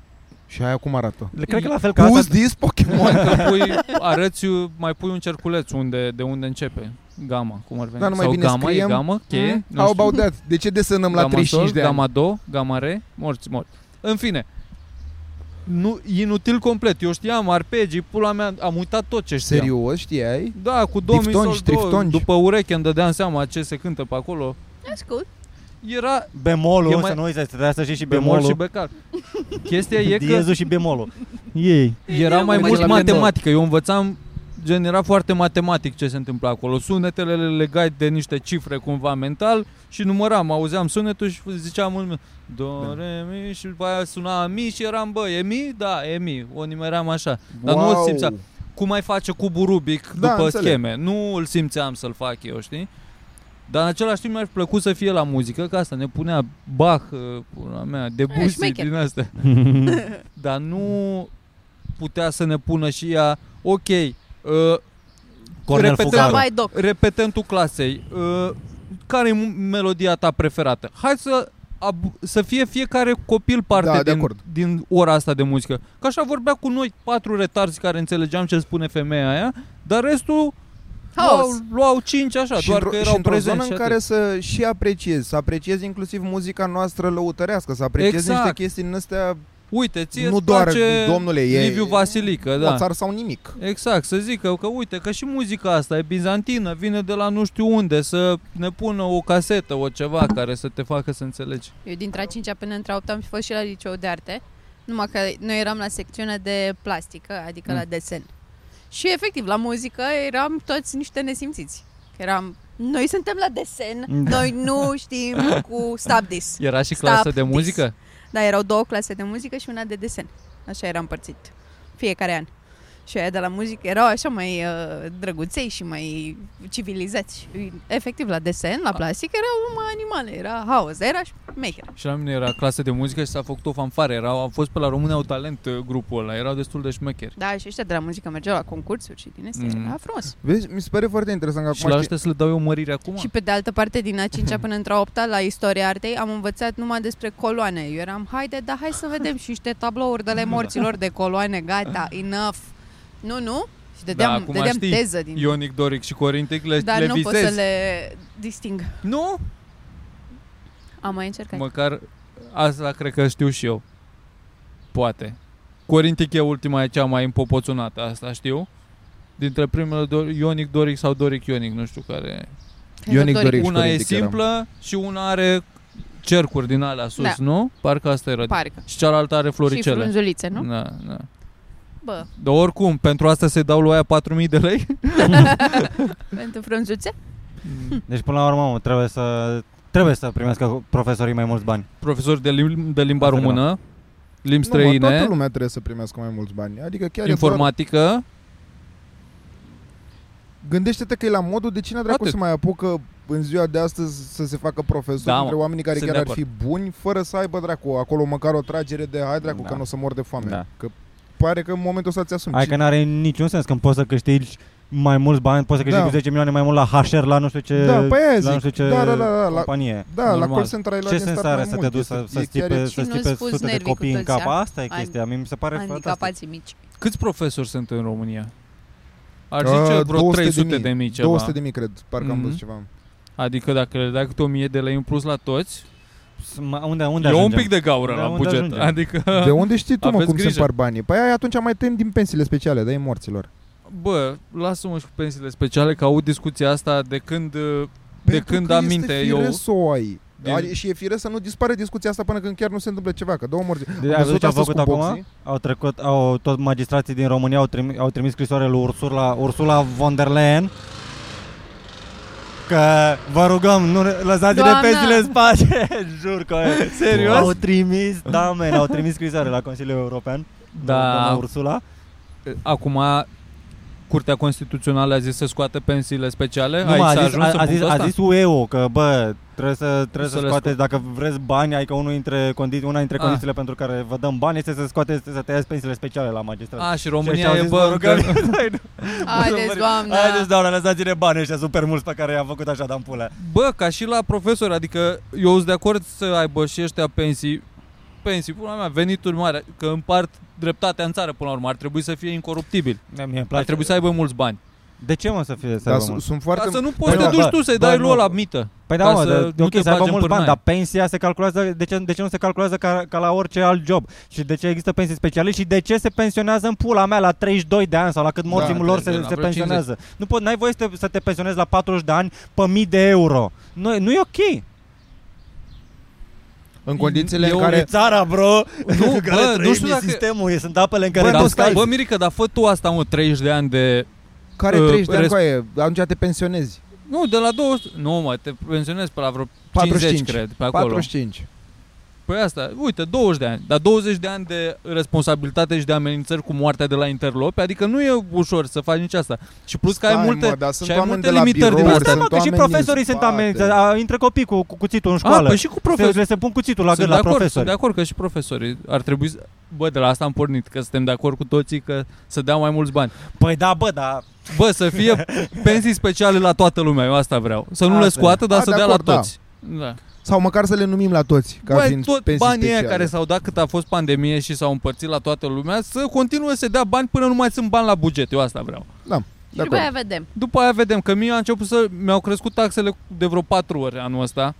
Speaker 2: Și aia cum arată?
Speaker 1: Cred că la fel ca asta.
Speaker 2: Who's this Pokemon?
Speaker 3: Că pui, arăți, mai pui un cerculeț unde, de unde începe. Gama, cum ar veni.
Speaker 2: Dar nu mai
Speaker 3: Sau
Speaker 2: Da, bine
Speaker 3: gama,
Speaker 2: scriem?
Speaker 3: e gamă, cheie.
Speaker 2: Mm?
Speaker 3: nu
Speaker 2: How
Speaker 3: știu.
Speaker 2: about that? De ce desenăm la
Speaker 3: Gama
Speaker 2: 35
Speaker 3: sol,
Speaker 2: de ani?
Speaker 3: Gama do, gama re, morți, morți. În fine, nu, inutil complet. Eu știam arpegii, pula mea, am uitat tot ce știam.
Speaker 2: Serios, știai?
Speaker 3: Da, cu 2000
Speaker 2: Diftongi,
Speaker 3: sol, două,
Speaker 2: triftongi.
Speaker 3: după ureche îmi dădeam seama ce se cântă pe acolo.
Speaker 4: That's cool.
Speaker 3: Era
Speaker 1: Bemolul,
Speaker 3: E
Speaker 1: mai...
Speaker 3: mai-
Speaker 1: să nu uiți, trebuie să știi și
Speaker 3: bemol și
Speaker 1: bemolul.
Speaker 3: becal. Chestia e că
Speaker 1: Diezul și bemolul. Ei.
Speaker 3: Era mai
Speaker 2: Mergem la
Speaker 3: mult
Speaker 2: Bemol.
Speaker 3: matematică. Eu învățam gen era foarte matematic ce se întâmpla acolo. Sunetele le legai de niște cifre cumva mental și număram, auzeam sunetul și ziceam în do, re, mi și după aia suna mi și eram bă, e mi? Da, e mi. O nimeream așa. Dar nu îl simțeam. Cum mai face cubul Rubic
Speaker 2: Da,
Speaker 3: după
Speaker 2: înțeleg.
Speaker 3: scheme? Nu îl simțeam să-l fac eu, știi? Dar în același timp mi-ar fi plăcut să fie la muzică, că asta ne punea Bach, uh, pula mea, Debussy
Speaker 4: șmecher.
Speaker 3: din astea dar nu putea să ne pună și ea, ok, uh,
Speaker 1: Cornel
Speaker 3: Repetăm.
Speaker 1: Fugaru.
Speaker 4: Mai doc.
Speaker 3: repetentul clasei, uh, care e melodia ta preferată? Hai să, ab- să fie fiecare copil parte
Speaker 2: Da, de
Speaker 3: din,
Speaker 2: acord.
Speaker 3: din ora asta de muzică. Că așa vorbea cu noi, patru retarzi care înțelegeam ce spune femeia aia, dar restul
Speaker 4: Haos.
Speaker 3: Luau, luau cinci așa,
Speaker 2: și
Speaker 3: doar
Speaker 2: într-o,
Speaker 3: că
Speaker 2: și
Speaker 3: erau
Speaker 2: într-o zonă
Speaker 3: prezenți
Speaker 2: în
Speaker 3: și
Speaker 2: care
Speaker 3: atât.
Speaker 2: să și apreciezi, să apreciezi inclusiv muzica noastră lăutărească, să apreciezi
Speaker 3: Exact.
Speaker 2: niște chestii din astea,
Speaker 3: Uite, ție
Speaker 2: nu
Speaker 3: îți
Speaker 2: doar,
Speaker 3: place
Speaker 2: domnule, e
Speaker 3: Liviu Vasilică, da.
Speaker 2: Mozart sau nimic.
Speaker 3: Exact, să zică că uite că și muzica asta e bizantină, vine de la nu știu unde, să ne pună o casetă, o ceva care să te facă să înțelegi.
Speaker 4: Eu dintre a cincea până între a opta am fost și la liceu de arte, numai că noi eram la secțiunea de plastică, adică
Speaker 3: Mm.
Speaker 4: la desen. Și efectiv, la muzică eram toți niște nesimțiți. Că Eram, noi suntem la desen,
Speaker 3: Da.
Speaker 4: noi nu știm cu stop this.
Speaker 3: Era și
Speaker 4: Stop
Speaker 3: clasă de
Speaker 4: this.
Speaker 3: muzică?
Speaker 4: Dar erau două clase de muzică și una de desen. Așa era împărțit fiecare an. Și aia de la muzică erau așa mai uh, drăguței și mai civilizați. Și, Efectiv, la desen, la plastic, erau numai animale. Era haos, era și mecher.
Speaker 3: Și la mine era clasă de muzică și s-a făcut o fanfară. Erau, am fost pe la România au talent eh, grupul ăla, erau destul de șmecheri.
Speaker 4: Da, și ăștia de la muzică mergeau la concursuri și din astea,
Speaker 3: Mhm.
Speaker 4: era frumos.
Speaker 2: Vezi, mi se pare foarte interesant că
Speaker 3: Și la
Speaker 2: acum știi,
Speaker 3: ăștia să le dau eu mărire acum?
Speaker 4: Și pe de altă parte, din a 5 până într-a 8 la istoria artei, am învățat numai despre coloane. Eu eram, haide, da, hai să vedem și niște tablouri de ale morților de coloane, gata, enough. Nu, nu? Și dădeam,
Speaker 3: acum
Speaker 4: dădeam
Speaker 3: știi.
Speaker 4: teză din...
Speaker 3: Ionic, Doric și Corintic le,
Speaker 4: Dar
Speaker 3: le
Speaker 4: nu pot
Speaker 3: visez.
Speaker 4: să le disting.
Speaker 3: Nu?
Speaker 4: Am mai încercat.
Speaker 3: Măcar asta cred că știu și eu. Poate. Corintic e ultima e cea mai împopoțonată, asta știu. Dintre primele, do- Ionic Doric sau Doric Ionic, nu știu care.
Speaker 4: Cred că
Speaker 2: Ionic
Speaker 4: Doric.
Speaker 2: Doric. Deci
Speaker 3: una e
Speaker 2: Corintic era.
Speaker 3: simplă și una are cercuri din alea sus,
Speaker 4: Da.
Speaker 3: nu? Parcă asta era.
Speaker 4: Parcă.
Speaker 3: și cealaltă are
Speaker 4: Și
Speaker 3: floricele.
Speaker 4: frunzulițe, nu?
Speaker 3: Da, da.
Speaker 4: Bă,
Speaker 3: Dar oricum, pentru asta se dau lui aia 4000 de lei?
Speaker 4: pentru frunzuțe?
Speaker 1: Deci până la urmă mă, trebuie să trebuie să primească profesorii mai mulți bani.
Speaker 3: Profesor de, lim- de limba
Speaker 1: Asta era.
Speaker 3: română, limbi
Speaker 2: nu, mă,
Speaker 3: străine,
Speaker 2: toată lumea trebuie să primească mai mulți bani. Adică chiar e doar,
Speaker 3: informatică,
Speaker 2: gândește-te că e la modul de cine dracu
Speaker 3: Atât.
Speaker 2: să mai apucă în ziua de astăzi să se facă profesor
Speaker 3: Da, mă,
Speaker 2: dintre oamenii care
Speaker 3: sunt
Speaker 2: chiar
Speaker 3: de
Speaker 2: ar fi buni fără să aibă dracu acolo măcar o tragere de hai dracu
Speaker 1: Da.
Speaker 2: că nu o să mor de foame.
Speaker 1: Da.
Speaker 2: Că pare că în momentul ăsta ți-asumi.
Speaker 1: Hai că Adică n-are niciun sens când poți să câștigi mai mulți bani, poți să câștigi
Speaker 2: Da.
Speaker 1: cu 10 milioane mai mult la HR, la nu știu ce,
Speaker 2: Da, pe aia
Speaker 1: la nu
Speaker 2: zic.
Speaker 1: știu ce
Speaker 2: Da, da, da, da, la-
Speaker 1: companie.
Speaker 2: Da, la
Speaker 3: Normal.
Speaker 2: call center ai la
Speaker 1: ce sens are să te duci să, să stipe, să
Speaker 4: Și nu-ți
Speaker 1: stipe
Speaker 4: pus
Speaker 1: sute de
Speaker 4: nervii
Speaker 1: copii
Speaker 4: cu
Speaker 1: în
Speaker 4: toți,
Speaker 1: cap?
Speaker 4: ia?
Speaker 1: Asta e
Speaker 4: Ai-
Speaker 1: chestia, mie mi se pare
Speaker 2: Adică,
Speaker 1: fantastic.
Speaker 4: Handicapații mici.
Speaker 3: Câți profesori sunt în România? Ar
Speaker 2: A,
Speaker 3: zice vreo
Speaker 2: 200 de
Speaker 3: 300
Speaker 2: mii.
Speaker 3: de mii ceva.
Speaker 2: 200 de mii, cred, parcă am
Speaker 3: Mhm.
Speaker 1: Mm.
Speaker 2: văzut ceva.
Speaker 3: Adică dacă le dai câte 1000 de lei în plus la toți,
Speaker 1: S- ma- Unde, unde
Speaker 3: e un
Speaker 1: ajungem?
Speaker 3: pic de gaură
Speaker 1: Da,
Speaker 3: la
Speaker 1: unde
Speaker 3: buget.
Speaker 1: ajungem?
Speaker 3: Adică,
Speaker 2: De unde știi tu, mă,
Speaker 3: Aveți
Speaker 2: cum se
Speaker 3: grijă.
Speaker 2: împar banii? Păi aia atunci mai tăiem din pensiile speciale, dai morților.
Speaker 3: bă, lasă-mă și cu pensiile speciale, că aud discuția asta de când... uh, De
Speaker 2: Pentru
Speaker 3: când
Speaker 2: că
Speaker 3: am
Speaker 2: este
Speaker 3: minte
Speaker 2: firesc
Speaker 3: eu-
Speaker 2: să o ai.
Speaker 3: Din-
Speaker 2: Adică Și e firesc să nu dispare discuția asta până când chiar nu se întâmplă ceva, că două morți.
Speaker 1: De, ai văzut ce au
Speaker 2: astăzi
Speaker 1: făcut
Speaker 2: cu
Speaker 1: acum?
Speaker 2: boxii.
Speaker 1: Au trecut, au, tot magistrații din România au, trimi, au trimis scrisoare lui Ursula, Ursula von der Leyen că vă rugăm, nu ne- lăsați-ne
Speaker 4: Doamnă!
Speaker 1: pensiile în spate, jur că e.
Speaker 3: Serios?
Speaker 1: Au trimis, da, man, au trimis scrisoare la Consiliul European.
Speaker 3: Da.
Speaker 1: doamna Ursula.
Speaker 3: Acum, Curtea Constituțională a zis să scoată pensiile speciale?
Speaker 1: Nu, mă,
Speaker 3: Aici
Speaker 1: a
Speaker 3: s-a
Speaker 1: zis,
Speaker 3: ajuns
Speaker 1: a,
Speaker 3: în
Speaker 1: a zis,
Speaker 3: punctul
Speaker 1: a
Speaker 3: ăsta?
Speaker 1: zis UE-ul că, bă, trebuie să, trebuie
Speaker 3: Să
Speaker 1: să,
Speaker 3: le
Speaker 1: scoateți, dacă vreți bani, adică unul dintre condi- una dintre
Speaker 3: Ah.
Speaker 1: condițiile pentru care vă dăm bani este să scoateți, să tăiați pensiile speciale la magistrat.
Speaker 3: A, și
Speaker 1: Și ăștia
Speaker 3: România
Speaker 1: au
Speaker 3: e,
Speaker 1: zis,
Speaker 3: bă,
Speaker 1: vă rugăm,
Speaker 3: încă-
Speaker 4: Haideți, doamnă!
Speaker 1: Haideți, da. doamna, lăsați-ne bani ăștia super mulți pe care i-am făcut așa de ampule.
Speaker 3: Bă, ca și la profesori, adică eu sunt de acord să aibă și ăștia pensii, pensii, până la mea, venituri mari, că împart dreptatea în țară până la urmă, ar trebui să fie incoruptibil.
Speaker 1: Mie îmi
Speaker 3: Ar
Speaker 1: place.
Speaker 3: trebui să aibă mulți bani.
Speaker 1: De ce mă să fie să
Speaker 2: Da,
Speaker 1: aibă
Speaker 2: sunt-
Speaker 1: mulți?
Speaker 2: sunt
Speaker 3: Ca
Speaker 2: foarte...
Speaker 3: să nu poți
Speaker 1: Păi
Speaker 3: să te
Speaker 1: da,
Speaker 3: duci
Speaker 1: bă,
Speaker 3: tu să-i
Speaker 1: bă,
Speaker 3: dai
Speaker 1: nu.
Speaker 3: lui la mită.
Speaker 1: Păi
Speaker 3: ca
Speaker 1: da, mă,
Speaker 3: să
Speaker 1: de,
Speaker 3: nu
Speaker 1: ok,
Speaker 3: te
Speaker 1: să aibă
Speaker 3: bagi în
Speaker 1: mulți bani,
Speaker 3: pârnaie.
Speaker 1: dar pensia se calculează, de ce, de ce nu se calculează ca, ca la orice alt job? Și de ce există pensii speciale și de ce se pensionează în pula mea la 32 de ani sau la cât morții
Speaker 2: Da,
Speaker 1: lor
Speaker 3: de- de
Speaker 1: se,
Speaker 3: la
Speaker 1: se
Speaker 3: vreo 50.
Speaker 1: pensionează? Nu pot, n-ai voie să te, să te pensionezi la 40 de ani pe 1000 de euro. Nu, nu e ok.
Speaker 2: În condițiile
Speaker 3: Eu-
Speaker 2: în care...
Speaker 1: E țara, bro,
Speaker 3: Nu,
Speaker 1: în care
Speaker 3: bă, nu
Speaker 1: trăim,
Speaker 3: știu
Speaker 1: e
Speaker 3: dacă-
Speaker 1: sistemul, e, sunt apele în care
Speaker 3: Bă,
Speaker 1: tu
Speaker 3: dar
Speaker 1: stai.
Speaker 3: stai, bă, Mirica, dar fă tu asta, mă, 30 de ani de...
Speaker 2: Care
Speaker 3: Uh,
Speaker 2: 30 de ani
Speaker 3: res-
Speaker 2: cu aia, atunci te pensionezi.
Speaker 3: Nu, de la 200... Nu, mă, te pensionezi pe la vreo
Speaker 2: 45,
Speaker 3: 50, cred, pe acolo.
Speaker 2: 45.
Speaker 3: Păi asta, uite, 20 de ani. Dar 20 de ani de responsabilitate și de amenințări cu moartea de la interlope, adică nu e ușor să faci nici asta. Și plus că ai
Speaker 2: Stai,
Speaker 3: multe,
Speaker 2: mă, dar sunt
Speaker 3: și ai
Speaker 2: oameni
Speaker 3: multe
Speaker 2: de la
Speaker 3: limitări din
Speaker 1: Bă,
Speaker 2: birouri,
Speaker 3: astea.
Speaker 1: stai,
Speaker 2: sunt
Speaker 1: mă, că și
Speaker 2: oamenii în
Speaker 1: profesorii sunt
Speaker 2: spate.
Speaker 1: ameninți, a- intră copii cu, cu cuțitul în
Speaker 3: A,
Speaker 1: școală.
Speaker 3: păi și cu
Speaker 1: Se,
Speaker 3: profesori.
Speaker 1: le se pun cuțitul la gât
Speaker 3: sunt,
Speaker 1: la
Speaker 3: de acord, sunt
Speaker 1: profesori.
Speaker 3: de acord că și profesorii ar trebui să... Bă, de la asta am pornit, că suntem de acord cu toții că să dea mai mulți bani.
Speaker 1: Păi da, bă, da.
Speaker 3: Bă, să fie pensii speciale la toată lumea, eu asta vreau. Să nu le
Speaker 1: Asta e.
Speaker 3: scoată, dar
Speaker 2: A,
Speaker 3: să
Speaker 2: de
Speaker 3: dea
Speaker 2: acord,
Speaker 3: la
Speaker 2: da.
Speaker 3: toți. Da.
Speaker 2: Sau măcar să le numim la toți, ca
Speaker 3: Băi,
Speaker 2: fiind
Speaker 3: tot
Speaker 2: pensii
Speaker 3: banii ăia
Speaker 2: speciale.
Speaker 3: care s-au dat cât a fost pandemie și s-au împărțit la toată lumea, să continue să dea bani până nu mai sunt bani la buget. Eu asta vreau.
Speaker 4: Și după aia vedem.
Speaker 3: După aia vedem că mie a început să mi-au crescut taxele de vreo 4 ori anul ăsta.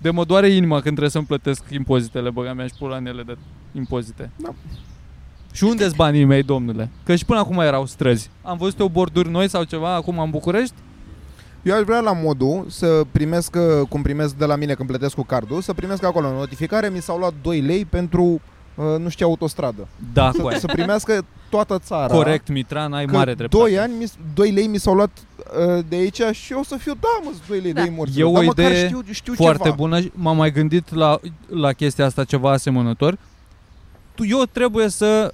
Speaker 3: De mă doare inima când trebuie să-mi plătesc impozitele, băga mea și pula în ele de impozite.
Speaker 2: Da.
Speaker 3: Și unde sunt banii mei, domnule? Că și până acum erau străzi. Am văzut eu borduri noi sau ceva acum în București?
Speaker 2: Eu aș vrea la modul să primesc, uh, cum primesc de la mine când plătesc cu cardul, să primesc acolo o notificare, mi s-au luat 2 lei pentru, uh, nu știu, autostradă.
Speaker 3: Da,
Speaker 2: Să,
Speaker 3: coaie.
Speaker 2: să primească toată țara.
Speaker 3: Corect, Mitran, ai
Speaker 2: Că
Speaker 3: mare dreptate.
Speaker 2: 2 ani, mi s- 2 lei mi s-au luat uh, de aici și eu o să fiu, da, mă, 2 lei
Speaker 4: Da.
Speaker 2: de morți.
Speaker 3: E o
Speaker 2: dar măcar
Speaker 3: idee
Speaker 2: știu, știu
Speaker 3: foarte
Speaker 2: ceva.
Speaker 3: bună. M-am mai gândit la, la chestia asta ceva asemănător. Tu, eu trebuie să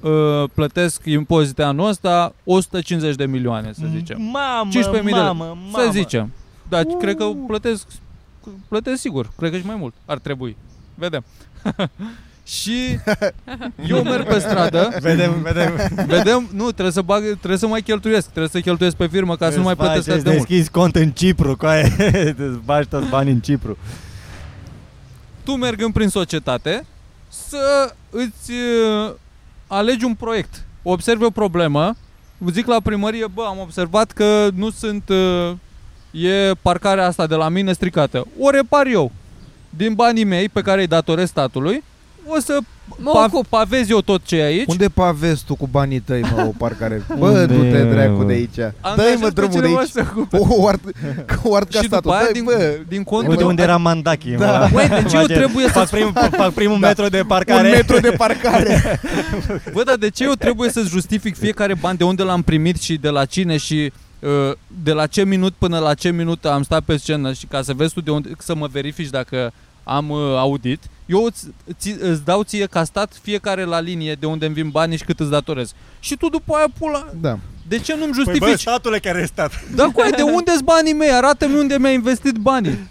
Speaker 3: uh, plătesc impozite anul ăsta 150 de milioane,
Speaker 2: Mm,
Speaker 3: să zicem.
Speaker 1: Mamă,
Speaker 3: 15.000 de lei.
Speaker 1: mamă, mamă.
Speaker 3: Să zicem. Dar
Speaker 2: Uh.
Speaker 3: Da, cred că plătesc, plătesc sigur. Cred că și mai mult. Ar trebui. Vedem. și eu merg pe stradă
Speaker 1: Vedem, vedem.
Speaker 3: Vedem, nu, trebuie să bag, trebuie să mai cheltuiesc, trebuie să cheltuiesc pe firmă ca să nu mai
Speaker 1: Îți
Speaker 3: plătesc atât
Speaker 1: faceți-
Speaker 3: de mult.
Speaker 1: deschizi cont în Cipru, coaie. Îți bagi toți banii în Cipru.
Speaker 3: tu mergând prin societate să îți uh, alegi un proiect. Observi o problemă, zic la primărie, bă, am observat că nu sunt, uh, e parcarea asta de la mine stricată. O repar eu, din banii mei pe care îi datorez statului, o să
Speaker 4: Mă
Speaker 3: pa-
Speaker 4: ocup.
Speaker 3: pavez eu tot ce e aici.
Speaker 2: Unde pavezi tu cu banii tăi, mă, o parcare? Bă,
Speaker 1: Unde,
Speaker 2: du-te, dracu,
Speaker 1: mă?
Speaker 2: de aici. Dai,
Speaker 3: Angajez
Speaker 2: mă,
Speaker 3: pe
Speaker 2: drumul de
Speaker 3: cineva
Speaker 2: aici.
Speaker 3: să ocupe.
Speaker 2: O, o art, o art ca
Speaker 3: Și după
Speaker 2: statul.
Speaker 3: aia,
Speaker 2: Dai,
Speaker 3: din,
Speaker 2: bă,
Speaker 3: din
Speaker 1: Uite
Speaker 3: contul
Speaker 1: unde era Mandachi. Da.
Speaker 3: Băi, deci eu trebuie să
Speaker 1: fac, prim, fac primul
Speaker 2: Da.
Speaker 1: metru de
Speaker 2: un
Speaker 1: parcare.
Speaker 2: metru de parcare.
Speaker 3: Bă, dar de ce eu trebuie să-ți justific fiecare ban de unde l-am primit și de la cine și uh, de la ce minut până la ce minut am stat pe scenă și ca să vezi tu de unde, să mă verifici dacă am uh, audit, eu îți, ți, îți dau ție ca stat fiecare la linie de unde îmi vin banii și cât îți datorez. Și tu după aia pula,
Speaker 2: da.
Speaker 3: de ce nu-mi
Speaker 1: Păi bă,
Speaker 3: justifici?
Speaker 1: statule care e stat.
Speaker 3: Păi, dar cu de unde-s banii mei? Arată-mi unde mi-ai investit banii.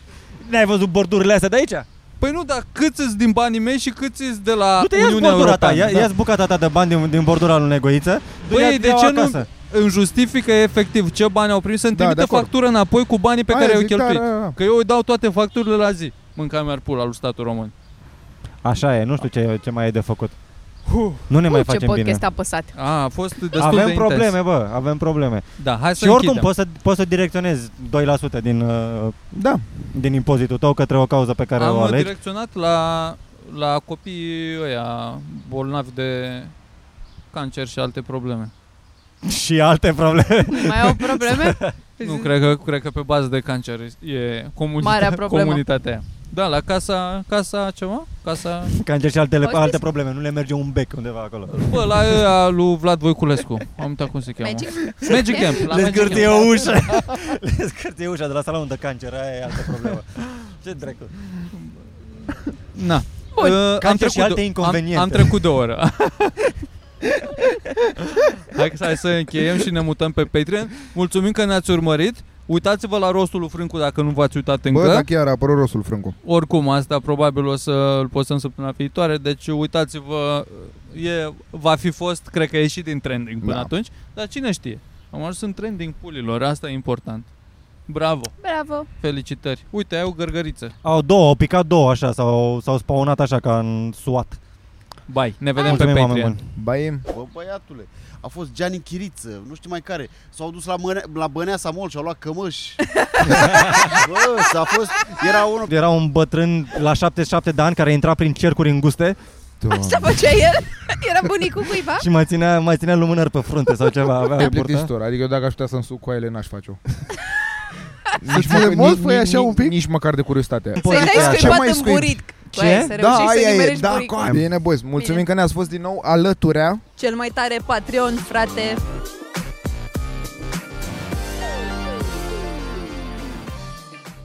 Speaker 1: N-ai văzut bordurile astea de aici?
Speaker 3: Păi nu, dar cât îți din banii mei și cât îți de la
Speaker 1: Du-te, ia-ți
Speaker 3: Uniunea
Speaker 1: bordura
Speaker 3: Europeană?
Speaker 1: ta, ia,
Speaker 3: Da.
Speaker 1: ia-ți bucata ta de bani din, din bordura lui Negoiță.
Speaker 3: Băi,
Speaker 1: Du-i-
Speaker 3: de
Speaker 1: ia-o
Speaker 3: ce nu-
Speaker 1: acasă.
Speaker 3: îmi justifică efectiv ce bani au primit, să-mi
Speaker 2: Da,
Speaker 3: trimită
Speaker 2: de acord.
Speaker 3: factură înapoi cu banii pe
Speaker 2: Aia
Speaker 3: care i-au
Speaker 2: zic,
Speaker 3: cheltuit.
Speaker 2: da, da, da.
Speaker 3: Că eu îi dau toate facturile la zi. Mânca mi-ar pula lui statul român.
Speaker 1: Așa e, nu știu ce, ce mai e de făcut.
Speaker 3: Huh.
Speaker 1: Nu ne mai
Speaker 4: Uf, ce
Speaker 1: facem bine.
Speaker 4: podcast apăsat.
Speaker 3: A, a fost destul de
Speaker 1: Avem
Speaker 3: intens.
Speaker 1: probleme, bă, avem probleme.
Speaker 3: Da, hai să
Speaker 1: Și oricum
Speaker 3: închidem.
Speaker 1: poți să, poți să direcționezi 2% din, uh,
Speaker 2: Da.
Speaker 1: din impozitul tău către o cauză pe care
Speaker 3: Am
Speaker 1: o
Speaker 3: uh,
Speaker 1: alegi.
Speaker 3: direcționat la, la copiii ăia bolnavi de cancer și alte probleme.
Speaker 1: Și alte probleme.
Speaker 4: Mai au probleme?
Speaker 3: Nu, cred că, cred că pe bază de cancer e
Speaker 4: Marea
Speaker 3: comunitatea,
Speaker 4: problemă.
Speaker 3: comunitatea aia. Da, la casa, casa ceva? Casa...
Speaker 1: Cancer și altele,
Speaker 4: Auzi?
Speaker 1: alte probleme. Nu le merge un bec undeva acolo.
Speaker 3: Bă, la ăia lui Vlad Voiculescu. Am uitat cum se cheamă.
Speaker 4: Magic?
Speaker 3: Magic Camp. La
Speaker 2: Deci
Speaker 1: le
Speaker 3: Magic Camp.
Speaker 1: scârtie o ușă. le scârtie ușa de la salonul de cancer. Aia e altă problemă. Ce dracu.
Speaker 3: Na.
Speaker 4: Bun.
Speaker 1: Cancer și alte inconveniente.
Speaker 3: Am, am trecut de o oră. hai, să- hai să încheiem și ne mutăm pe Patreon. Mulțumim că ne-ați urmărit. Uitați-vă la rostul lui Frâncu dacă nu v-ați uitat încă.
Speaker 2: Bă, dar chiar a apărut rosul, Frâncu.
Speaker 3: Oricum, asta probabil o să îl postăm săptămâna viitoare, deci uitați-vă, e, va fi fost, cred că a ieșit din trending până
Speaker 2: Da.
Speaker 3: atunci, dar cine știe? Am ajuns în trending pulilor, asta e important. Bravo,
Speaker 4: Bravo.
Speaker 3: felicitări. Uite, ai o gărgăriță.
Speaker 1: Au două, au picat două așa, s-au, s-au spawnat așa ca în SWAT.
Speaker 3: Bye, ne vedem
Speaker 1: Mulțumim,
Speaker 3: pe
Speaker 1: oameni
Speaker 3: Patreon.
Speaker 1: buni.
Speaker 2: Baie.
Speaker 5: Bă, băiatule, a fost Gianni Chiriță, nu știu mai care. S-au dus la, mâne- la Băneasa Mol și au luat cămăși. Bă, s-a fost... Era unul...
Speaker 1: Era un bătrân la 77 de ani care intra prin cercuri înguste
Speaker 4: Asta făcea el? Era bunicul cuiva?
Speaker 1: și mai ținea, mai ținea lumânări pe frunte sau ceva. Avea
Speaker 2: E
Speaker 1: o burtă.
Speaker 2: plictisitor, adică eu dacă aș putea să-mi suc coaiele, n-aș face-o.
Speaker 5: Să ți le mult,
Speaker 2: nici,
Speaker 5: făi așa un pic?
Speaker 2: nici măcar de curiozitate.
Speaker 4: Să-i
Speaker 1: Păi,
Speaker 4: dai
Speaker 2: ce
Speaker 4: scuipat
Speaker 2: mai
Speaker 4: în
Speaker 2: scuip?
Speaker 4: buric.
Speaker 1: Ce?
Speaker 4: Băi, să
Speaker 2: Da,
Speaker 4: reușești să
Speaker 2: aia e,
Speaker 4: nimerești
Speaker 2: da,
Speaker 4: buricul.
Speaker 2: coaie. Bine, boys, mulțumim
Speaker 4: Bine.
Speaker 2: că ne-ați fost din nou alăturea.
Speaker 4: Cel mai tare Patreon, frate.